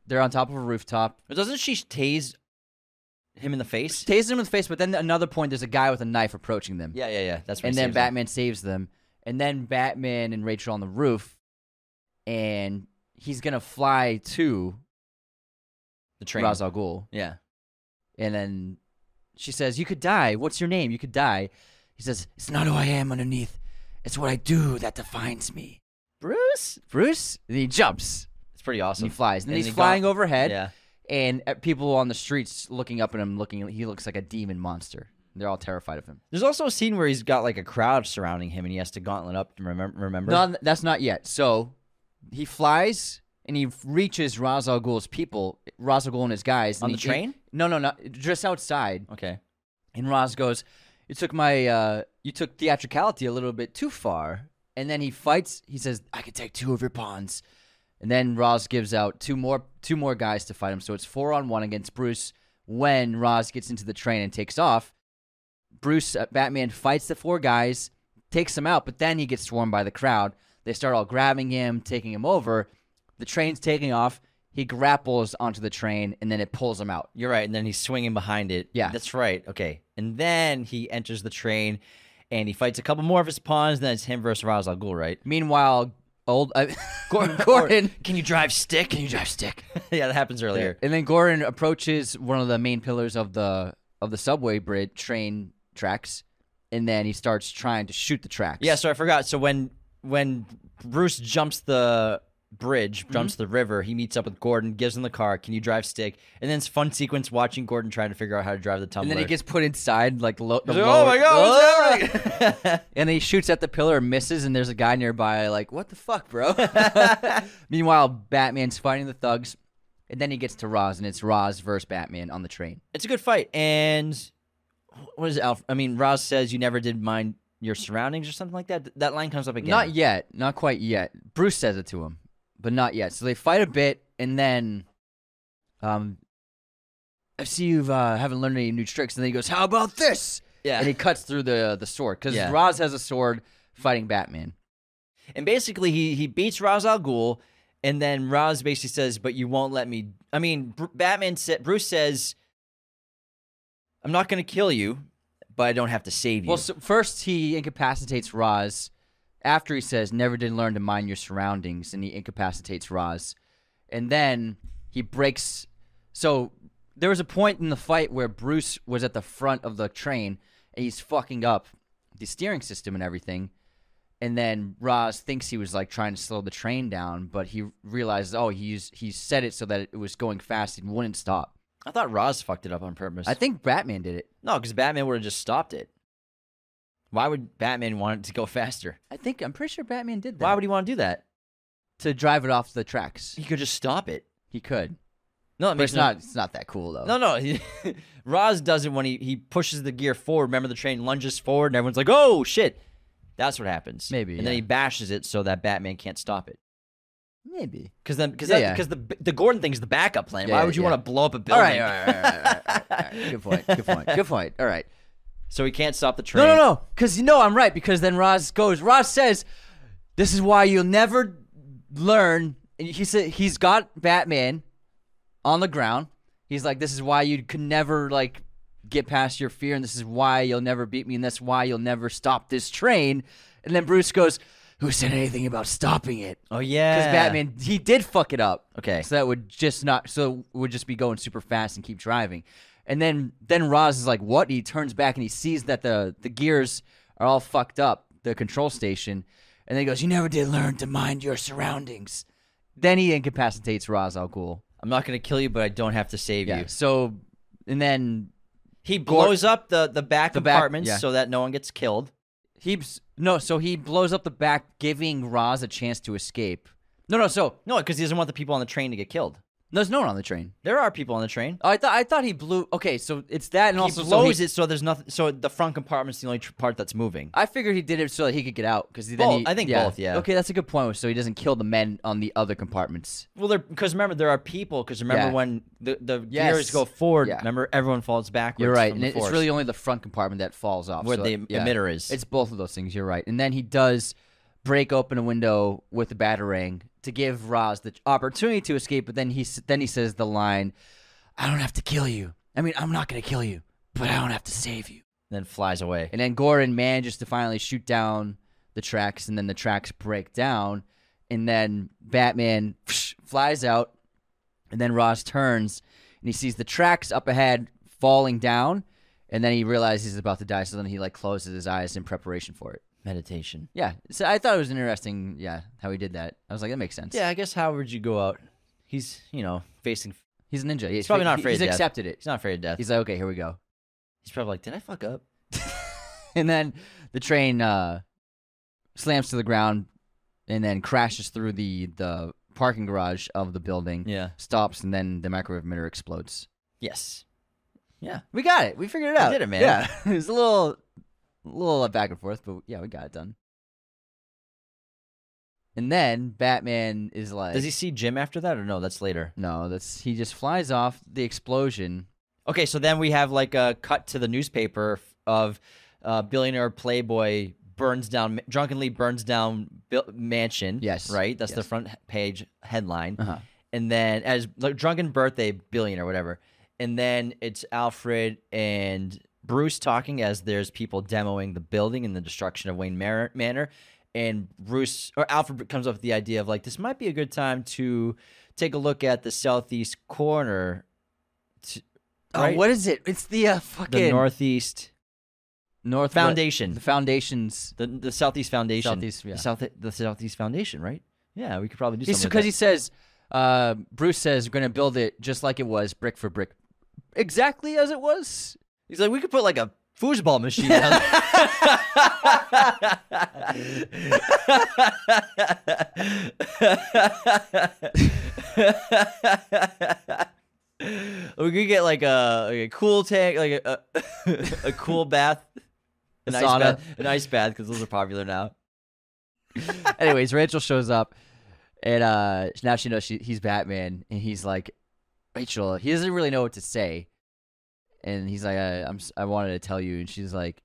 they're on top of a rooftop.
But Doesn't she tase him in the face?
tases him in the face, but then another point, there's a guy with a knife approaching them.
Yeah, yeah, yeah. That's when
and
he
then
saves him.
Batman saves them. And then Batman and Rachel on the roof, and he's going to fly to
the train.
Ra's al Ghul.
Yeah,
And then she says, You could die. What's your name? You could die. He says, It's not who I am underneath. It's what I do that defines me.
Bruce.
Bruce, and he jumps,
It's pretty
and
awesome.
he flies, and,
And
then he's
he got-
flying overhead,
Yeah.
and uh, people on the streets looking up at him, looking. He looks like a demon monster. They're all terrified of him.
There's also a scene where he's got like a crowd surrounding him and he has to gauntlet up to remember. remember?
No, that's not yet. So he flies and he reaches Ra's al Ghul's people, Ra's al Ghul and his guys.
On
and
the
he-
train?
no, no, no. Just outside.
okay.
And Roz goes, "You took my, uh, you took theatricality a little bit too far." And then he fights. He says, "I can take two of your pawns." And then Roz gives out two more, two more guys to fight him. So it's four on one against Bruce. When Roz gets into the train and takes off, Bruce uh, Batman fights the four guys, takes them out. But then he gets swarmed by the crowd. They start all grabbing him, taking him over. The train's taking off. He grapples onto the train, and then it pulls him out.
You're right. And then he's swinging behind it.
Yeah.
That's right. Okay. And then he enters the train and he fights a couple more of his pawns. And then it's him versus Ra's al Ghul, right?
Meanwhile, old uh, [laughs] Gordon, Gordon
Can you drive stick?
Can you drive stick?
[laughs] yeah, that happens earlier.
And then Gordon approaches one of the main pillars of the of the subway bridge train tracks, and then he starts trying to shoot the tracks.
Yeah, so I forgot. So when when Bruce jumps the bridge,
Mm-hmm.
jumps the river, he meets up with Gordon, gives him the car. Can you drive stick? And then it's a fun sequence watching Gordon trying to figure out how to drive the tumbler.
And then he gets put inside like lo- the
He's like, oh
lower- Ah!"
my god, what's
[laughs]
happening?
And he shoots at the pillar and misses, and there's a guy nearby like, "What the fuck, [laughs] bro?" Meanwhile, Batman's fighting the thugs, and then he gets to Roz, and it's Roz versus Batman on the train.
it's a good fight. And what is it, Alf? I mean, Roz says you never did mind your surroundings or something like that. Th- That line comes up again.
Not yet. Not quite yet. Bruce says it to him, but not yet. So they fight a bit, and then, um, I see you've uh, haven't learned any new tricks. And then he goes, "How about this?"
yeah.
And he cuts through the the sword because
Yeah.
Roz has a sword fighting Batman.
And basically, he he beats Ra's al Ghul, and then Ra's basically says, "But you won't let me." I mean, Br- Batman said, Bruce says, "I'm not going to kill you, but I don't have to save you."
Well, so first he incapacitates Roz. After he says, "Never did learn to mind your surroundings," and he incapacitates Roz, and then he breaks. So there was a point in the fight where Bruce was at the front of the train and he's fucking up the steering system and everything. And then Roz thinks he was like trying to slow the train down, but he realizes, oh, he's he set it so that it was going fast and wouldn't stop.
I thought Ra's fucked it up on purpose.
I think Batman did it.
no, because Batman would have just stopped it. Why would Batman want it to go [laughs] faster?
I think I'm pretty sure Batman did that.
Why would he want to do that?
to drive it off the tracks?
He could just stop it.
He could.
No, it
But
makes
it's
no-
not it's not that cool though.
[laughs] No, no. He, [laughs] Roz does it when he, he pushes the gear forward. Remember, the train lunges forward, and everyone's like, oh, shit. That's what happens.
Maybe,
And then
yeah.
he bashes it so that Batman can't stop it.
Maybe.
Because then, because
Yeah, yeah.
because the the Gordon thing's the backup plan.
Yeah,
Why
yeah,
would you
yeah.
want to blow up a
All
building?
right, all right, all right, all right, all right, all [laughs] right. Good point. Good point. Good point. All right.
So he can't stop the train.
No, no, no. Cuz you know I'm right because then Roz goes Roz says this is why you'll never learn and he said he's got Batman on the ground. He's like this is why you could never like get past your fear and this is why you'll never beat me and that's why you'll never stop this train. And then Bruce goes who said anything about stopping it?
Oh yeah.
Because Batman, he did fuck it up.
Okay.
So that would just not. So it would just be going super fast and keep driving. And then then Roz is like, "What?" He turns back and he sees that the the gears are all fucked up. The control station, and then he goes, "You never did learn to mind your surroundings." Then he incapacitates Roz Al Ghul.
I'm not gonna kill you, but I don't have to save
Yeah.
you.
So and then
He blows up the the back
The back-
apartments
yeah.
so that no one gets killed.
he no. So he blows up the back, giving Roz a chance to escape. No, no. So
No, because he doesn't want the people on the train to get killed.
there's no one on the train.
There are people on the train.
Oh, I thought I thought he blew. Okay, so it's that, and also
he
so
blows it so there's nothing. So the front compartment's the only tr- part that's moving.
I figured he did it so that he could get out because then
Both.
he,
I think both, yeah.
Okay, that's a good point. So he doesn't kill the men on the other compartments.
Well, there because remember there are people. Because remember
Yeah.
when the the
Yes.
gears go forward,
Yeah.
remember everyone falls backwards.
You're right,
from
and
the
it- it's
force.
really only the front compartment that falls off
where
so,
the
yeah.
emitter is.
It's both of those things. You're right, and then he does break open a window with a batarang to give Roz the opportunity to escape. But then he s- then he says the line, "I don't have to kill you. I mean, I'm not gonna kill you, but I don't have to save you."
then flies away.
And then Gordon manages to finally shoot down the tracks, and then the tracks break down. And then Batman [sniffs] flies out, and then Ross turns and he sees the tracks up ahead falling down. And then he realizes he's about to die, so then he like closes his eyes in preparation for it.
meditation.
Yeah. So I thought it was interesting. Yeah, how he did that. I was like, that makes sense.
Yeah, I guess how would you go out? He's you know facing.
He's a ninja. He's,
probably not
he-
afraid of
He's
death.
accepted it.
He's not afraid of death. He's,
He's like, okay, here we go.
probably like, did I fuck up?
[laughs] And then the train uh, slams to the ground, and then crashes through the the parking garage of the building.
Yeah.
Stops, and then the microwave emitter explodes.
Yes. Yeah.
We got it. We figured it
We
out.
did it, man.
Yeah, [laughs] it was a little, little uh, back and forth, but yeah, we got it done. And then Batman is like,
Does he see Jim after that or no? That's later.
No, that's he just flies off the explosion.
Okay, so then we have like a cut to the newspaper f- of uh, billionaire playboy burns down drunkenly burns down bil- mansion.
Yes,
right. That's the
yes.
front page headline.
Uh-huh.
and then as like drunken birthday billionaire whatever and then it's alfred and bruce talking as there's people demoing the building and the destruction of wayne Mar- manor and bruce or alfred comes up with the idea of like this might be a good time to take a look at the southeast corner t- right?
Oh, what is it? It's the uh,
the
fucking
northeast
north
foundation
The foundations.
the, the southeast foundation
Southeast, yeah.
the, south, the southeast foundation right yeah we could probably do something with
Because
that.
he says, uh, Bruce says, "We're gonna build it just like it was, brick for brick, exactly as it
[laughs]
was."
He's like, we could put like a foosball machine. down there." [laughs] we could get like a, like a cool tank, like a [laughs] a, a cool bath, an ice
Sauna.
bath, an ice bath, because those are popular now.
Anyways, Rachel shows up, and uh, now she knows she, he's Batman, and he's like, Rachel, he doesn't really know what to say, and he's like, I, I'm, s- I wanted to tell you, and she's like,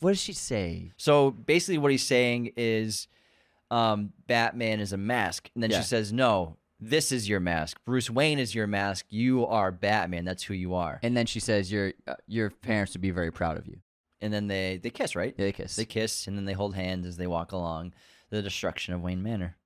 What does she say?
So basically, what he's saying is, um, Batman is a mask, and then
Yeah.
she says, "No, this is your mask. Bruce Wayne is your mask. You are Batman. That's who you are."
And then she says, "Your uh, your parents would be very proud of you."
and then they they kiss, right?
Yeah, they kiss.
They kiss, and then they hold hands as they walk along the destruction of Wayne Manor.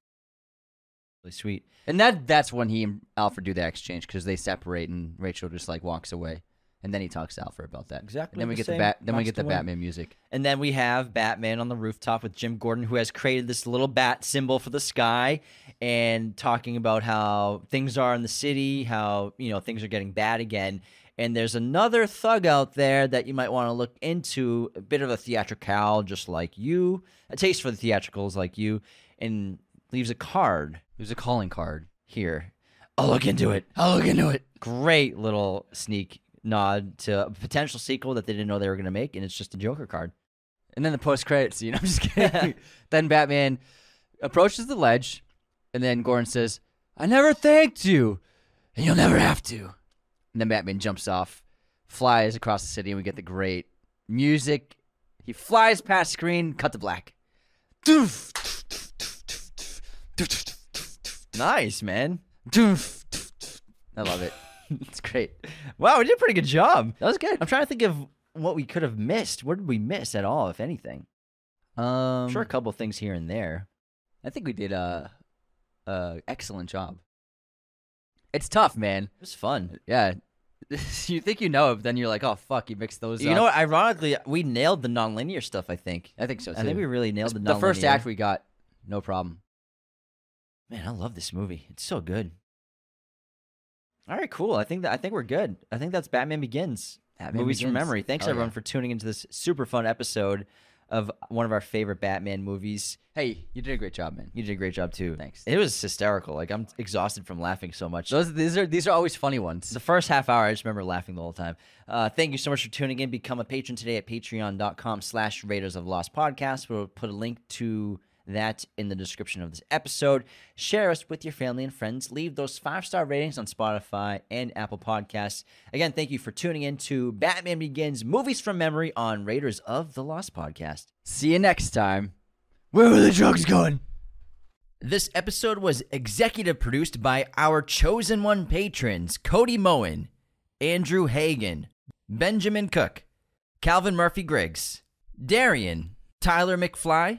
Really sweet.
and that that's when he and Alfred do that exchange because they separate and Rachel just like walks away, and then he talks to Alfred about that.
Exactly
And then we
the
get the
same
bat. Then we
wants
get
to
the
win.
Batman music.
And then we have Batman on the rooftop with Jim Gordon, who has created this little bat symbol for the sky, and talking about how things are in the city, how you know things are getting bad again. And there's another thug out there that you might want to look into, a bit of a theatrical, just like you, a taste for the theatricals like you, and leaves a card
There's a calling card.
here. I'll look into it.
I'll look into it.
great little sneak nod to a potential sequel that they didn't know they were going to make, and it's just a Joker card.
And then the post credit scene. [laughs] I'm just kidding. then Batman approaches the ledge, and then Gordon says, "I never thanked you, and you'll never have to." And then Batman jumps off, flies across the city, and we get the great music. He flies past screen, cut to black. Doof.
Nice, man.
Doof. I love it. It's great.
Wow, we did a pretty good job.
That was good.
I'm trying to think of what we could have missed. What did we miss at all, if anything?
Um,
I'm sure a couple things here and there.
I think we did a, a excellent job. It's tough, man.
It was fun.
Yeah. [laughs] you think you know it, but then you're like, oh fuck, you mixed those
You
up.
know what? Ironically, we nailed the nonlinear stuff, I think.
I think so too.
I think we really nailed the
the
nonlinear.
first act we got, no problem.
Man, I love this movie. It's so good. All right, cool. I think that I think we're good. I think that's Batman Begins.
Batman
Movies from
Begins.
memory. Thanks
Hell
everyone
yeah.
for tuning into this super fun episode of one of our favorite Batman movies.
Hey, you did a great job, man.
You did a great job too.
Thanks.
It was hysterical. Like I'm exhausted from laughing so much.
Those these are these are always funny ones.
The first half hour, I just remember laughing the whole time. Uh, thank you so much for tuning in. Become a patron today at patreon.com slash Raiders of Lost Podcast. We'll put a link to that in the description of this episode. Share us with your family and friends. Leave those five-star ratings on Spotify and Apple Podcasts. Again, thank you for tuning in to Batman Begins Movies from Memory on Raiders of the Lost Podcast.
See you next time. Where were the drugs going?
This episode was executive produced by our chosen one patrons Cody Moen, Andrew Hagan, Benjamin Cook, Calvin Murphy Griggs, Darian, Tyler McFly,